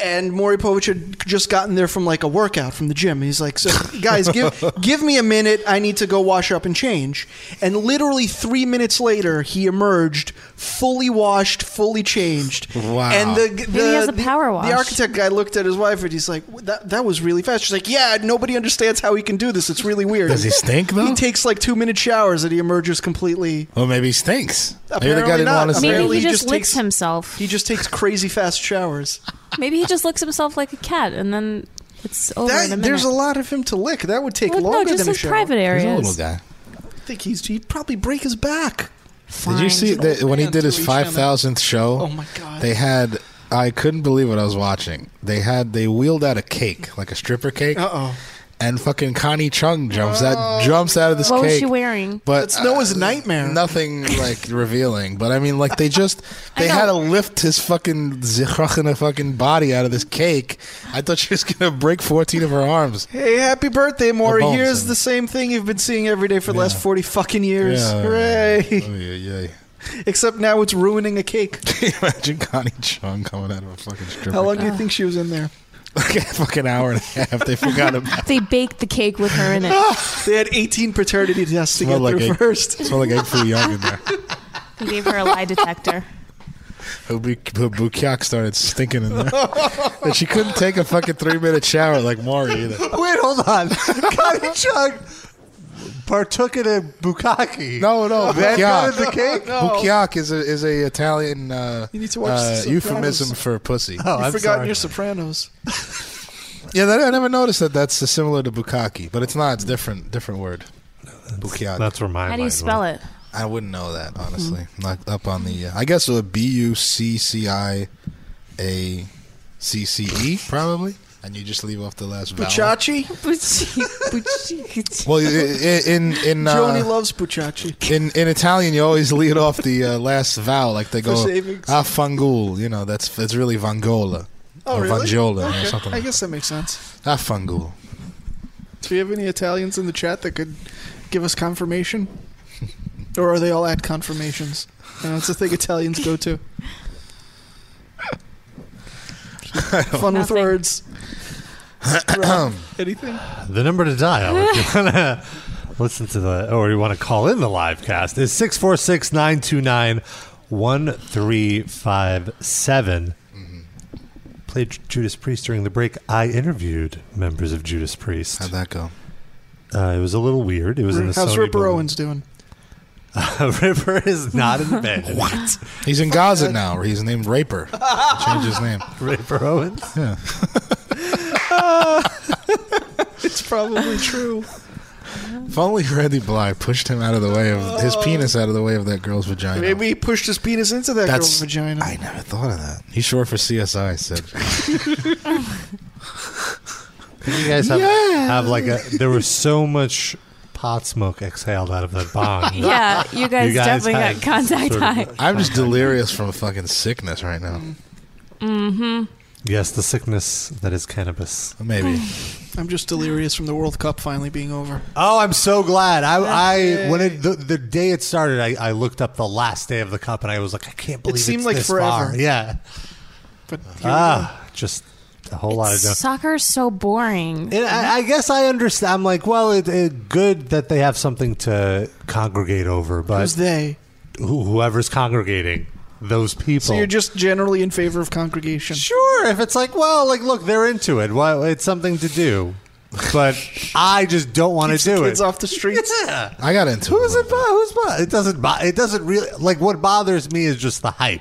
Speaker 4: And Maury Povich had just gotten there from like a workout from the gym. He's like, "So guys, give give me a minute. I need to go wash up and change." And literally three minutes later, he emerged fully washed, fully changed.
Speaker 3: Wow.
Speaker 4: And the
Speaker 5: Maybe
Speaker 4: the,
Speaker 5: he has a
Speaker 4: the-
Speaker 5: power
Speaker 4: The
Speaker 5: wash.
Speaker 4: architect guy looked at his wife and he's like, "That that was really fast." She's like, "Yeah, nobody understands how he can do this. It's really weird."
Speaker 3: Does he stink, though?
Speaker 4: He takes like two minute showers and he emerges completely.
Speaker 3: Well, maybe he stinks. maybe the
Speaker 4: Apparently
Speaker 3: guy didn't
Speaker 4: not.
Speaker 3: want to
Speaker 5: Maybe
Speaker 4: Apparently
Speaker 5: he
Speaker 4: he
Speaker 5: just,
Speaker 4: just
Speaker 5: licks
Speaker 4: takes-
Speaker 5: himself.
Speaker 4: He just takes crazy fast showers.
Speaker 5: Maybe he just licks himself like a cat, and then it's over in a
Speaker 4: That,
Speaker 5: minute.
Speaker 4: there's a lot of him to lick. That would take
Speaker 5: Well,
Speaker 4: longer
Speaker 5: no, just
Speaker 4: than a
Speaker 5: his
Speaker 4: shower.
Speaker 5: private
Speaker 3: He's
Speaker 5: areas.
Speaker 3: a little guy.
Speaker 4: I think he's he'd probably break his back.
Speaker 3: Did you
Speaker 5: Fine.
Speaker 3: see that when he
Speaker 4: man
Speaker 3: did his
Speaker 4: threw each other.
Speaker 3: 5,000th show?
Speaker 4: Oh my God.
Speaker 3: They had. I couldn't believe what I was watching. They had. They wheeled out a cake, like a stripper cake.
Speaker 4: Uh oh.
Speaker 3: And fucking Connie Chung jumps out, jumps out of this
Speaker 5: What
Speaker 3: cake.
Speaker 5: was she wearing?
Speaker 3: But uh,
Speaker 4: That's Noah's nightmare.
Speaker 3: Nothing like revealing, but I mean, like they just they
Speaker 5: know.
Speaker 3: had to lift his fucking zichrachina fucking body out of this cake. I thought she was gonna break fourteen of her arms.
Speaker 4: Hey, happy birthday, Maury.
Speaker 3: bones
Speaker 4: Here's
Speaker 3: and-
Speaker 4: the same thing you've been seeing every day for the last 40 fucking years.
Speaker 3: Oh,
Speaker 4: Hooray.
Speaker 3: yeah, yeah.
Speaker 4: Except now it's ruining a cake.
Speaker 3: Can you imagine Connie Chung coming out of a fucking stripper?
Speaker 4: How long
Speaker 5: Ah.
Speaker 4: do you think she was in there?
Speaker 3: Like a fucking hour and a half. They forgot about.
Speaker 5: They baked the cake with her in it.
Speaker 4: Ah, They had 18 paternity tests to get
Speaker 3: Smelled like
Speaker 4: through
Speaker 3: egg-
Speaker 4: first.
Speaker 3: Smell like egg foo young in there.
Speaker 5: they gave her a lie detector.
Speaker 3: Her, bu- her bukkake started stinking in there, and she couldn't take a fucking three minute shower like Maury either.
Speaker 1: Wait, hold on. Connie Chung partook in a bukkake.
Speaker 3: No,
Speaker 4: Oh,
Speaker 3: no,
Speaker 1: That
Speaker 3: bukkake.
Speaker 1: got in the cake?
Speaker 3: Bukkake is a is a Italian uh,
Speaker 4: You need to watch
Speaker 3: uh,
Speaker 4: The Sopranos.
Speaker 3: euphemism for pussy.
Speaker 1: Oh,
Speaker 4: You've
Speaker 1: I'm
Speaker 4: forgotten
Speaker 1: sorry.
Speaker 4: your Sopranos.
Speaker 3: Yeah, that, I never noticed that. That's similar to bukkake, but it's not. It's different. Different word. Bukkake.
Speaker 1: That's where my
Speaker 5: How do you spell it?
Speaker 3: I wouldn't know that honestly. Not up on the. Uh, I guess it would B U C C I A C C E probably, and you just leave off the last vowel.
Speaker 4: Buchachi?
Speaker 3: Well, i- i- in in
Speaker 4: Joni
Speaker 3: uh,
Speaker 4: loves Buchachi.
Speaker 3: in in Italian, you always lead off the uh, last vowel, like they go
Speaker 4: savings.
Speaker 3: ah fangul. You know, that's it's really vangola.
Speaker 4: Oh,
Speaker 3: or
Speaker 4: really?
Speaker 3: Vangiola or
Speaker 4: Okay.
Speaker 3: something.
Speaker 4: I guess that makes sense.
Speaker 3: Ah fangul.
Speaker 4: Do we have any Italians in the chat that could give us confirmation? or are they all at confirmations? You know, it's a thing Italians go to. Fun with
Speaker 5: Nothing.
Speaker 4: words. Rob, anything?
Speaker 1: The number to dial if you want to listen to the or you want to call in the live cast is 646 929 1357.
Speaker 3: Mm-hmm.
Speaker 1: Played Judas Priest during the break. I interviewed members of Judas
Speaker 3: How'd
Speaker 1: Priest.
Speaker 3: that go?
Speaker 1: Uh, it was a little weird. It was in the
Speaker 4: How's
Speaker 1: Sony
Speaker 4: Ripper
Speaker 1: building.
Speaker 4: Owens doing?
Speaker 1: Ripper is not in bed. what?
Speaker 3: He's in Gaza now, where he's named Raper. He changed his name.
Speaker 1: Ripper Owens?
Speaker 3: Yeah.
Speaker 4: It's probably true.
Speaker 3: If only Randy Bly pushed him out of the way of his penis out of the way of that girl's vagina.
Speaker 4: Oh. Maybe he pushed his penis into that
Speaker 3: That's-
Speaker 4: girl's vagina.
Speaker 3: I never thought of that. He's short for CSI. Said
Speaker 1: You guys have, have like a. There was so much pot smoke exhaled out of that bomb.
Speaker 5: Yeah, you guys,
Speaker 1: You guys
Speaker 5: definitely
Speaker 1: had
Speaker 5: got contact
Speaker 1: sort of
Speaker 5: high.
Speaker 3: I'm just delirious from fucking sickness right now.
Speaker 1: Mm.
Speaker 5: Mm-hmm.
Speaker 1: Yes, the sickness that is cannabis.
Speaker 3: Maybe.
Speaker 4: I'm just delirious from the World Cup finally being over.
Speaker 1: Oh, I'm so glad. I, I when it, the, the day it started, I, I looked up the last day of the cup, and I was like, I can't believe
Speaker 4: seemed
Speaker 1: it's
Speaker 4: like
Speaker 1: this
Speaker 4: forever.
Speaker 1: far. Yeah.
Speaker 4: But here we
Speaker 1: Ah, just a whole lot of. junk.
Speaker 5: Soccer's so boring.
Speaker 1: And I, I guess I understand. I'm like, well, it, it good that they have something to congregate over,
Speaker 4: go.
Speaker 1: but
Speaker 4: Who's they?
Speaker 1: who- whoever's congregating, those people.
Speaker 4: So you're just generally in favor of congregation.
Speaker 1: Sure, if it's like, well, like, look, they're into it. Well, it's something to do, but I just don't want to
Speaker 4: Keeps the
Speaker 1: do
Speaker 4: kids
Speaker 1: it.
Speaker 4: off the streets.
Speaker 1: Yeah.
Speaker 3: I got into
Speaker 1: Who's
Speaker 3: it.
Speaker 1: it? By? Who's by? It doesn't. bo- It doesn't really. Like, what bothers me is just the hype.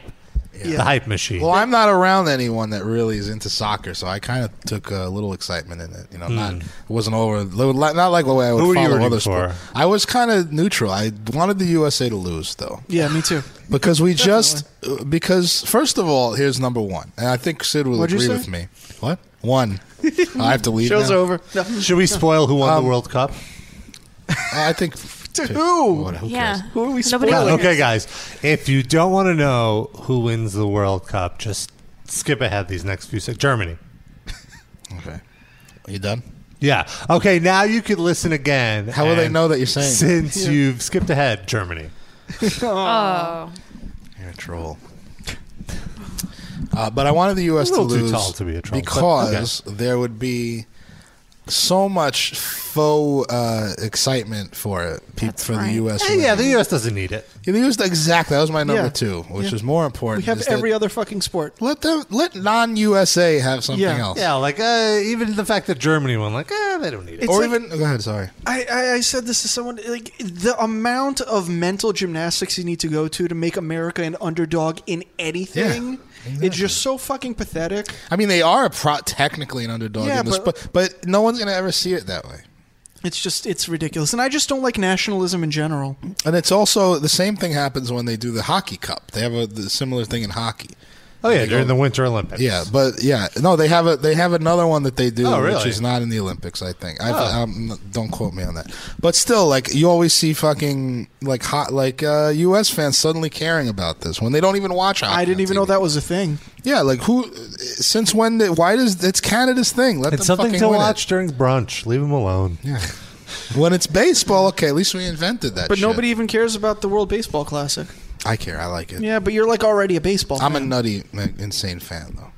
Speaker 1: the hype machine.
Speaker 3: Well, I'm not around anyone that really is into soccer, so I kind of took a little excitement in it. You know, not it wasn't over. Not like the way I would
Speaker 1: Mm. Who were you
Speaker 3: follow
Speaker 1: rooting
Speaker 3: other sports. I was kind of neutral. I wanted the USA to lose, though.
Speaker 4: Yeah, me too.
Speaker 3: Because we just uh, because first of all, here's number one, and I think Sid will
Speaker 4: What'd you
Speaker 3: agree with
Speaker 4: say?
Speaker 3: me. What one? I have to leave.
Speaker 4: Show's
Speaker 3: now?
Speaker 4: over. No.
Speaker 1: Should we spoil who won
Speaker 3: Um,
Speaker 1: the World Cup?
Speaker 3: I think.
Speaker 4: To who?
Speaker 3: What- who
Speaker 5: yeah.
Speaker 3: cares?
Speaker 4: Who are
Speaker 5: Nobody
Speaker 4: we spoiling?
Speaker 5: cares.
Speaker 1: Okay, guys, if you don't want to know who wins the World Cup, just skip ahead these next few seconds. Germany.
Speaker 3: Okay. Are you done?
Speaker 1: Yeah. Okay, now you could listen again.
Speaker 3: How will they
Speaker 1: and
Speaker 3: know that you're saying that?
Speaker 1: Since you've skipped ahead, Germany.
Speaker 5: Oh.
Speaker 3: You're a troll. Uh, but I wanted the U.S.
Speaker 1: A
Speaker 3: to
Speaker 1: little too
Speaker 3: lose
Speaker 1: tall to be a troll, but
Speaker 3: because there would be so much faux uh, excitement for it pe-
Speaker 5: That's
Speaker 3: for
Speaker 5: right.
Speaker 3: the U.S.
Speaker 1: Eh,
Speaker 3: winning.
Speaker 1: yeah, the U.S. doesn't need it.
Speaker 3: Yeah, the U.S. Exactly. That was my number
Speaker 4: Yeah.
Speaker 3: two, which
Speaker 4: Yeah.
Speaker 3: is more important.
Speaker 4: We have
Speaker 3: is that
Speaker 4: every other fucking sport.
Speaker 3: let them let non-USA have something
Speaker 4: Yeah.
Speaker 3: else,
Speaker 1: Yeah, like uh, even the fact that Germany won, like, eh, they don't need it.
Speaker 4: It's
Speaker 3: or
Speaker 4: like-
Speaker 3: even go ahead. Sorry.
Speaker 4: I, I, I said this to someone like the amount of mental gymnastics you need to go to to make America an underdog in anything. It's just so fucking pathetic.
Speaker 3: I mean, they are a pro- technically an underdog
Speaker 4: Yeah,
Speaker 3: in this,
Speaker 4: but-
Speaker 3: but but no one's gonna ever see it that way.
Speaker 4: It's just it's ridiculous, and I just don't like nationalism in general.
Speaker 3: And it's also the same thing happens when they do the hockey cup. They have a the similar thing in hockey.
Speaker 1: Oh yeah,
Speaker 3: They go-
Speaker 1: during the Winter Olympics.
Speaker 3: Yeah, but yeah, no, they have a they have another one that they do,
Speaker 1: Oh,
Speaker 3: which
Speaker 1: really?
Speaker 3: is not in the Olympics. I think. I've,
Speaker 4: Oh.
Speaker 3: um, don't quote me on that. But still, like you always see fucking like hot like uh, U.S. fans suddenly caring about this when they don't even watch. Hockey
Speaker 4: I
Speaker 3: on
Speaker 4: didn't even
Speaker 3: TV.
Speaker 4: know that was a thing.
Speaker 3: Yeah, like who? Since when? Did, why does it's Canada's thing? Let
Speaker 1: It's
Speaker 3: them
Speaker 1: something
Speaker 3: fucking
Speaker 1: to
Speaker 3: win it.
Speaker 1: watch during brunch. Leave them alone.
Speaker 3: Yeah. When it's baseball, okay, at least we invented that.
Speaker 4: But
Speaker 3: shit.
Speaker 4: nobody even cares about the World Baseball Classic.
Speaker 3: I care. I like it.
Speaker 4: Yeah, but you're like already a baseball.
Speaker 3: I'm a
Speaker 4: fan.
Speaker 3: nutty, like, insane fan though.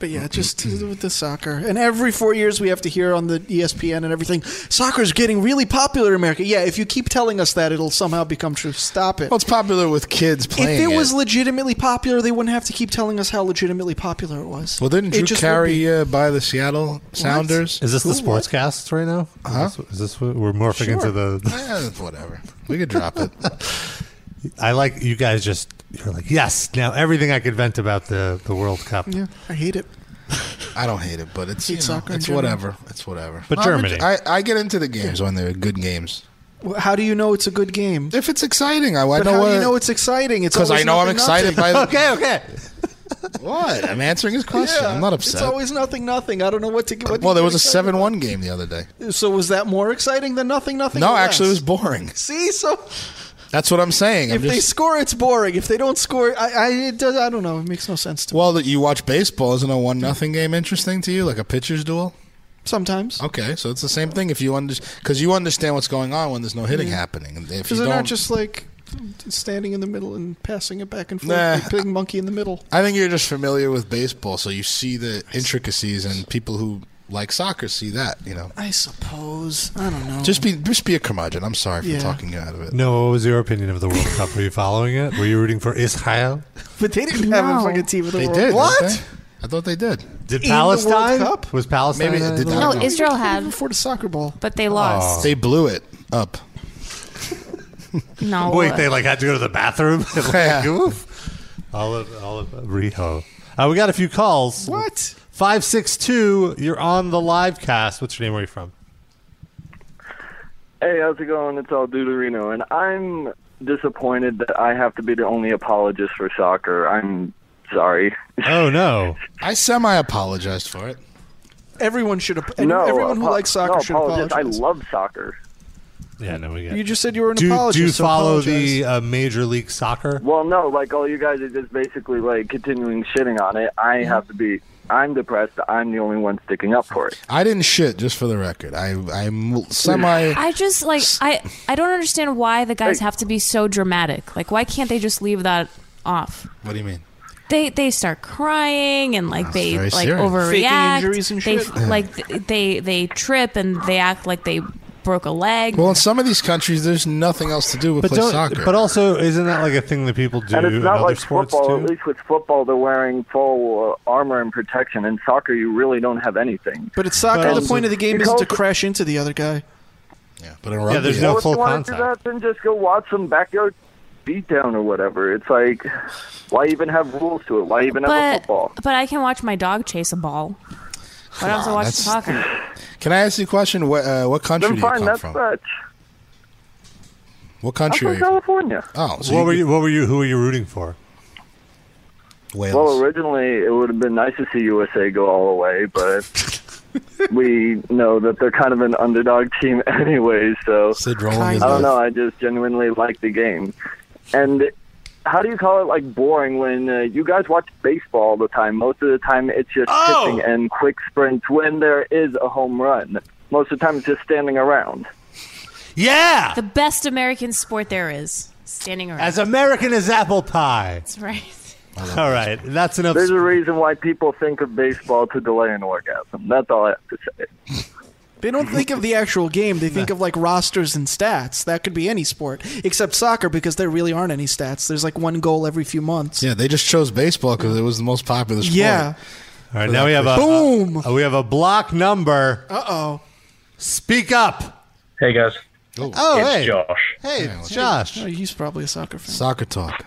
Speaker 4: But
Speaker 3: Mm-hmm.
Speaker 4: yeah, just with the soccer. And every four years we have to hear on the E ESPN and everything, soccer's getting really popular in America. Yeah, if you keep telling us that, it'll somehow become true. Stop it.
Speaker 3: Well, it's popular with kids
Speaker 4: if
Speaker 3: playing.
Speaker 4: it was
Speaker 3: it.
Speaker 4: legitimately popular, they wouldn't have to keep telling us how legitimately popular it was.
Speaker 3: well, didn't
Speaker 4: It
Speaker 3: Drew
Speaker 4: just would be.
Speaker 3: Carey uh, buy the Seattle Sounders? Uh,
Speaker 1: Is this the
Speaker 4: Who, what?
Speaker 1: sportscast right now? Is this, is this what we're morphing into the?
Speaker 3: Eh, whatever. We could drop it.
Speaker 1: I like you guys. Just you're like yes. Now everything I could vent about the the World Cup.
Speaker 4: Yeah, I hate it.
Speaker 3: I don't hate it, but it's
Speaker 4: Hate
Speaker 3: you know,
Speaker 4: soccer in
Speaker 3: it's
Speaker 4: general.
Speaker 3: whatever. It's whatever.
Speaker 1: But
Speaker 3: I'm
Speaker 1: Germany.
Speaker 3: into- I, I get into the games when they're good games.
Speaker 4: Well, How do you know it's a good game?
Speaker 3: If it's exciting, I, I
Speaker 4: But
Speaker 3: know
Speaker 4: how
Speaker 3: what.
Speaker 4: do you know it's exciting? It's
Speaker 3: because I
Speaker 4: always
Speaker 3: know I'm
Speaker 4: nothing,
Speaker 3: excited by
Speaker 4: nothing.
Speaker 3: the.
Speaker 1: Okay. Okay.
Speaker 3: What? I'm answering his question.
Speaker 4: Yeah,
Speaker 3: I'm not upset.
Speaker 4: It's always nothing, nothing. I don't know what to what to
Speaker 3: well, there
Speaker 4: get
Speaker 3: was a
Speaker 4: excited
Speaker 3: seven-one game the other day.
Speaker 4: about. So was that more exciting than nothing, nothing?
Speaker 3: No,
Speaker 4: or
Speaker 3: actually, it was
Speaker 4: less?
Speaker 3: boring.
Speaker 4: See, so
Speaker 3: That's what I'm saying.
Speaker 4: if
Speaker 3: I'm
Speaker 4: they
Speaker 3: just,
Speaker 4: score, it's boring. If they don't score, I, I it does. I don't know. It makes no sense to me.
Speaker 3: well, that you watch baseball, isn't a one-nothing game interesting to you, like a pitcher's duel?
Speaker 4: Sometimes
Speaker 3: Okay, so it's the same thing if you understand because you understand what's going on when there's no hitting happening. And If you
Speaker 4: because they're
Speaker 3: don't-
Speaker 4: not just like standing in the middle and passing it back and forth,
Speaker 3: Nah.
Speaker 4: like big monkey in the middle.
Speaker 3: I think you're just familiar with baseball, so you see the intricacies, and people who like soccer see that. You know,
Speaker 4: I suppose. I don't know.
Speaker 3: just be just be a curmudgeon. I'm sorry for
Speaker 4: Yeah.
Speaker 3: talking you out of it.
Speaker 1: No. What was your opinion of the World Cup? Were you following it? Were you rooting for Israel?
Speaker 4: but they didn't have
Speaker 5: No.
Speaker 4: a fucking team in the
Speaker 3: They
Speaker 4: world.
Speaker 3: did. didn't
Speaker 4: What?
Speaker 3: they? I thought they did.
Speaker 1: Did
Speaker 4: In the World
Speaker 1: Palestine?
Speaker 4: Cup?
Speaker 1: Was Palestine?
Speaker 3: Maybe it
Speaker 1: in
Speaker 3: did
Speaker 1: the- Oh.
Speaker 3: not.
Speaker 5: No,
Speaker 3: know.
Speaker 5: Israel
Speaker 4: Can't even
Speaker 5: had,
Speaker 4: afford a soccer ball.
Speaker 5: but they lost.
Speaker 3: They blew it up. Oh.
Speaker 5: No. uh,
Speaker 1: Wait, they like had to go to the bathroom. Like,
Speaker 3: Yeah.
Speaker 1: oof. All of all of Riho. Uh, we got a few calls.
Speaker 4: What?
Speaker 1: Five six two. You're on the live cast. What's your name? Where are you from?
Speaker 6: Hey, how's it going? It's El Duderino, and I'm disappointed that I have to be the only apologist for soccer. I'm sorry.
Speaker 1: Oh no.
Speaker 3: I semi apologized for it.
Speaker 4: Everyone should. Ap-
Speaker 6: no,
Speaker 4: everyone who
Speaker 6: apo-
Speaker 4: likes soccer
Speaker 6: no,
Speaker 4: should
Speaker 6: apologize.
Speaker 4: apologize.
Speaker 6: I love soccer.
Speaker 1: Yeah, no, we got.
Speaker 4: you just said you were an
Speaker 1: do
Speaker 4: apologist.
Speaker 1: do you
Speaker 4: so
Speaker 1: follow
Speaker 4: apologize.
Speaker 1: the uh, Major League Soccer?
Speaker 6: Well, no, like all you guys are just basically like continuing shitting on it. I have to be. I'm depressed. I'm the only one sticking up for it.
Speaker 3: I didn't shit, just for the record. I I'm semi.
Speaker 5: I just like I I don't understand why the guys
Speaker 6: Hey.
Speaker 5: have to be so dramatic. Like why can't they just leave that off?
Speaker 3: What do you mean?
Speaker 5: They they start crying and like they
Speaker 3: very
Speaker 5: like
Speaker 3: serious.
Speaker 5: overreact.
Speaker 4: injuries and
Speaker 5: they
Speaker 4: shit.
Speaker 5: like th- they they trip and they act like they broke a leg.
Speaker 3: Well, in some of these countries, there's nothing else to do but,
Speaker 1: But
Speaker 3: play
Speaker 1: don't.
Speaker 3: soccer.
Speaker 1: But also, isn't that like a thing that people do
Speaker 6: And it's
Speaker 1: in
Speaker 6: not
Speaker 1: other
Speaker 6: like
Speaker 1: sports
Speaker 6: football.
Speaker 1: too?
Speaker 6: At least with football, they're wearing full uh, armor and protection. In soccer, you really don't have anything.
Speaker 4: But it's soccer.
Speaker 1: Well,
Speaker 4: the point of the game isn't
Speaker 6: because-
Speaker 4: to crash into the other guy.
Speaker 3: yeah, but in rugby,
Speaker 1: there's
Speaker 3: yeah.
Speaker 1: no
Speaker 6: Well, if
Speaker 1: full
Speaker 6: you want to do
Speaker 1: contact.
Speaker 6: that, then just go watch some backyard beatdown or whatever. It's like, why even have rules to it? Why even have a
Speaker 5: But
Speaker 6: football?
Speaker 5: but I can watch my dog chase a ball. What else to
Speaker 3: on,
Speaker 5: watch the
Speaker 3: that's-
Speaker 5: soccer?
Speaker 3: Can I ask you a question? What, uh, what country
Speaker 6: Then
Speaker 3: do you
Speaker 6: fine,
Speaker 3: come
Speaker 6: that's
Speaker 3: from?
Speaker 6: such.
Speaker 3: What
Speaker 6: I'm
Speaker 3: country are
Speaker 6: from
Speaker 3: you from?
Speaker 6: California.
Speaker 3: Oh, so
Speaker 1: what
Speaker 3: you,
Speaker 1: were you? What were you? Who were you rooting for?
Speaker 3: Wales.
Speaker 6: Well, originally it would have been nice to see USA go all the way, but we know that they're kind of an underdog team anyway, so
Speaker 3: Sid Roland.
Speaker 6: I don't know. I just genuinely like the game. And how do you call it like boring when uh, you guys watch baseball all the time? Most of the time it's just
Speaker 7: Oh!
Speaker 6: pitching and quick sprints when there is a home run. Most of the time it's just standing around.
Speaker 1: Yeah,
Speaker 5: The best American sport there is standing around.
Speaker 1: as American as apple pie.
Speaker 5: That's right.
Speaker 1: All right, that's enough.
Speaker 6: There's a reason why people think of baseball to delay an orgasm. That's all I have to say.
Speaker 4: They don't think of the actual game. They think of like rosters and stats. That could be any sport except soccer because there really aren't any stats. There's like one goal every few months.
Speaker 3: Yeah, they just chose baseball because it was the most popular sport.
Speaker 4: Yeah.
Speaker 1: All right, now we have a
Speaker 4: Boom.
Speaker 1: a- we have a block number.
Speaker 4: Uh oh.
Speaker 1: Speak up.
Speaker 8: Hey guys,
Speaker 1: Oh,
Speaker 8: it's
Speaker 1: hey,
Speaker 8: Josh.
Speaker 1: hey, it's Josh.
Speaker 4: He's probably a soccer fan.
Speaker 3: Soccer talk.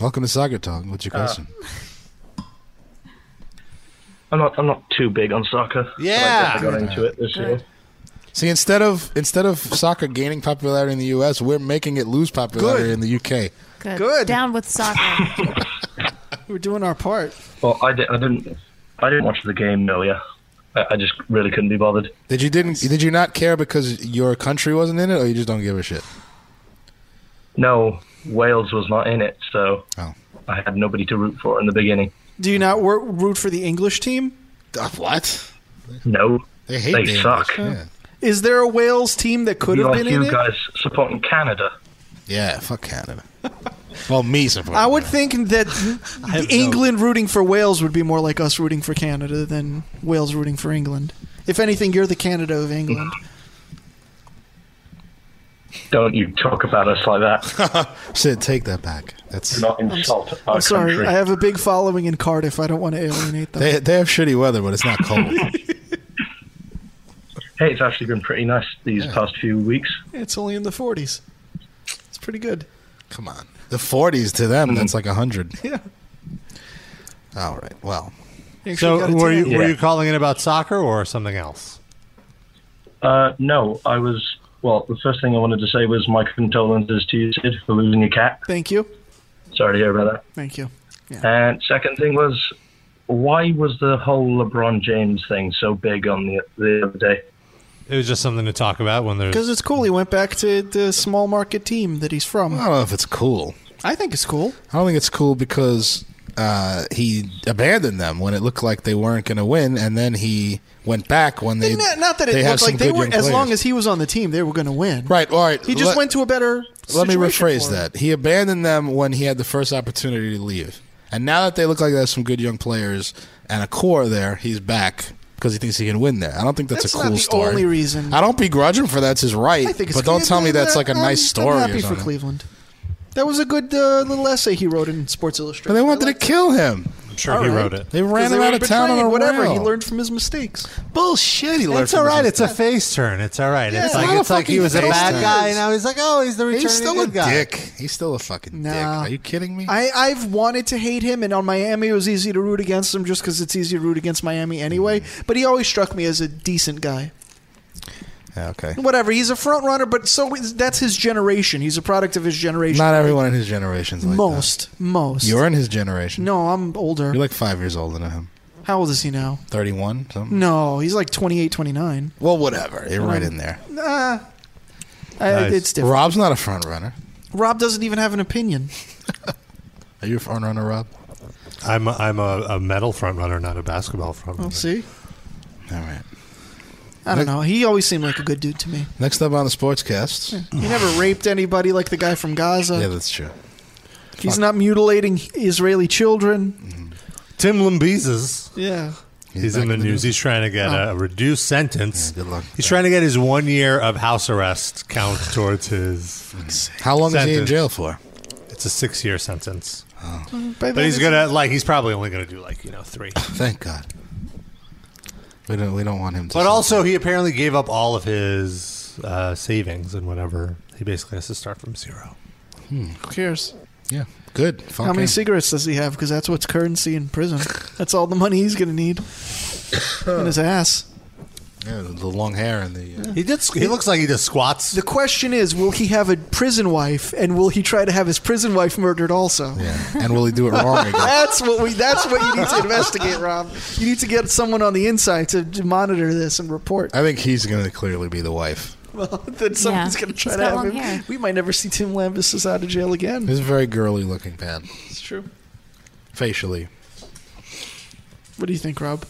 Speaker 3: Welcome to Soccer Talk. What's your
Speaker 8: Uh,
Speaker 3: question?
Speaker 8: I'm not I'm not too big on soccer.
Speaker 1: Yeah.
Speaker 8: but I got into it this year.
Speaker 3: See, instead of instead of soccer gaining popularity in the U.S., we're making it lose popularity
Speaker 4: Good.
Speaker 3: in the U.K.
Speaker 5: Good.
Speaker 4: Good.
Speaker 5: Down with soccer.
Speaker 4: We're doing our part.
Speaker 8: Well, I, di- I didn't I didn't watch the game earlier. I, I just really couldn't be bothered.
Speaker 3: Did you didn't did you not care because your country wasn't in it, or you just don't give a shit?
Speaker 8: No, Wales was not in it, so
Speaker 3: Oh.
Speaker 8: I had nobody to root for in the beginning.
Speaker 4: Do you not wor- root for the English team?
Speaker 3: Uh, what?
Speaker 8: No,
Speaker 3: They hate
Speaker 8: They
Speaker 3: the English.
Speaker 8: suck.
Speaker 3: Yeah.
Speaker 4: Is there a Wales team that could
Speaker 8: you
Speaker 4: have
Speaker 8: like
Speaker 4: been in
Speaker 8: you
Speaker 4: it?
Speaker 8: guys supporting Canada.
Speaker 3: Yeah, fuck Canada. well, me supporting.
Speaker 4: I would think that England rooting for Wales would be more like us rooting for Canada than Wales rooting for England. If anything, you're the Canada of England.
Speaker 8: Don't you talk about us like that?
Speaker 3: Sid, take that back. That's
Speaker 8: Do not insult our
Speaker 4: I'm sorry.
Speaker 8: country.
Speaker 4: I have a big following in Cardiff. I don't want to alienate them.
Speaker 3: they. They have shitty weather, but it's not cold.
Speaker 8: Hey, it's actually been pretty nice these past few weeks.
Speaker 4: It's only in the 40s. It's pretty good.
Speaker 3: Come on, the 40s to
Speaker 8: Hmm.
Speaker 3: them, that's like hundred.
Speaker 4: Yeah.
Speaker 3: All right. Well,
Speaker 4: You actually got
Speaker 1: So
Speaker 4: a
Speaker 1: were you
Speaker 4: tan.
Speaker 1: were
Speaker 8: Yeah.
Speaker 1: you calling in about soccer or something else?
Speaker 8: Uh, no, I was. Well, the first thing I wanted to say was my condolences to you, Sid, for losing your cat.
Speaker 4: Thank you.
Speaker 8: Sorry to hear about that.
Speaker 4: Thank you.
Speaker 8: And second thing was, why was the whole LeBron James thing so big on the the other day?
Speaker 1: It was just something to talk about when there's
Speaker 4: Because it's cool. He went back to the small market team that he's
Speaker 3: I
Speaker 4: from.
Speaker 3: don't know if it's cool.
Speaker 4: I think it's cool.
Speaker 3: I don't think it's cool because uh, he abandoned them when it looked like they weren't going to win, and then he went back when they.
Speaker 4: not, not that it
Speaker 3: they have
Speaker 4: looked like
Speaker 3: some
Speaker 4: they
Speaker 3: good
Speaker 4: were,
Speaker 3: young
Speaker 4: as long
Speaker 3: players.
Speaker 4: as he was on the team, they were going to win.
Speaker 3: Right. All right.
Speaker 4: He just
Speaker 3: let-
Speaker 4: went to a better.
Speaker 3: Let me
Speaker 4: situation for
Speaker 3: rephrase
Speaker 4: him.
Speaker 3: that. He abandoned them when he had the first opportunity to leave, and now that they look like they have some good young players and a core there, he's back because he thinks he can win there. I don't think that's,
Speaker 4: That's
Speaker 3: a
Speaker 4: not
Speaker 3: cool
Speaker 4: the
Speaker 3: story.
Speaker 4: only reason.
Speaker 3: I don't begrudge him for that's his right.
Speaker 4: I think it's
Speaker 3: but don't
Speaker 4: good.
Speaker 3: tell me that's like a
Speaker 4: I'm-
Speaker 3: nice story.
Speaker 4: I'm
Speaker 3: or
Speaker 4: happy for
Speaker 3: something.
Speaker 4: Cleveland. That was a good uh, little essay he wrote in Sports Illustrated.
Speaker 3: But they
Speaker 4: I
Speaker 3: wanted to
Speaker 4: liked it.
Speaker 3: kill him.
Speaker 1: I'm sure he wrote it.
Speaker 3: They ran
Speaker 4: 'Cause they
Speaker 3: him
Speaker 4: were
Speaker 3: out of town on
Speaker 4: betrayed,
Speaker 3: a
Speaker 4: whatever.
Speaker 3: rail.
Speaker 4: He learned from his mistakes.
Speaker 3: bullshit. He learned.
Speaker 1: It's
Speaker 3: from
Speaker 1: all
Speaker 3: his
Speaker 1: right. It's a face turn. It's all right.
Speaker 3: Yeah,
Speaker 1: it's
Speaker 3: it's
Speaker 1: like
Speaker 3: not a
Speaker 1: it's like he
Speaker 3: fucking
Speaker 1: was a
Speaker 3: face
Speaker 1: bad
Speaker 3: turn.
Speaker 1: guy, and now he's like, oh, he's the returning
Speaker 3: He's still a
Speaker 1: good guy.
Speaker 3: dick. He's still a fucking dick.
Speaker 4: Nah.
Speaker 3: Are you kidding me?
Speaker 4: I, I've wanted to hate him, and on Miami, it was easy to root against him just because it's easy to root against Miami anyway.
Speaker 3: Mm-hmm.
Speaker 4: But he always struck me as a decent guy.
Speaker 3: Yeah, okay.
Speaker 4: Whatever, he's a front runner, but so is, that's his generation. He's a product of his generation.
Speaker 3: Not everyone in his generation's like
Speaker 4: most, most.
Speaker 3: That. You're in his generation.
Speaker 4: no, I'm older.
Speaker 3: You're like five years older than him.
Speaker 4: How old is he now?
Speaker 3: Thirty-one. Something.
Speaker 4: No, he's like 28, 29.
Speaker 3: Well, whatever. You're right in there.
Speaker 4: Nah, I,
Speaker 1: Nice.
Speaker 4: Uh, it's different.
Speaker 3: Rob's not a front runner.
Speaker 4: Rob doesn't even have an opinion.
Speaker 3: Are you a front runner, Rob?
Speaker 1: I'm a, I'm a, a metal front runner, not a basketball front runner.
Speaker 4: We'll see.
Speaker 1: Oh,
Speaker 3: All right.
Speaker 4: I don't know. He always seemed like a good dude to me.
Speaker 3: Next up on the sportscast.
Speaker 4: He never raped anybody like the guy from Gaza.
Speaker 3: Yeah, that's true.
Speaker 4: He's not mutilating Israeli children.
Speaker 3: Mm-hmm.
Speaker 1: Tim Lambesis.
Speaker 4: Yeah.
Speaker 1: He's
Speaker 3: back
Speaker 1: in the news. He's trying to get a, a reduced sentence.
Speaker 3: Oh. Yeah, good luck.
Speaker 1: He's trying to get his one year of house arrest count towards his.
Speaker 3: How long is he in
Speaker 1: Sentence.
Speaker 3: jail for? Oh.
Speaker 1: It's a six year sentence,
Speaker 4: By
Speaker 1: but
Speaker 4: then
Speaker 1: he's
Speaker 4: it's-
Speaker 1: gonna like he's probably only gonna do like you know three.
Speaker 3: Thank God. We don't. We don't want him to.
Speaker 1: But also, he apparently gave up all of his uh, savings and whatever. He basically has to start from zero.
Speaker 4: Who cares?
Speaker 3: Yeah. Good. Fun
Speaker 4: How many
Speaker 3: game.
Speaker 4: cigarettes does he have? Because that's what's currency in prison. That's all the money he's going to need. and his ass.
Speaker 3: Yeah, the- the long hair and the. Uh,
Speaker 1: He did. He looks like he just squats.
Speaker 4: The question is, will he have a prison wife, and will he try to have his prison wife murdered also?
Speaker 3: yeah. And will he do it wrong again?
Speaker 4: that's what we. That's what you need to investigate, Rob. You need to get someone on the inside to, to monitor this and report.
Speaker 3: I think he's going to clearly be the wife.
Speaker 4: Well, then someone's
Speaker 5: Yeah.
Speaker 4: going to try
Speaker 5: He's
Speaker 4: to
Speaker 5: got
Speaker 4: have
Speaker 5: long
Speaker 4: him.
Speaker 5: hair.
Speaker 4: We might never see Tim Lambis out of jail again.
Speaker 3: He's a very girly looking pad,
Speaker 4: It's true.
Speaker 3: facially.
Speaker 4: What do you think, Rob?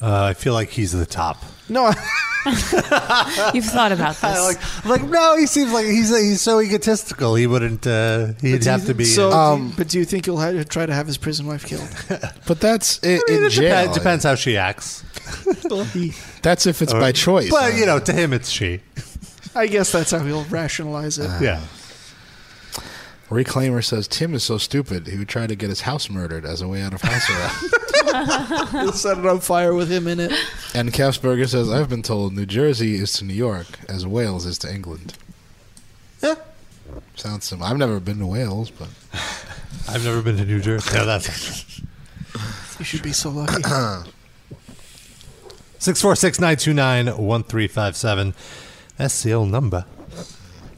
Speaker 1: Uh, I feel like he's at the top.
Speaker 4: No,
Speaker 5: You've thought about this.
Speaker 1: I like, I'm like no, he seems like he's he's so egotistical. He wouldn't. Uh, he'd have to be.
Speaker 4: So,
Speaker 1: uh,
Speaker 3: Um,
Speaker 4: do you- but do you think he'll ha try to have his prison wife killed?
Speaker 3: But that's i
Speaker 1: I mean,
Speaker 3: in
Speaker 1: it
Speaker 3: jail.
Speaker 1: depends, depends how she acts.
Speaker 4: He-
Speaker 3: That's if it's by choice. uh,
Speaker 1: But you know, to him, it's she.
Speaker 4: I guess that's how he'll rationalize it.
Speaker 1: Yeah.
Speaker 3: Reclaimer says Tim is so stupid he would try to get his house murdered as a way out of house arrest.
Speaker 4: He'll set it on fire with him in it.
Speaker 3: and Kafsberger says I've been told New Jersey is to New York as Wales is to England.
Speaker 4: Yeah.
Speaker 3: Sounds similar. I've never been to Wales, but
Speaker 1: I've never been to New Jersey. No, that's
Speaker 4: You should be so lucky.
Speaker 1: six four six nine two nine one three five seven. That's the old number.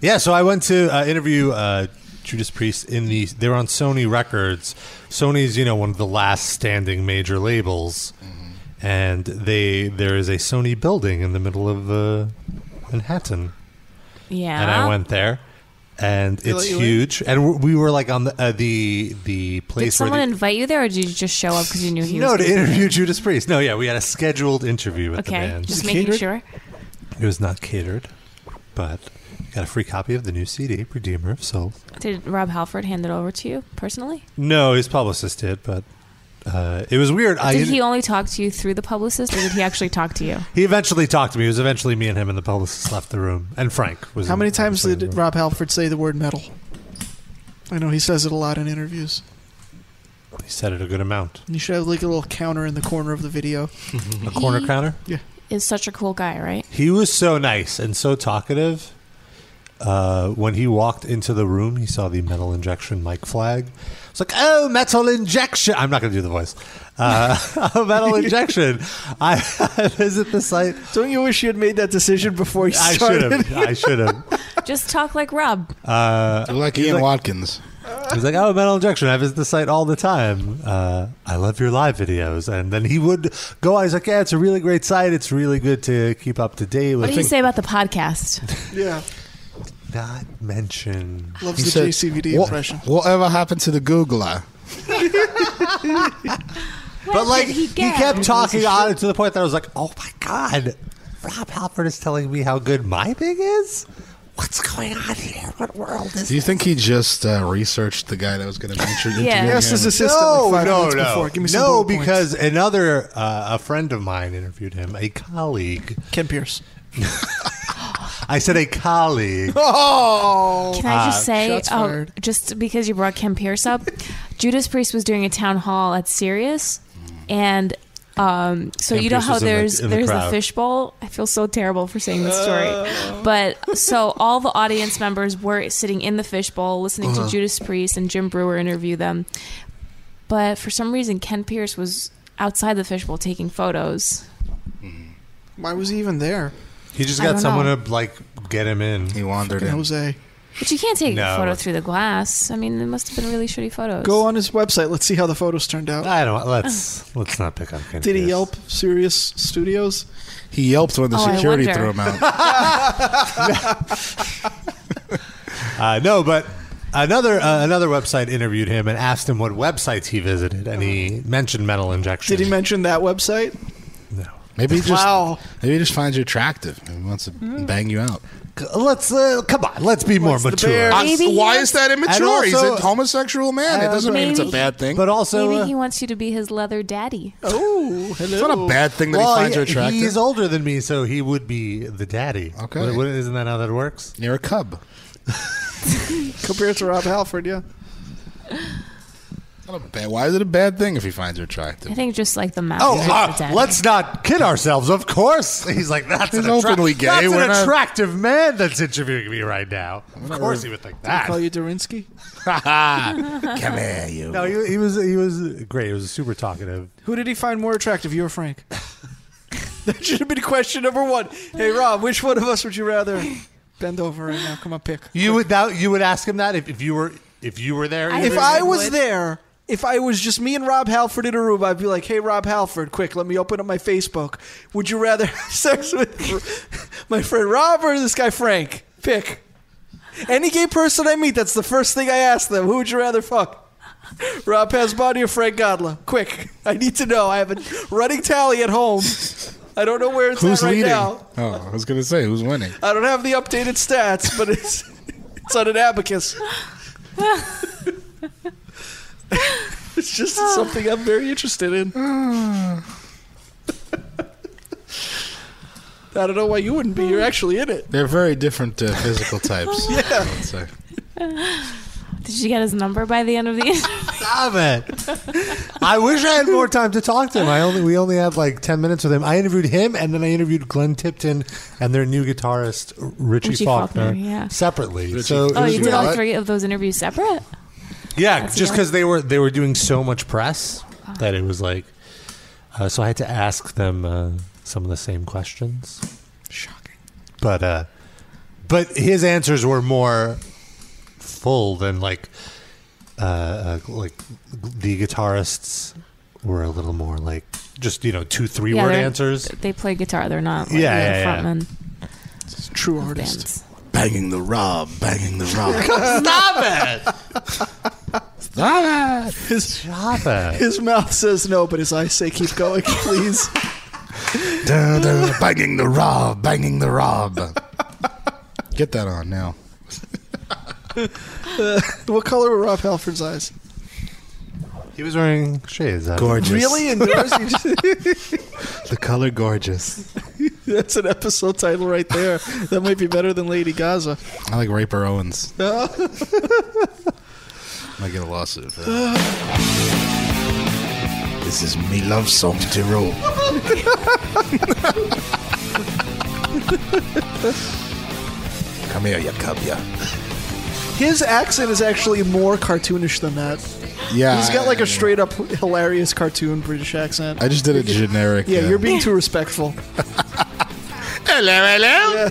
Speaker 1: Yeah. So I went to uh, interview uh, Judas Priest in the. They were on Sony Records. Sony's, you know, one of the last standing major labels,
Speaker 4: Mm-hmm.
Speaker 1: and they there is a Sony building in the middle of uh, Manhattan.
Speaker 5: yeah.
Speaker 1: and I went there, and
Speaker 4: let
Speaker 1: it's
Speaker 4: you in?
Speaker 1: huge. And w- we were like on the uh, the the
Speaker 5: Did
Speaker 1: place where
Speaker 5: someone
Speaker 1: the,
Speaker 5: invite you there, or did you just show up because you knew he
Speaker 1: no
Speaker 5: was?
Speaker 1: to
Speaker 5: gonna be
Speaker 1: interview Judas Priest. No, yeah, we had a scheduled interview with
Speaker 5: there?
Speaker 1: the
Speaker 5: Okay,
Speaker 1: band.
Speaker 5: just
Speaker 4: Just
Speaker 5: making
Speaker 4: catered?
Speaker 5: sure.
Speaker 1: It was not catered, but got a free copy of the new CD, Redeemer of Souls.
Speaker 5: Did Rob Halford hand it over to you personally?
Speaker 1: No, his publicist did, but uh, it was weird. I
Speaker 5: Did he only talk to you through the publicist, or did he actually talk to you?
Speaker 1: he eventually talked to me. It was eventually me and him, and the publicist left the room, and Frank was.
Speaker 4: How
Speaker 1: in-
Speaker 4: many times
Speaker 1: in the
Speaker 4: did
Speaker 1: room.
Speaker 4: Rob Halford say the word metal? I know he says it a lot in interviews.
Speaker 1: He said it a good amount.
Speaker 4: You should have like a little counter in the corner of the video.
Speaker 1: A corner
Speaker 5: He-
Speaker 1: counter.
Speaker 5: Is such a cool guy, right?
Speaker 1: He was so nice and so talkative. Uh, when he walked into the room, he saw the metal injection mic flag. It's like, oh, metal injection. I'm not going to do the voice. Uh, oh, metal injection. I, I visit the site.
Speaker 4: Don't you wish you had made that decision before you
Speaker 1: I
Speaker 4: started?
Speaker 1: should have. I should have.
Speaker 5: Just talk like Rob.
Speaker 3: Uh, like Ian Watkins.
Speaker 1: He's like, oh, metal injection. I visit the site all the time. Uh, I love your live videos. And then he would go. I was like, yeah, it's a really great site. It's really good to keep up to date
Speaker 5: What
Speaker 1: with.
Speaker 5: do you say about the podcast?
Speaker 4: Yeah,
Speaker 1: Not mention.
Speaker 4: loves
Speaker 3: He
Speaker 4: the
Speaker 3: said,
Speaker 4: JCVD
Speaker 3: "What-
Speaker 4: impression.
Speaker 3: Whatever happened to the Googler?
Speaker 1: But like he,
Speaker 5: get?
Speaker 1: kept talking on it to the point that I was like, "Oh my god, Rob Halford is telling me how good my thing is. What's going on here? What world is?"
Speaker 3: Do you think he just uh, researched the guy that was going to venture into
Speaker 5: Yeah.
Speaker 4: He asked his
Speaker 3: him?
Speaker 4: assistant like five minutes before. Give me some
Speaker 1: no,
Speaker 4: bullet points."
Speaker 1: because another uh, a friend of mine interviewed him, a colleague.
Speaker 4: Ken Pierce.
Speaker 1: I said a colleague.
Speaker 4: Oh,
Speaker 5: Can I
Speaker 1: Ah,
Speaker 5: just say,
Speaker 4: shots
Speaker 5: oh,
Speaker 4: fired.
Speaker 5: just because you brought Kim Pierce up, Judas Priest was doing a town hall at Sirius, and um, so
Speaker 1: Kim
Speaker 5: you know
Speaker 1: Pierce
Speaker 5: how
Speaker 1: was in the-
Speaker 5: there's
Speaker 1: in the
Speaker 5: there's
Speaker 1: crowd.
Speaker 5: the fishbowl. I feel so terrible for saying this story,
Speaker 4: Oh.
Speaker 5: but so all the audience members were sitting in the fishbowl listening
Speaker 4: Uh-huh.
Speaker 5: to Judas Priest and Jim Brewer interview them, but for some reason Ken Pierce was outside the fishbowl taking photos.
Speaker 4: why was he even there?
Speaker 1: he just
Speaker 5: I
Speaker 1: got
Speaker 5: don't
Speaker 1: someone
Speaker 5: know.
Speaker 1: to like get him in.
Speaker 3: He wandered
Speaker 4: Fucking
Speaker 3: in.
Speaker 4: Jose,
Speaker 5: But you can't take
Speaker 1: No.
Speaker 5: a photo through the glass. I mean, it must have been really shitty photos.
Speaker 4: go on his website. Let's see how the photos turned out.
Speaker 1: I don't. Let's let's not pick on. Ken
Speaker 4: Did he
Speaker 1: Pierce.
Speaker 4: yelp Sirius Studios?
Speaker 3: He yelped when the
Speaker 5: Oh, I
Speaker 3: security
Speaker 5: wonder.
Speaker 3: threw him out.
Speaker 1: Uh, no, but another uh, another website interviewed him and asked him what websites he visited, and he mentioned metal injection.
Speaker 4: Did he mention that website?
Speaker 1: no.
Speaker 3: Maybe he just
Speaker 4: Wow.
Speaker 3: maybe he just finds you attractive and wants to
Speaker 5: Mm-hmm.
Speaker 3: bang you out.
Speaker 1: Let's uh, come on. Let's be more
Speaker 4: What's the
Speaker 1: mature.
Speaker 4: bear?
Speaker 5: I- Maybe
Speaker 3: why
Speaker 5: he-
Speaker 3: is that immature?
Speaker 1: And
Speaker 3: He's
Speaker 1: also-
Speaker 3: a homosexual man. It doesn't mean it's a
Speaker 5: maybe-
Speaker 3: bad thing.
Speaker 1: But also,
Speaker 5: Maybe
Speaker 1: uh,
Speaker 5: he wants you to be his leather daddy.
Speaker 4: Oh, hello.
Speaker 3: it's not a bad thing that
Speaker 1: well,
Speaker 3: he finds
Speaker 1: he-
Speaker 3: you attractive.
Speaker 1: he's older than me, so he would be the daddy.
Speaker 3: Okay.
Speaker 1: Wh- wh- isn't that how that works?
Speaker 3: You're a cub.
Speaker 4: compared to Rob Halford. Yeah.
Speaker 3: Bad- Why is it a bad thing if he finds her attractive?
Speaker 5: I think just like the mouth.
Speaker 1: Oh,
Speaker 5: is
Speaker 1: uh,
Speaker 3: ah!
Speaker 5: the dagger.
Speaker 1: let's not kid ourselves. Of course, he's like that's
Speaker 3: He's
Speaker 1: an attra-
Speaker 3: openly gay.
Speaker 1: That's
Speaker 3: We're
Speaker 1: an
Speaker 3: not-
Speaker 1: attractive man that's interviewing me right now. Of course, he would think
Speaker 4: Did I
Speaker 1: that.
Speaker 4: call you Durinsky?
Speaker 1: Come
Speaker 3: here, you.
Speaker 1: No, he, he was he was great. He was super talkative.
Speaker 4: Who did he find more attractive, you or Frank? that should have been question number one. Hey, Rob, which one of us would you rather bend over right now? Come on, pick.
Speaker 1: You would that you would ask him that if, if you were if you were there.
Speaker 4: if I was there, if I was just me and Rob Halford in a room, I'd be like, "Hey, Rob Halford, quick, let me open up my Facebook. Would you rather have sex with my friend Rob or this guy Frank? Pick any gay person I meet. That's the first thing I ask them. Who would you rather fuck?" Rob Pasbani or Frank Godla? Quick, I need to know. I have a running tally at home. I don't know where it's
Speaker 3: Who's
Speaker 4: at right
Speaker 3: leading?
Speaker 4: now.
Speaker 3: Oh, I was gonna say who's winning.
Speaker 4: I don't have the updated stats, but it's it's on an abacus. it's just something I'm very interested in. I don't know why you wouldn't be. You're actually in it.
Speaker 3: They're very different uh, physical types.
Speaker 4: Yeah.
Speaker 3: I would say.
Speaker 5: Did you get his number by the end of the
Speaker 1: Stop it! I wish I had more time to talk to him. I only we only had like ten minutes with him. I interviewed him, and then I interviewed Glenn Tipton and their new guitarist Richie,
Speaker 5: Richie
Speaker 1: Faulkner,
Speaker 5: Faulkner, yeah.
Speaker 1: separately. So
Speaker 5: Oh,
Speaker 1: it was
Speaker 5: you did all
Speaker 1: really-
Speaker 5: three of those interviews separate?
Speaker 1: Yeah, just
Speaker 5: together.
Speaker 1: because they were they were doing so much press that it was like, uh, so I had to ask them uh, some of the same questions. Shocking. But uh, but his answers were more full than like uh, uh, like the guitarists were a little more like just you know two three word
Speaker 5: they're-
Speaker 1: answers.
Speaker 5: They play guitar. They're not. Like,
Speaker 1: Yeah,
Speaker 5: yeah,
Speaker 1: yeah, yeah.
Speaker 5: frontmen.
Speaker 4: True
Speaker 5: artists.
Speaker 3: Banging the Rob, banging the
Speaker 1: Stop
Speaker 4: Stop it! His, Stop
Speaker 1: it.
Speaker 4: His mouth says no, but his eyes say keep going, please.
Speaker 3: Dun, dun, banging the Rob, banging the Rob. Get that on now.
Speaker 4: Uh, what color were Rob Halford's eyes?
Speaker 1: He was wearing shades. I don't know.
Speaker 3: Gorgeous.
Speaker 4: Really? And yours? You just-
Speaker 3: The color gorgeous.
Speaker 4: That's an episode title right there. That might be better than Lady Gaza.
Speaker 3: I like Raper Owens. Might get a lawsuit. for that. This is me love song to roll. Come here, you cub, ya.
Speaker 4: His accent is actually more cartoonish than that.
Speaker 3: Yeah,
Speaker 4: he's got
Speaker 3: I-
Speaker 4: like a straight up hilarious cartoon British accent.
Speaker 3: I just did a generic.
Speaker 4: yeah,
Speaker 3: uh,
Speaker 4: you're being too respectful.
Speaker 3: Hello, hello.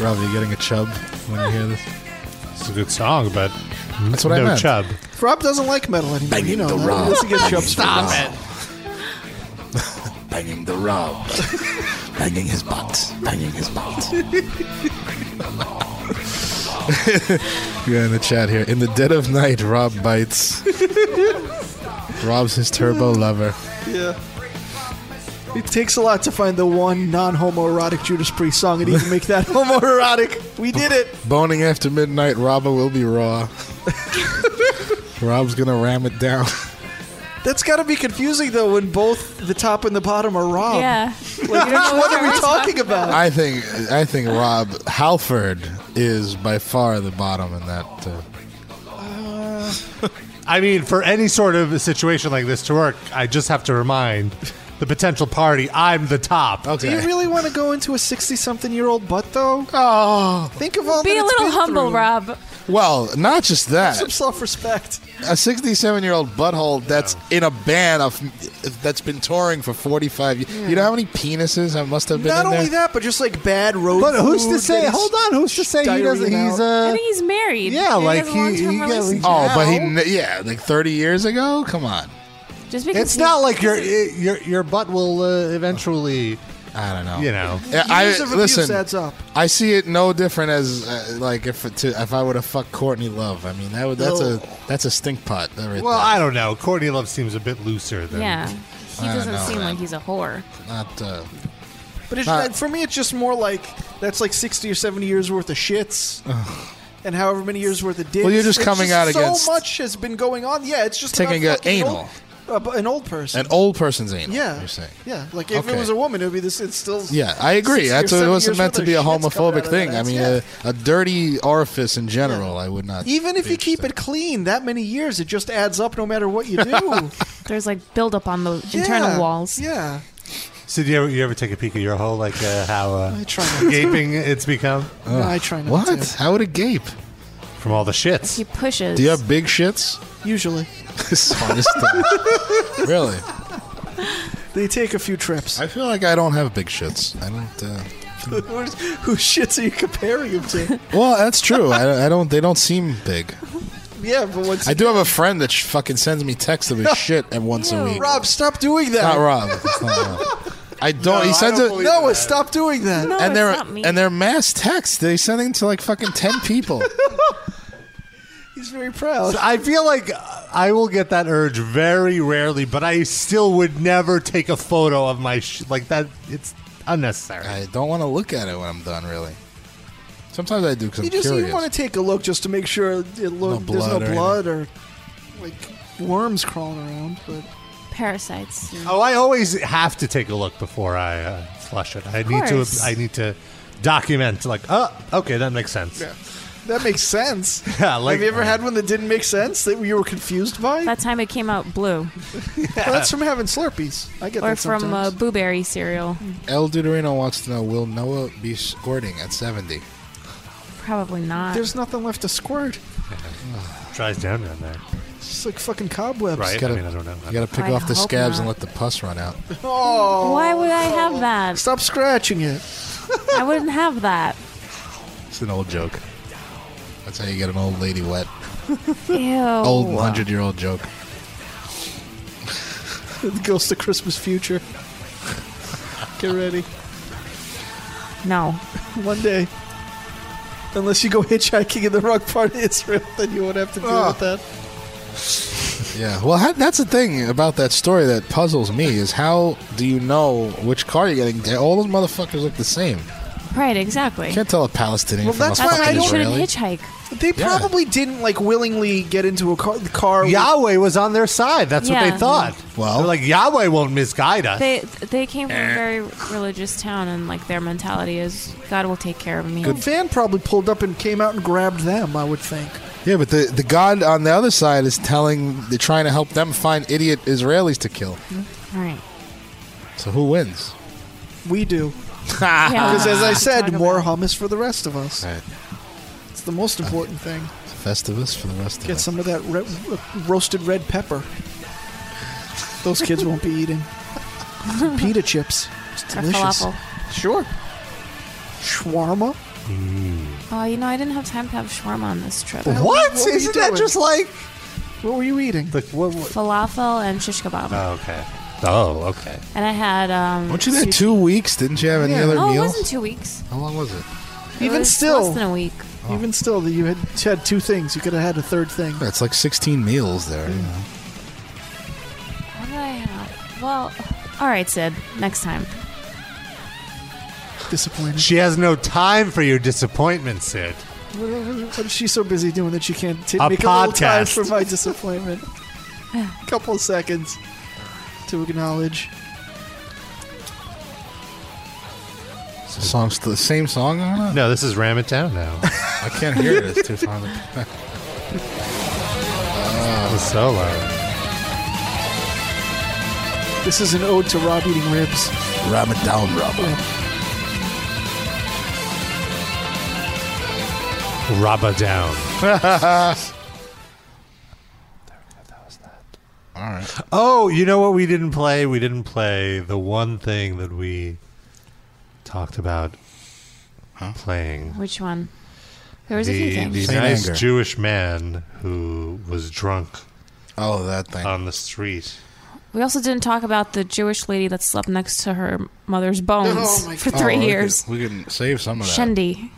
Speaker 3: Rob, are you getting a chub when you hear this?
Speaker 1: It's a good song, but
Speaker 3: That's what I
Speaker 1: no
Speaker 3: meant.
Speaker 1: chub.
Speaker 4: Rob doesn't like metal anymore. you know
Speaker 3: the
Speaker 4: that.
Speaker 3: rock.
Speaker 4: He doesn't get chubs for
Speaker 3: Stop
Speaker 4: this.
Speaker 3: it. Banging the Rob, banging his butt, banging his butt. yeah, in the chat here. In the dead of night, Rob bites. Rob's his turbo lover.
Speaker 4: Yeah. It takes a lot to find the one non-homoerotic Judas Priest song and even make that homoerotic. We did it.
Speaker 3: Boning after midnight, Robba will be raw. Rob's gonna ram it down.
Speaker 4: That's got to be confusing though when both the top and the bottom are Rob.
Speaker 5: Yeah. You
Speaker 4: Like,
Speaker 5: don't know
Speaker 4: what
Speaker 5: which
Speaker 4: are
Speaker 5: one
Speaker 4: we
Speaker 5: is
Speaker 4: talking about?
Speaker 3: I think I think Rob Halford is by far the bottom in that. Uh,
Speaker 1: I mean, for any sort of a situation like this to work, I just have to remind the potential party I'm the top.
Speaker 4: Do you really want to go into a 60 something year old butt though?
Speaker 3: Oh.
Speaker 4: Think of all
Speaker 5: Be
Speaker 4: that
Speaker 5: a
Speaker 4: it's
Speaker 5: little
Speaker 4: been
Speaker 5: humble,
Speaker 4: through.
Speaker 5: Rob.
Speaker 3: Well, not just
Speaker 4: Have
Speaker 3: that.
Speaker 4: some self respect.
Speaker 3: A 67 year old butthole that's in a band of that's been touring for 45 years. You know how many penises I must have been
Speaker 4: Not
Speaker 3: in there?
Speaker 4: only that, but just like bad road.
Speaker 1: But who's
Speaker 4: food
Speaker 1: to say?
Speaker 4: that
Speaker 1: Hold on, who's to say he
Speaker 4: diarrhea
Speaker 1: doesn't?
Speaker 4: now.
Speaker 1: He's
Speaker 5: I
Speaker 1: uh,
Speaker 5: think he's married.
Speaker 1: yeah,
Speaker 5: He
Speaker 1: like
Speaker 5: has a
Speaker 1: he-
Speaker 5: long-term
Speaker 1: he got-
Speaker 5: relationship.
Speaker 3: oh, but he
Speaker 4: Now-
Speaker 3: kn- yeah, like 30 years ago. Come on.
Speaker 5: Just because
Speaker 1: it's
Speaker 5: he-
Speaker 1: not like your your your butt will uh, eventually,
Speaker 3: I don't know.
Speaker 1: you know.
Speaker 3: Yeah, I
Speaker 4: Years of abuse
Speaker 3: listen.
Speaker 4: adds up.
Speaker 3: I see it no different as uh, like if it to, if I would have fucked Courtney Love. I mean that would that's
Speaker 4: No.
Speaker 3: a that's a stink pot. that Right
Speaker 1: Well,
Speaker 3: there.
Speaker 1: I don't know. Courtney Love seems a bit looser than
Speaker 5: Yeah. He
Speaker 3: I don't
Speaker 5: doesn't
Speaker 3: know,
Speaker 5: seem
Speaker 3: man.
Speaker 5: like he's a whore.
Speaker 3: not. Uh,
Speaker 4: But it's,
Speaker 3: Not-
Speaker 4: like, for me, it's just more like that's like 60 or 70 years worth of shits. And however many years worth of dicks.
Speaker 3: Well, you're just
Speaker 4: It's
Speaker 3: coming out against-
Speaker 4: So much has been going on. Yeah, it's just about
Speaker 3: Taking a
Speaker 4: fucking
Speaker 3: anal.
Speaker 4: old- a, an old person.
Speaker 3: An old person's anal.
Speaker 4: Yeah.
Speaker 3: You're saying.
Speaker 4: Yeah, like if
Speaker 3: Okay.
Speaker 4: it was a woman, it would be this. It's still.
Speaker 3: Yeah, I agree.
Speaker 4: You're
Speaker 3: That's what it
Speaker 4: seven
Speaker 3: wasn't
Speaker 4: years
Speaker 3: meant to
Speaker 4: with
Speaker 3: be a
Speaker 4: her, shit's coming out
Speaker 3: homophobic
Speaker 4: of
Speaker 3: thing.
Speaker 4: that.
Speaker 3: I mean, uh,
Speaker 4: Yeah.
Speaker 3: a, a dirty orifice in general. I would not.
Speaker 4: even if you keep it clean that many years, it just adds up no matter what you do.
Speaker 5: There's like buildup on the internal walls.
Speaker 4: Yeah.
Speaker 1: So do you ever, you ever take a peek at your hole, like uh, how uh,
Speaker 4: I try not to.
Speaker 1: gaping it's become?
Speaker 4: No, I try not
Speaker 3: What?
Speaker 4: to.
Speaker 3: How would it gape?
Speaker 1: From all the shits.
Speaker 5: He pushes.
Speaker 3: Do you have big shits?
Speaker 4: Usually,
Speaker 3: This is honest thing. Really?
Speaker 4: they take a few trips.
Speaker 3: I feel like I don't have big shits. I don't. Uh,
Speaker 4: Who who shits are you comparing him to?
Speaker 3: well, that's true. I, I don't. They don't seem big.
Speaker 4: yeah, but once
Speaker 3: I do have a friend that sh- fucking sends me texts of his shit and once a week.
Speaker 4: Rob, stop doing that.
Speaker 3: Not Rob. It's not Rob. I don't. he sends it.
Speaker 4: No, stop doing that.
Speaker 5: No,
Speaker 3: and
Speaker 5: it's
Speaker 3: they're
Speaker 5: not me.
Speaker 3: and they're mass texts. They send it to like fucking ten people.
Speaker 4: He's very proud.
Speaker 1: I feel like I will get that urge very rarely, but I still would never take a photo of my sh- like that. It's unnecessary.
Speaker 3: I don't want to look at it when I'm done. Really. Sometimes I do because I'm
Speaker 4: You just
Speaker 3: curious.
Speaker 4: you want to take a look just to make sure it look,
Speaker 3: No
Speaker 4: there's no
Speaker 3: blood or
Speaker 4: blood or, like worms crawling around. But
Speaker 5: parasites.
Speaker 1: Oh, I always have to take a look before I uh, flush it. I need to.
Speaker 5: course.
Speaker 1: I need to document. Like, oh, okay, that makes sense.
Speaker 4: that makes sense.
Speaker 1: Yeah, like-
Speaker 4: have you ever had one that didn't make sense that you were confused by?
Speaker 5: That time it came out blue,
Speaker 4: Well, that's from having Slurpees. I get
Speaker 5: or
Speaker 4: that
Speaker 5: from uh,
Speaker 4: sometimes. Hmm.
Speaker 5: blueberry cereal,
Speaker 3: El Duderino wants to know: Will Noah be squirting at seventy?
Speaker 5: probably not.
Speaker 4: There's nothing left to squirt.
Speaker 1: Dries down around there,
Speaker 5: uh,
Speaker 4: It's just like fucking cobwebs.
Speaker 1: right?
Speaker 3: gotta-
Speaker 1: I mean, I don't know.
Speaker 3: You got to pick
Speaker 5: I
Speaker 3: off the
Speaker 5: hope not.
Speaker 3: scabs and let the pus run out.
Speaker 4: Oh,
Speaker 5: Why would I have that?
Speaker 4: stop scratching it.
Speaker 5: I wouldn't have that.
Speaker 3: It's an old joke. That's how you get an old lady wet.
Speaker 5: Ew.
Speaker 3: Old hundred year old joke.
Speaker 4: The Ghost of Christmas Future. Get ready.
Speaker 5: No.
Speaker 4: One day. Unless you go hitchhiking in the wrong part of Israel, then you won't have to deal
Speaker 3: Ah.
Speaker 4: with that.
Speaker 3: Yeah. Well, how, that's the thing about that story that puzzles me is how do you know which car you're getting? They- All those motherfuckers look the same.
Speaker 5: Right. Exactly.
Speaker 3: You can't tell a Palestinian
Speaker 4: Well,
Speaker 3: from
Speaker 4: that's
Speaker 3: a
Speaker 4: why
Speaker 5: That's
Speaker 3: fucking
Speaker 5: why
Speaker 4: I
Speaker 5: you
Speaker 4: don't-
Speaker 5: shouldn't
Speaker 3: Israeli.
Speaker 5: hitchhike.
Speaker 4: They
Speaker 3: Yeah.
Speaker 4: probably didn't like willingly get into a car. The car with-
Speaker 1: Yahweh was on their side. That's what
Speaker 5: Yeah.
Speaker 1: they thought.
Speaker 3: Well-
Speaker 1: They're like Yahweh won't misguide us.
Speaker 5: They they came from
Speaker 1: Eh.
Speaker 5: a very religious town, and like their mentality is God will take care of me.
Speaker 4: the van probably pulled up and came out and grabbed them. I would think.
Speaker 3: Yeah, but the, the God on the other side is telling, they're trying to help them find idiot Israelis to kill.
Speaker 5: Right.
Speaker 3: So who wins?
Speaker 4: We do
Speaker 5: Yeah.
Speaker 4: Ah. because, as I
Speaker 5: Talk
Speaker 4: said,
Speaker 5: about-
Speaker 4: more hummus for the rest of us.
Speaker 3: Right.
Speaker 4: It's the most important thing.
Speaker 3: Festivus for the rest of
Speaker 4: Get
Speaker 3: us.
Speaker 4: some of that re- ro- roasted red pepper. Those kids won't be eating Some pita chips. It's
Speaker 5: Or
Speaker 4: delicious.
Speaker 5: falafel.
Speaker 4: Sure. Shawarma.
Speaker 5: Oh, you know, I didn't have time to have shawarma on this trip.
Speaker 1: what?
Speaker 4: What were you
Speaker 1: Isn't that
Speaker 4: doing?
Speaker 1: just like?
Speaker 4: What were you eating?
Speaker 1: Like what? what?
Speaker 5: Falafel and shish kebab,
Speaker 1: Oh, okay. Oh, okay.
Speaker 5: and I had. um
Speaker 3: Weren't you there
Speaker 5: sushi-
Speaker 3: two weeks? Didn't you have any
Speaker 4: Yeah.
Speaker 3: other
Speaker 5: Oh, it
Speaker 3: meal?
Speaker 5: wasn't two weeks.
Speaker 3: How long was it? Oh.
Speaker 5: It
Speaker 4: Even
Speaker 5: was
Speaker 4: still.
Speaker 5: less than a week.
Speaker 4: Even still, you had, you had two things. You could have had a third thing.
Speaker 3: That's like 16 meals there. you know.
Speaker 5: What did I have? Well, all right, Sid. Next time.
Speaker 4: Disappointed.
Speaker 1: She has no time for your disappointment, Sid.
Speaker 4: What, what- what is she so busy doing that she can't t-
Speaker 1: A
Speaker 4: make a little time
Speaker 1: podcast.
Speaker 4: for my disappointment? A couple of seconds to acknowledge.
Speaker 3: Is the song still the same song on it?
Speaker 1: No, this is ram it down now.
Speaker 3: I can't hear it. It's too far.
Speaker 1: the solo.
Speaker 4: This is an ode to Rob eating ribs.
Speaker 3: Ram it down, Robert.
Speaker 1: Rabba down.
Speaker 3: All right.
Speaker 1: Oh, you know what we didn't play? We didn't play the one thing that we talked about playing.
Speaker 5: Which one? There was a few
Speaker 1: The,
Speaker 5: things.
Speaker 1: the
Speaker 3: Saint
Speaker 1: nice
Speaker 3: Anger.
Speaker 1: Jewish man who was drunk
Speaker 3: Oh, that thing.
Speaker 1: on the street.
Speaker 5: We also didn't talk about the Jewish lady that slept next to her mother's bones
Speaker 4: Oh my
Speaker 5: for
Speaker 3: Oh,
Speaker 5: three
Speaker 3: we could-
Speaker 5: years.
Speaker 3: we can save some of that
Speaker 5: Shendi.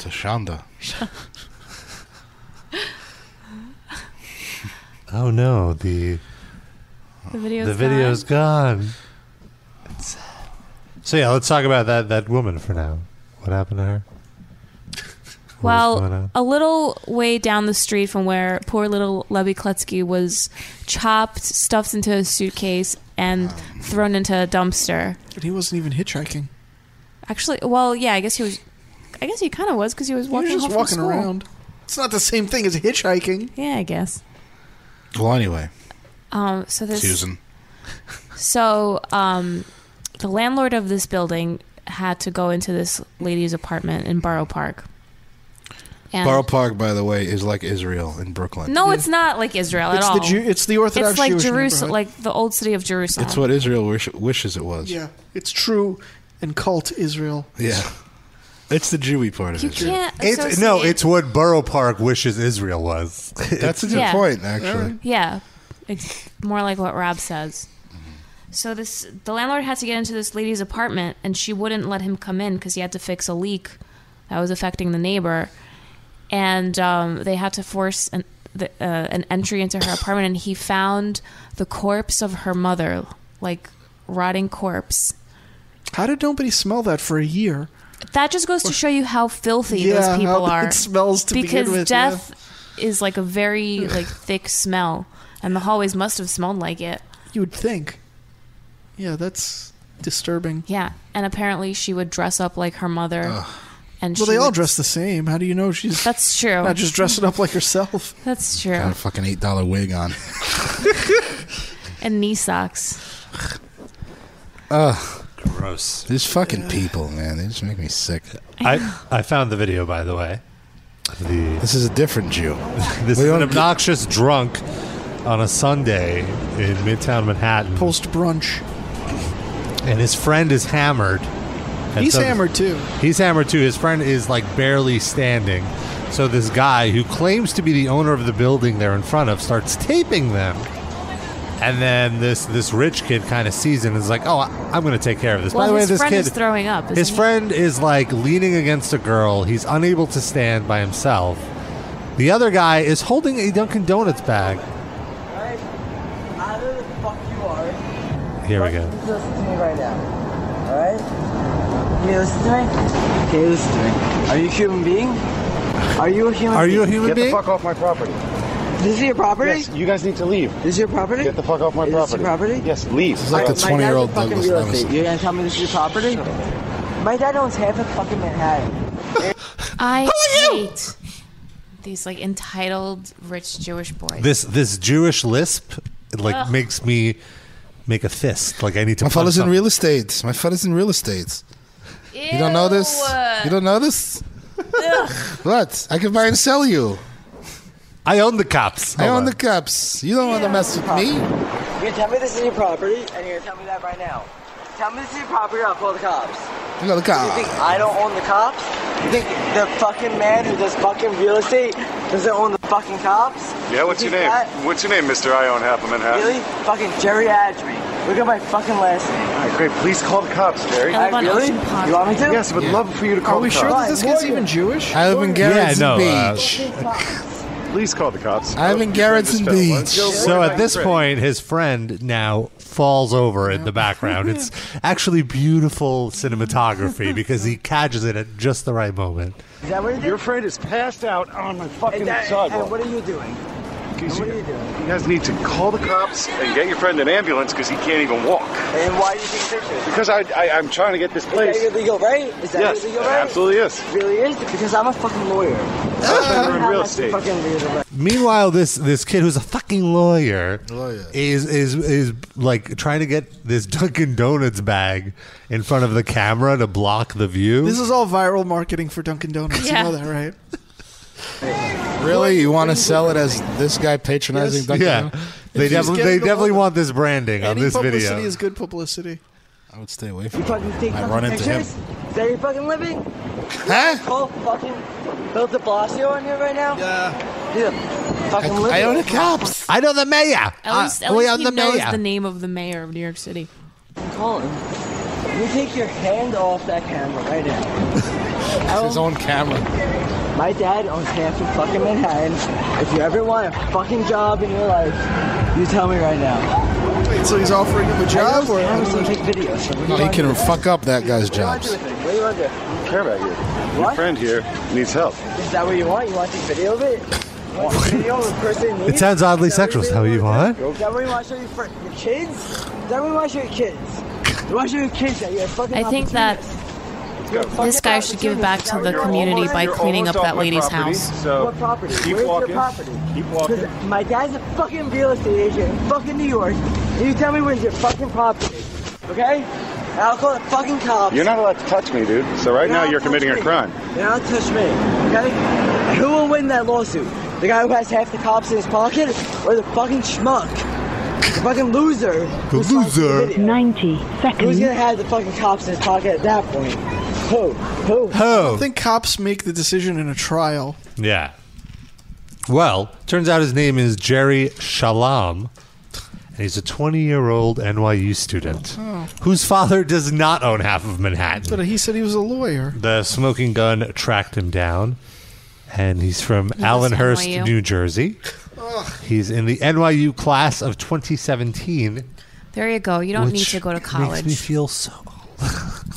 Speaker 3: to Shonda.
Speaker 1: Oh no, the
Speaker 5: The video's
Speaker 1: the video's gone. So yeah, let's talk about that that woman for now. What happened to her? What was going
Speaker 5: Well,
Speaker 1: on?
Speaker 5: a little way down the street from where poor little Levy Klutsky was chopped, stuffed into a suitcase, and thrown into a dumpster.
Speaker 4: But he wasn't even hitchhiking.
Speaker 5: Actually, well, yeah, I guess he was. I guess he kind of was because he was
Speaker 4: He was
Speaker 5: walking.
Speaker 4: just
Speaker 5: home from
Speaker 4: walking
Speaker 5: school.
Speaker 4: around. It's not the same thing as hitchhiking.
Speaker 5: Yeah, I guess.
Speaker 3: Well, anyway,
Speaker 5: Um, so this
Speaker 3: Susan.
Speaker 5: So um, the landlord of this building had to go into this lady's apartment in Borough Park. And
Speaker 3: Borough Park, by the way, is like Israel in Brooklyn.
Speaker 5: No, it's not like Israel
Speaker 4: It's
Speaker 5: at
Speaker 4: the
Speaker 5: all.
Speaker 4: Jew- it's the Orthodox
Speaker 5: It's like
Speaker 4: Jewish
Speaker 5: Jerusalem,
Speaker 4: neighborhood.
Speaker 5: like the old city of Jerusalem.
Speaker 3: It's what Israel wish, wishes it was.
Speaker 4: Yeah, it's true and cult Israel.
Speaker 3: Yeah. It's the Jewy part of
Speaker 5: You
Speaker 3: Israel.
Speaker 5: can't
Speaker 1: It's, no,
Speaker 5: associate-
Speaker 1: it's what Borough Park wishes Israel was.
Speaker 3: That's a good
Speaker 5: Yeah.
Speaker 3: point, actually. Mm-hmm.
Speaker 5: Yeah, it's more like what Rob says. So this, the landlord had to get into this lady's apartment, and she wouldn't let him come in because he had to fix a leak that was affecting the neighbor, and um, they had to force an the, uh, an entry into her apartment. And he found the corpse of her mother, like rotting corpse.
Speaker 4: How did nobody smell that for a year?
Speaker 5: That just goes to show you how filthy
Speaker 4: Yeah,
Speaker 5: those people
Speaker 4: how
Speaker 5: are.
Speaker 4: it smells to begin
Speaker 5: because
Speaker 4: with,
Speaker 5: death is like a very like thick smell, and the hallways must have smelled like it.
Speaker 4: You would think. Yeah, that's disturbing.
Speaker 5: Yeah, and apparently she would dress up like her mother, and
Speaker 4: Well,
Speaker 5: she
Speaker 4: they all
Speaker 5: would-
Speaker 4: dress the same. How do you know she's
Speaker 5: That's true.
Speaker 4: not just dressing up like herself?
Speaker 5: That's
Speaker 3: Got
Speaker 5: true.
Speaker 3: a fucking eight dollar wig on.
Speaker 5: And knee socks.
Speaker 1: Gross.
Speaker 3: These fucking people, man, they just make me sick.
Speaker 1: I, I found the video, by the way. The,
Speaker 3: This is a different Jew.
Speaker 1: this is
Speaker 3: We
Speaker 1: an
Speaker 3: don't-
Speaker 1: obnoxious drunk on a Sunday in Midtown Manhattan,
Speaker 4: Post brunch.
Speaker 1: and his friend is hammered. And
Speaker 4: He's
Speaker 1: so-
Speaker 4: hammered too.
Speaker 1: He's hammered too. His friend is like barely standing. So this guy who claims to be the owner of the building they're in front of starts taping them. And then this this rich kid kind of sees it and is like, "Oh, I, I'm going to take care of this."
Speaker 5: Well,
Speaker 1: By the way,
Speaker 5: his
Speaker 1: this
Speaker 5: friend
Speaker 1: kid
Speaker 5: is throwing up. isn't
Speaker 1: his
Speaker 5: he?
Speaker 1: friend is like leaning against a girl. He's unable to stand by himself. The other guy is holding a Dunkin' Donuts bag.
Speaker 9: I know the fuck you are.
Speaker 1: Here we go.
Speaker 9: Listen to me right now. Alright? Can you listen to me? Can you listen to me? Are you a human being? Are you a human
Speaker 1: Are you a
Speaker 9: being?
Speaker 1: human
Speaker 10: Get the
Speaker 1: being?
Speaker 10: fuck off my property.
Speaker 9: This is your property?
Speaker 10: Yes, you guys need to leave.
Speaker 9: This is your property?
Speaker 10: Get the fuck off my
Speaker 9: Is
Speaker 10: property.
Speaker 9: this your property?
Speaker 10: Yes, leave.
Speaker 3: like
Speaker 9: My- my
Speaker 3: the
Speaker 9: dad's a
Speaker 3: 20-year-old
Speaker 9: fucking
Speaker 3: Douglas
Speaker 9: real
Speaker 3: Levinson.
Speaker 9: estate. You're gonna tell me this is your property? My dad owns half of fucking Manhattan.
Speaker 5: I hate these like entitled rich Jewish boys.
Speaker 1: This this Jewish lisp like
Speaker 5: Ugh.
Speaker 1: makes me make a fist. Like I need to.
Speaker 3: My father's
Speaker 1: punch
Speaker 3: in
Speaker 1: him.
Speaker 3: real estate. My father's in real estate. You don't know this? You don't know this? what? I can buy and sell you.
Speaker 1: I own the cops.
Speaker 3: I
Speaker 1: Hold
Speaker 3: own
Speaker 1: on.
Speaker 3: the cups. You don't want to mess with me.
Speaker 9: You're gonna tell me this is your property, and you're gonna tell me that right now. Tell me this is your property, or I'll call the cops.
Speaker 3: You know the
Speaker 9: You think
Speaker 3: cop.
Speaker 9: I don't own the cops? You think the fucking man who does fucking real estate doesn't own the fucking cops?
Speaker 10: Yeah, what's
Speaker 9: You
Speaker 10: your
Speaker 9: think
Speaker 10: name?
Speaker 9: that?
Speaker 10: What's your name, Mister? I own half of Manhattan.
Speaker 9: Really? Fucking Jerry Adjemi. Look at my fucking last name.
Speaker 10: All right, great. Please call the cops, Jerry.
Speaker 5: I live
Speaker 9: I
Speaker 5: on
Speaker 9: really?
Speaker 5: Ocean Park.
Speaker 9: You want me to?
Speaker 10: Yes, I would love for you to call
Speaker 4: Are we
Speaker 10: the
Speaker 4: sure
Speaker 10: cops.
Speaker 4: that this guy's even Jewish?
Speaker 3: I live in Garrettson
Speaker 1: no, uh,
Speaker 3: Beach.
Speaker 10: Please call the cops.
Speaker 3: I'm in Garrettson Beach.
Speaker 1: So at this point, his friend now falls over in the background. It's actually beautiful cinematography because he catches it at just the right moment.
Speaker 9: Is that what you did?
Speaker 10: your friend is passed out on my fucking
Speaker 9: and, that- and
Speaker 10: sidewalk.
Speaker 9: what are you doing?
Speaker 10: you,
Speaker 9: what are you doing?
Speaker 10: you guys need to call the cops and get your friend an ambulance because he can't even walk.
Speaker 9: And why do you take pictures?
Speaker 10: Because I, I I'm trying to get this place.
Speaker 9: Is that illegal, right? Is that
Speaker 10: yes,
Speaker 9: illegal,
Speaker 10: it
Speaker 9: right?
Speaker 10: absolutely is.
Speaker 9: It really is because I'm a fucking lawyer.
Speaker 10: We're in
Speaker 9: How
Speaker 10: real
Speaker 9: much
Speaker 10: estate.
Speaker 9: Fucking legal, right?
Speaker 1: Meanwhile, this this kid who's a fucking lawyer,
Speaker 3: Lawyer.
Speaker 1: is is is like trying to get this Dunkin' Donuts bag in front of the camera to block the view.
Speaker 4: This is all viral marketing for Dunkin' Donuts.
Speaker 5: Yeah.
Speaker 4: You know that, right?
Speaker 3: Really? You want to sell it as this guy patronizing
Speaker 4: Yes.
Speaker 3: Dunkin'
Speaker 1: yeah,
Speaker 3: Donuts?
Speaker 1: they
Speaker 4: If you just
Speaker 1: definitely
Speaker 4: get
Speaker 1: they
Speaker 4: it all
Speaker 1: definitely
Speaker 4: over-
Speaker 1: want this branding on
Speaker 4: Any
Speaker 1: this
Speaker 4: publicity
Speaker 1: video.
Speaker 4: is good publicity.
Speaker 3: I would stay away
Speaker 9: You
Speaker 3: from
Speaker 9: fucking
Speaker 3: him.
Speaker 9: take
Speaker 3: Might
Speaker 9: fucking
Speaker 3: run into him.
Speaker 9: pictures? Is that your fucking living?
Speaker 3: Huh?
Speaker 9: Call fucking Bill de Blasio on here right now?
Speaker 4: Yeah.
Speaker 9: Dude, fucking living.
Speaker 3: I own the cops.
Speaker 1: I know the mayor.
Speaker 4: Ah,
Speaker 5: at least,
Speaker 4: oh,
Speaker 1: Uh,
Speaker 5: at
Speaker 1: we
Speaker 5: least
Speaker 1: own
Speaker 5: he
Speaker 1: the
Speaker 5: knows
Speaker 1: mayor.
Speaker 5: the name of the mayor of New York City.
Speaker 9: Colin, you take your hand off that camera right now.
Speaker 3: It's his own camera.
Speaker 9: My dad owns half of fucking Manhattan. If you ever want a fucking job in your life, you tell me right now.
Speaker 4: Wait, so he's offering him a
Speaker 9: I
Speaker 4: job?
Speaker 9: know
Speaker 4: Or
Speaker 9: Sam's gonna take videos. So what do you
Speaker 3: He
Speaker 9: wanna do
Speaker 3: can
Speaker 9: with it?
Speaker 3: fuck up that guy's
Speaker 9: What do you wanna do
Speaker 3: jobs.
Speaker 9: with it? What do you want to do?
Speaker 10: I don't care about you. Your friend here needs help.
Speaker 9: Is that what you want? You want to video of it? You want to video of the person needs?
Speaker 1: It sounds oddly
Speaker 9: Is that
Speaker 1: sexual. How you
Speaker 9: what
Speaker 1: want?
Speaker 9: you- Is that what you want to show your, fr- your kids? Is that what you want to show your kids? You want to show your kids that you're a fucking
Speaker 5: I think that this guy should give back to the community by cleaning up that lady's house.
Speaker 9: what property? Where's your property? Keep walking. My dad's a fucking real estate agent in fucking New York. And you tell me where's your fucking property, okay? And I'll call the fucking cops.
Speaker 10: You're not allowed to touch me, dude. So right
Speaker 9: You're
Speaker 10: now
Speaker 9: not
Speaker 10: you're committing a
Speaker 9: touching
Speaker 10: crime.
Speaker 9: me. You're not touch me, okay? Who will win that lawsuit? The guy who has half the cops in his pocket, or the fucking schmuck, the fucking loser?
Speaker 1: The loser.
Speaker 9: Ninety seconds. Who's gonna have the fucking cops in his pocket at that point? Who? Who?
Speaker 1: Who?
Speaker 4: I think cops make the decision in a trial.
Speaker 1: Yeah. Well, turns out his name is Jerry Shalom, and he's a 20 year old NYU student
Speaker 4: Oh.
Speaker 1: whose father does not own half of
Speaker 4: But
Speaker 1: Manhattan.
Speaker 4: he said he was a lawyer.
Speaker 1: The smoking gun tracked him down, and he's from
Speaker 4: He lives in
Speaker 1: Allenhurst,
Speaker 4: NYU.
Speaker 1: New Jersey. He's in the NYU class of 2017.
Speaker 5: There you go. You don't
Speaker 1: Which
Speaker 5: need to go to
Speaker 1: makes
Speaker 5: college.
Speaker 1: me feel so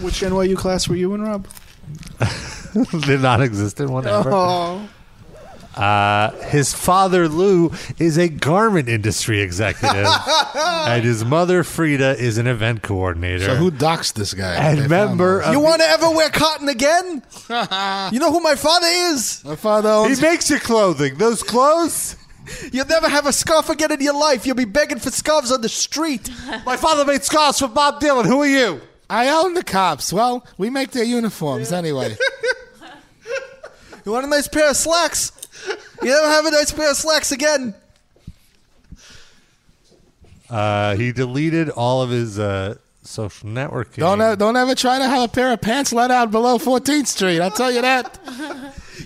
Speaker 4: Which NYU class were you in, Rob?
Speaker 1: the non existent one ever.
Speaker 4: Oh.
Speaker 1: Uh, his father Lou is a garment industry executive, and his mother Frida is an event coordinator.
Speaker 3: So who doxed this guy?
Speaker 1: and member of
Speaker 4: You
Speaker 1: the-
Speaker 4: want to ever wear cotton again? you know who my father is?
Speaker 3: My father
Speaker 1: He makes your clothing. Those clothes.
Speaker 4: You'll never have a scarf again in your life. You'll be begging for scarves on the street.
Speaker 1: My father made scarves for Bob Dylan. Who are you?
Speaker 3: I own the cops. Well, we make their uniforms anyway.
Speaker 4: You want a nice pair of slacks? You never have a nice pair of slacks again.
Speaker 1: Uh, he deleted all of his uh, social networking.
Speaker 3: Don't uh, don't ever try to have a pair of pants let out below 14th Street. I'll tell you that.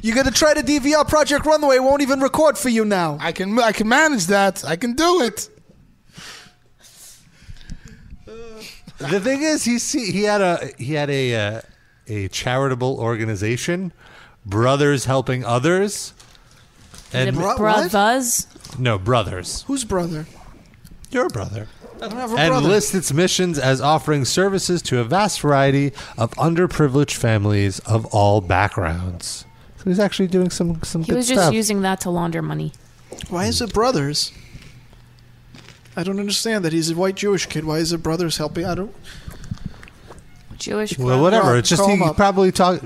Speaker 4: You're gonna try to DVR Project Runway. Won't even record for you now.
Speaker 3: I can I can manage that. I can do it.
Speaker 1: the thing is, he see, he had a he had a uh, a charitable organization, Brothers Helping Others,
Speaker 5: The bro- brothers.
Speaker 1: no brothers.
Speaker 4: Whose brother?
Speaker 1: Your brother.
Speaker 4: I don't have a
Speaker 1: and
Speaker 4: brother.
Speaker 1: lists its missions as offering services to a vast variety of underprivileged families of all backgrounds. So he's actually doing some some
Speaker 5: He was just using that to launder money.
Speaker 4: Why is it brothers? I don't understand that he's a white Jewish kid. Why is it brothers helping? I don't.
Speaker 5: Jewish.
Speaker 1: Well, whatever. It's just he probably talk.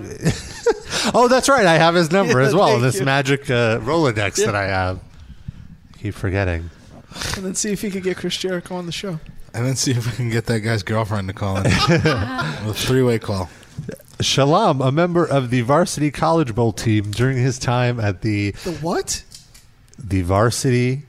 Speaker 1: oh, that's right. I have his number
Speaker 4: Yeah,
Speaker 1: as well.
Speaker 4: thank
Speaker 1: This
Speaker 4: you.
Speaker 1: magic uh, Rolodex
Speaker 4: Yeah.
Speaker 1: that I have. Keep forgetting.
Speaker 4: And then see if he could get Chris Jericho on the show.
Speaker 3: And then see if we can get that guy's girlfriend to call in. a three way call.
Speaker 1: Shalom, a member of the varsity college bowl team during his time at the
Speaker 4: The what?
Speaker 1: the varsity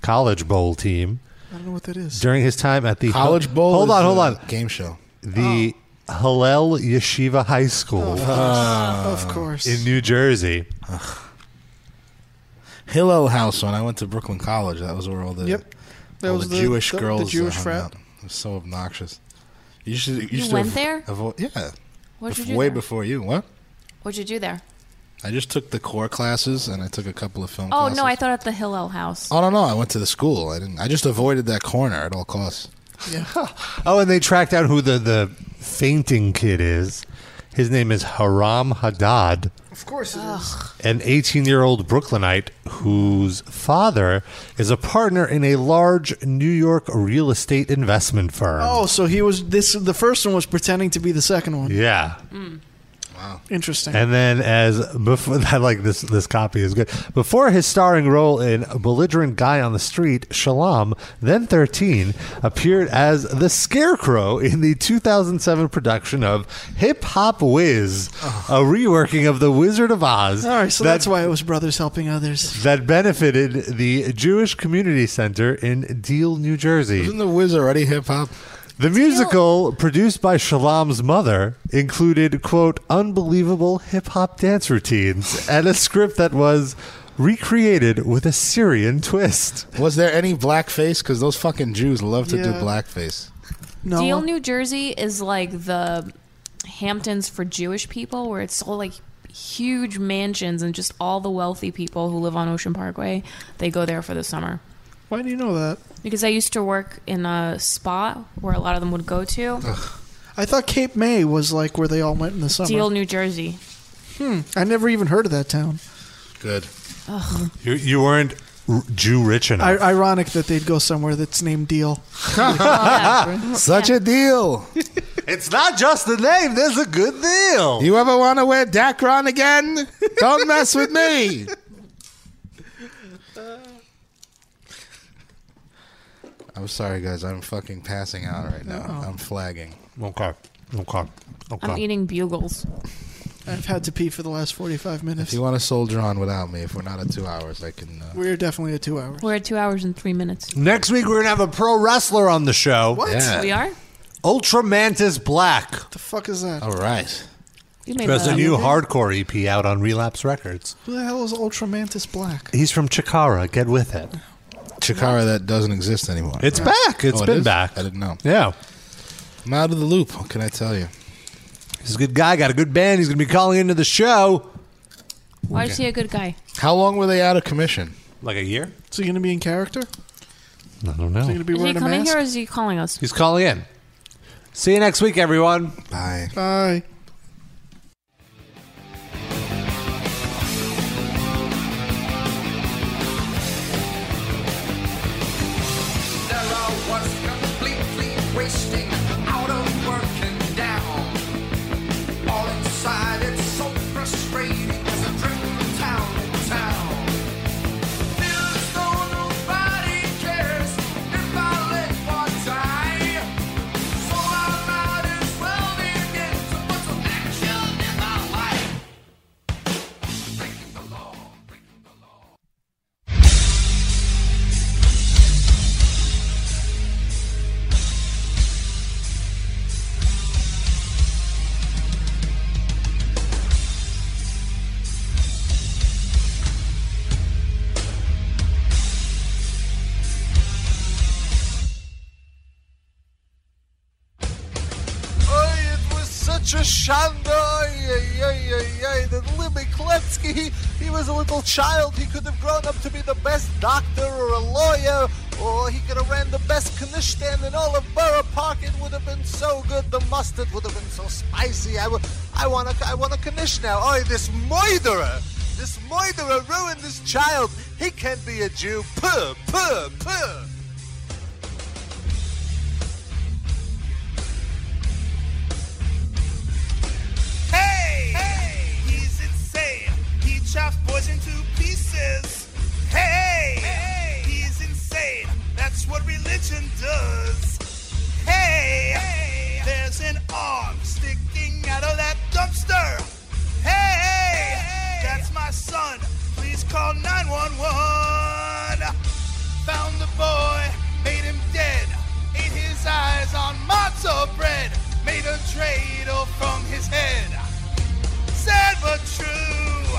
Speaker 1: college bowl team
Speaker 4: I don't know what that is.
Speaker 1: during his time at the
Speaker 3: College Bowl.
Speaker 1: Hold
Speaker 3: is
Speaker 1: on, hold
Speaker 3: a
Speaker 1: on.
Speaker 3: Game show.
Speaker 1: the
Speaker 4: Oh.
Speaker 1: Hillel Yeshiva High School.
Speaker 3: course.
Speaker 4: Of course.
Speaker 1: In New Jersey.
Speaker 3: Hillel House when I went to Brooklyn College. That was where all the
Speaker 4: Yep. That
Speaker 3: all
Speaker 4: was
Speaker 3: the,
Speaker 4: the-
Speaker 3: Jewish
Speaker 4: the- the
Speaker 3: girls.
Speaker 4: Jewish
Speaker 3: that hung
Speaker 4: frat.
Speaker 3: out. It was so obnoxious. You should. You,
Speaker 5: You
Speaker 3: should
Speaker 5: went
Speaker 3: avo-
Speaker 5: there?
Speaker 3: avo- yeah.
Speaker 5: What'd you
Speaker 3: Bef-
Speaker 5: do
Speaker 3: way
Speaker 5: there?
Speaker 3: before you. What?
Speaker 5: What'd you do there?
Speaker 3: I just took the core classes and I took a couple of film.
Speaker 5: Oh
Speaker 3: classes.
Speaker 5: no, I thought at the Hillel house.
Speaker 3: Oh no no! I went to the school. I didn't. I just avoided that corner at all costs.
Speaker 1: Oh, and they tracked down who the, the fainting kid is. His name is Haram Haddad,
Speaker 4: Of course it is.
Speaker 1: an 18 year old Brooklynite whose father is a partner in a large New York real estate investment firm.
Speaker 4: Oh, so he was this. The first one was pretending to be the second one.
Speaker 1: Yeah.
Speaker 5: Hmm.
Speaker 4: Interesting.
Speaker 1: And then, as before, I like this. This copy is good. Before his starring role in *Belligerent Guy on the Street*, Shalom, then thirteen, appeared as the Scarecrow in the 2007 production of *Hip Hop Wiz*, a reworking of *The Wizard of Oz*.
Speaker 4: All right, so
Speaker 1: that-
Speaker 4: that's why it was brothers helping others.
Speaker 1: that benefited the Jewish Community Center in Deal, New Jersey.
Speaker 3: Isn't the Wiz already hip hop?
Speaker 1: The musical, produced by Shalom's mother, included, quote, unbelievable hip hop dance routines and a script that was recreated with a Syrian twist.
Speaker 3: Was there any blackface? Because those fucking Jews love to do
Speaker 5: Yeah.
Speaker 3: blackface.
Speaker 4: No.
Speaker 5: Deal, New Jersey is like the Hamptons for Jewish people, where it's all like huge mansions and just all the wealthy people who live on Ocean Parkway. They go there for the summer
Speaker 4: Why do you know that?
Speaker 5: because I used to work in a spa where a lot of them would go to.
Speaker 4: I thought Cape May was like where they all went in the summer.
Speaker 5: Deal, New Jersey.
Speaker 4: Hmm. I never even heard of that town.
Speaker 3: Good.
Speaker 5: Ugh.
Speaker 1: You, you weren't r- Jew rich enough.
Speaker 4: I- ironic that they'd go somewhere that's named Deal.
Speaker 3: Such a deal.
Speaker 1: it's not just the name. There's a good deal.
Speaker 3: You ever want to wear Dacron again? Don't mess with me. I'm sorry, guys. I'm fucking passing out right now. I'm flagging.
Speaker 1: Okay. Okay.
Speaker 5: I'm eating bugles.
Speaker 4: I've had to pee for the last 45
Speaker 3: If
Speaker 4: minutes.
Speaker 3: you want to soldier on without me, if we're not at two hours, I can. Uh,
Speaker 4: We're definitely at two hours.
Speaker 5: We're at two hours and three minutes.
Speaker 1: Next week, we're going to have a pro wrestler on the show.
Speaker 5: What? Yeah. We are?
Speaker 1: Ultra Mantis Black.
Speaker 4: The fuck is that?
Speaker 1: All right.
Speaker 5: You
Speaker 1: He
Speaker 5: made
Speaker 1: has
Speaker 5: that
Speaker 1: a
Speaker 5: up.
Speaker 1: new hardcore EP out on Relapse Records.
Speaker 4: Who the hell is Ultramantis Black?
Speaker 1: He's from Chikara. Get with it.
Speaker 3: Chikara that doesn't exist anymore.
Speaker 1: It's back. It's
Speaker 3: It's
Speaker 1: been back.
Speaker 3: Oh, I didn't know.
Speaker 1: Yeah.
Speaker 3: I'm out of the loop. What can I tell you?
Speaker 1: He's a good guy. Got a good band. He's going to be calling into the show.
Speaker 5: Why is he a good guy?
Speaker 3: How long were they out of commission?
Speaker 1: Like a year?
Speaker 4: Is he going to be in character?
Speaker 1: I don't know.
Speaker 4: Is he going to be
Speaker 5: Is he
Speaker 4: wearing a
Speaker 5: coming
Speaker 4: mask?
Speaker 5: here or is he calling us?
Speaker 1: He's calling in. See you next week, everyone.
Speaker 3: Bye.
Speaker 4: Bye.
Speaker 7: There I was completely wasting, out of work and down. All inside, it's so frustrating as I drift from town to town. Feels as though nobody cares if I let one die. So I might as well begin to put some action in my life. Breaking the law.
Speaker 11: Oh, it was such a shanda. Ay, ay, ay, ay, ay. That Libby Kletsky, he, he was a little child. He could have grown up to be the best doctor or a lawyer, or he could have ran the best Knishtan in all of Borough Park. It would have been so good. The mustard would have been so spicy. I, w- I want a, I want a Knish now. Oh, this moiderer. This moiderer ruined this child. He can't be a Jew. Puh, puh, puh.
Speaker 7: Hey! Hey! He's insane. He chops boys into pieces. Hey! Hey! He's insane. That's what religion does. Hey! Hey! There's an arm sticking out of that dumpster. Hey! Hey! That's my son. Please call 911. Found the boy, made him dead. Ate his eyes on matzo bread. Made a dreidel from his head. Sad but true.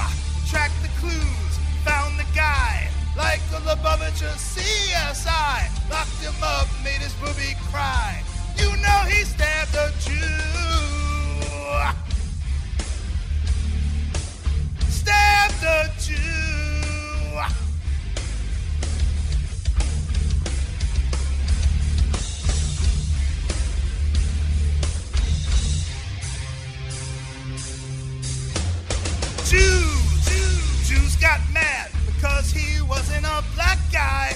Speaker 7: Tracked the clues. Found the guy. Like a Lubavitcher CSI. Locked him up. Made his booby cry. You know he stabbed a Jew. Stabbed a Jew. Jews, Jews, Jews got mad because he wasn't a black guy.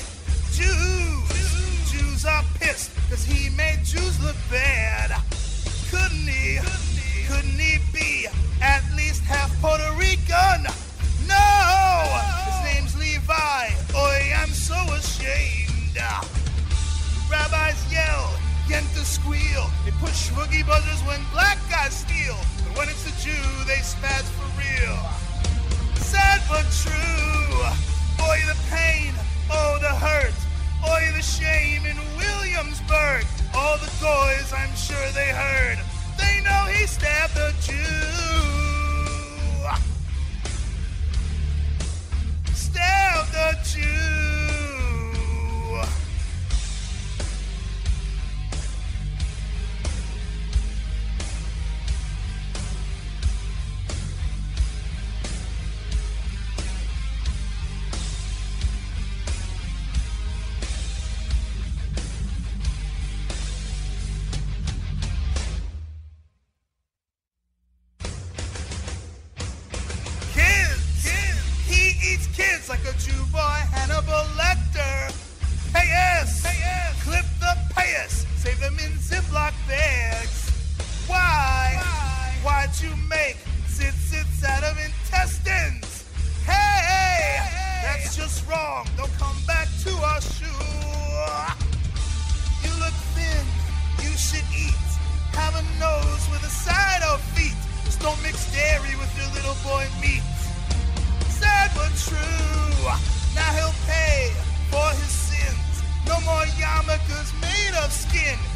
Speaker 7: Jews, Jews are pissed because he made Jews look bad. Couldn't he, couldn't he be at least half Puerto Rican? No, his name's Levi. Oi, I'm so ashamed. Rabbis yell, Yenta squeal. They put shmoogie buzzers when black guys steal. But when it's a Jew, they spaz for real. Sad but true. Boy, the pain. Oh, the hurt. Boy, the shame in Williamsburg. All the goys, I'm sure they heard. They know he stabbed a Jew. Stabbed a Jew. like a Jew boy, Hannibal Lecter. Pay us, pay us, clip the payers, save them in Ziploc bags. Why? Why? would you make zit zits out of intestines? Hey, that's just wrong. Don't come back to our shoe. You look thin. You should eat. Have a nose with a side of feet. Just don't mix dairy with your little boy meat. Sad but true. Now he'll pay for his sins. No more yarmulkes made of skin. ah.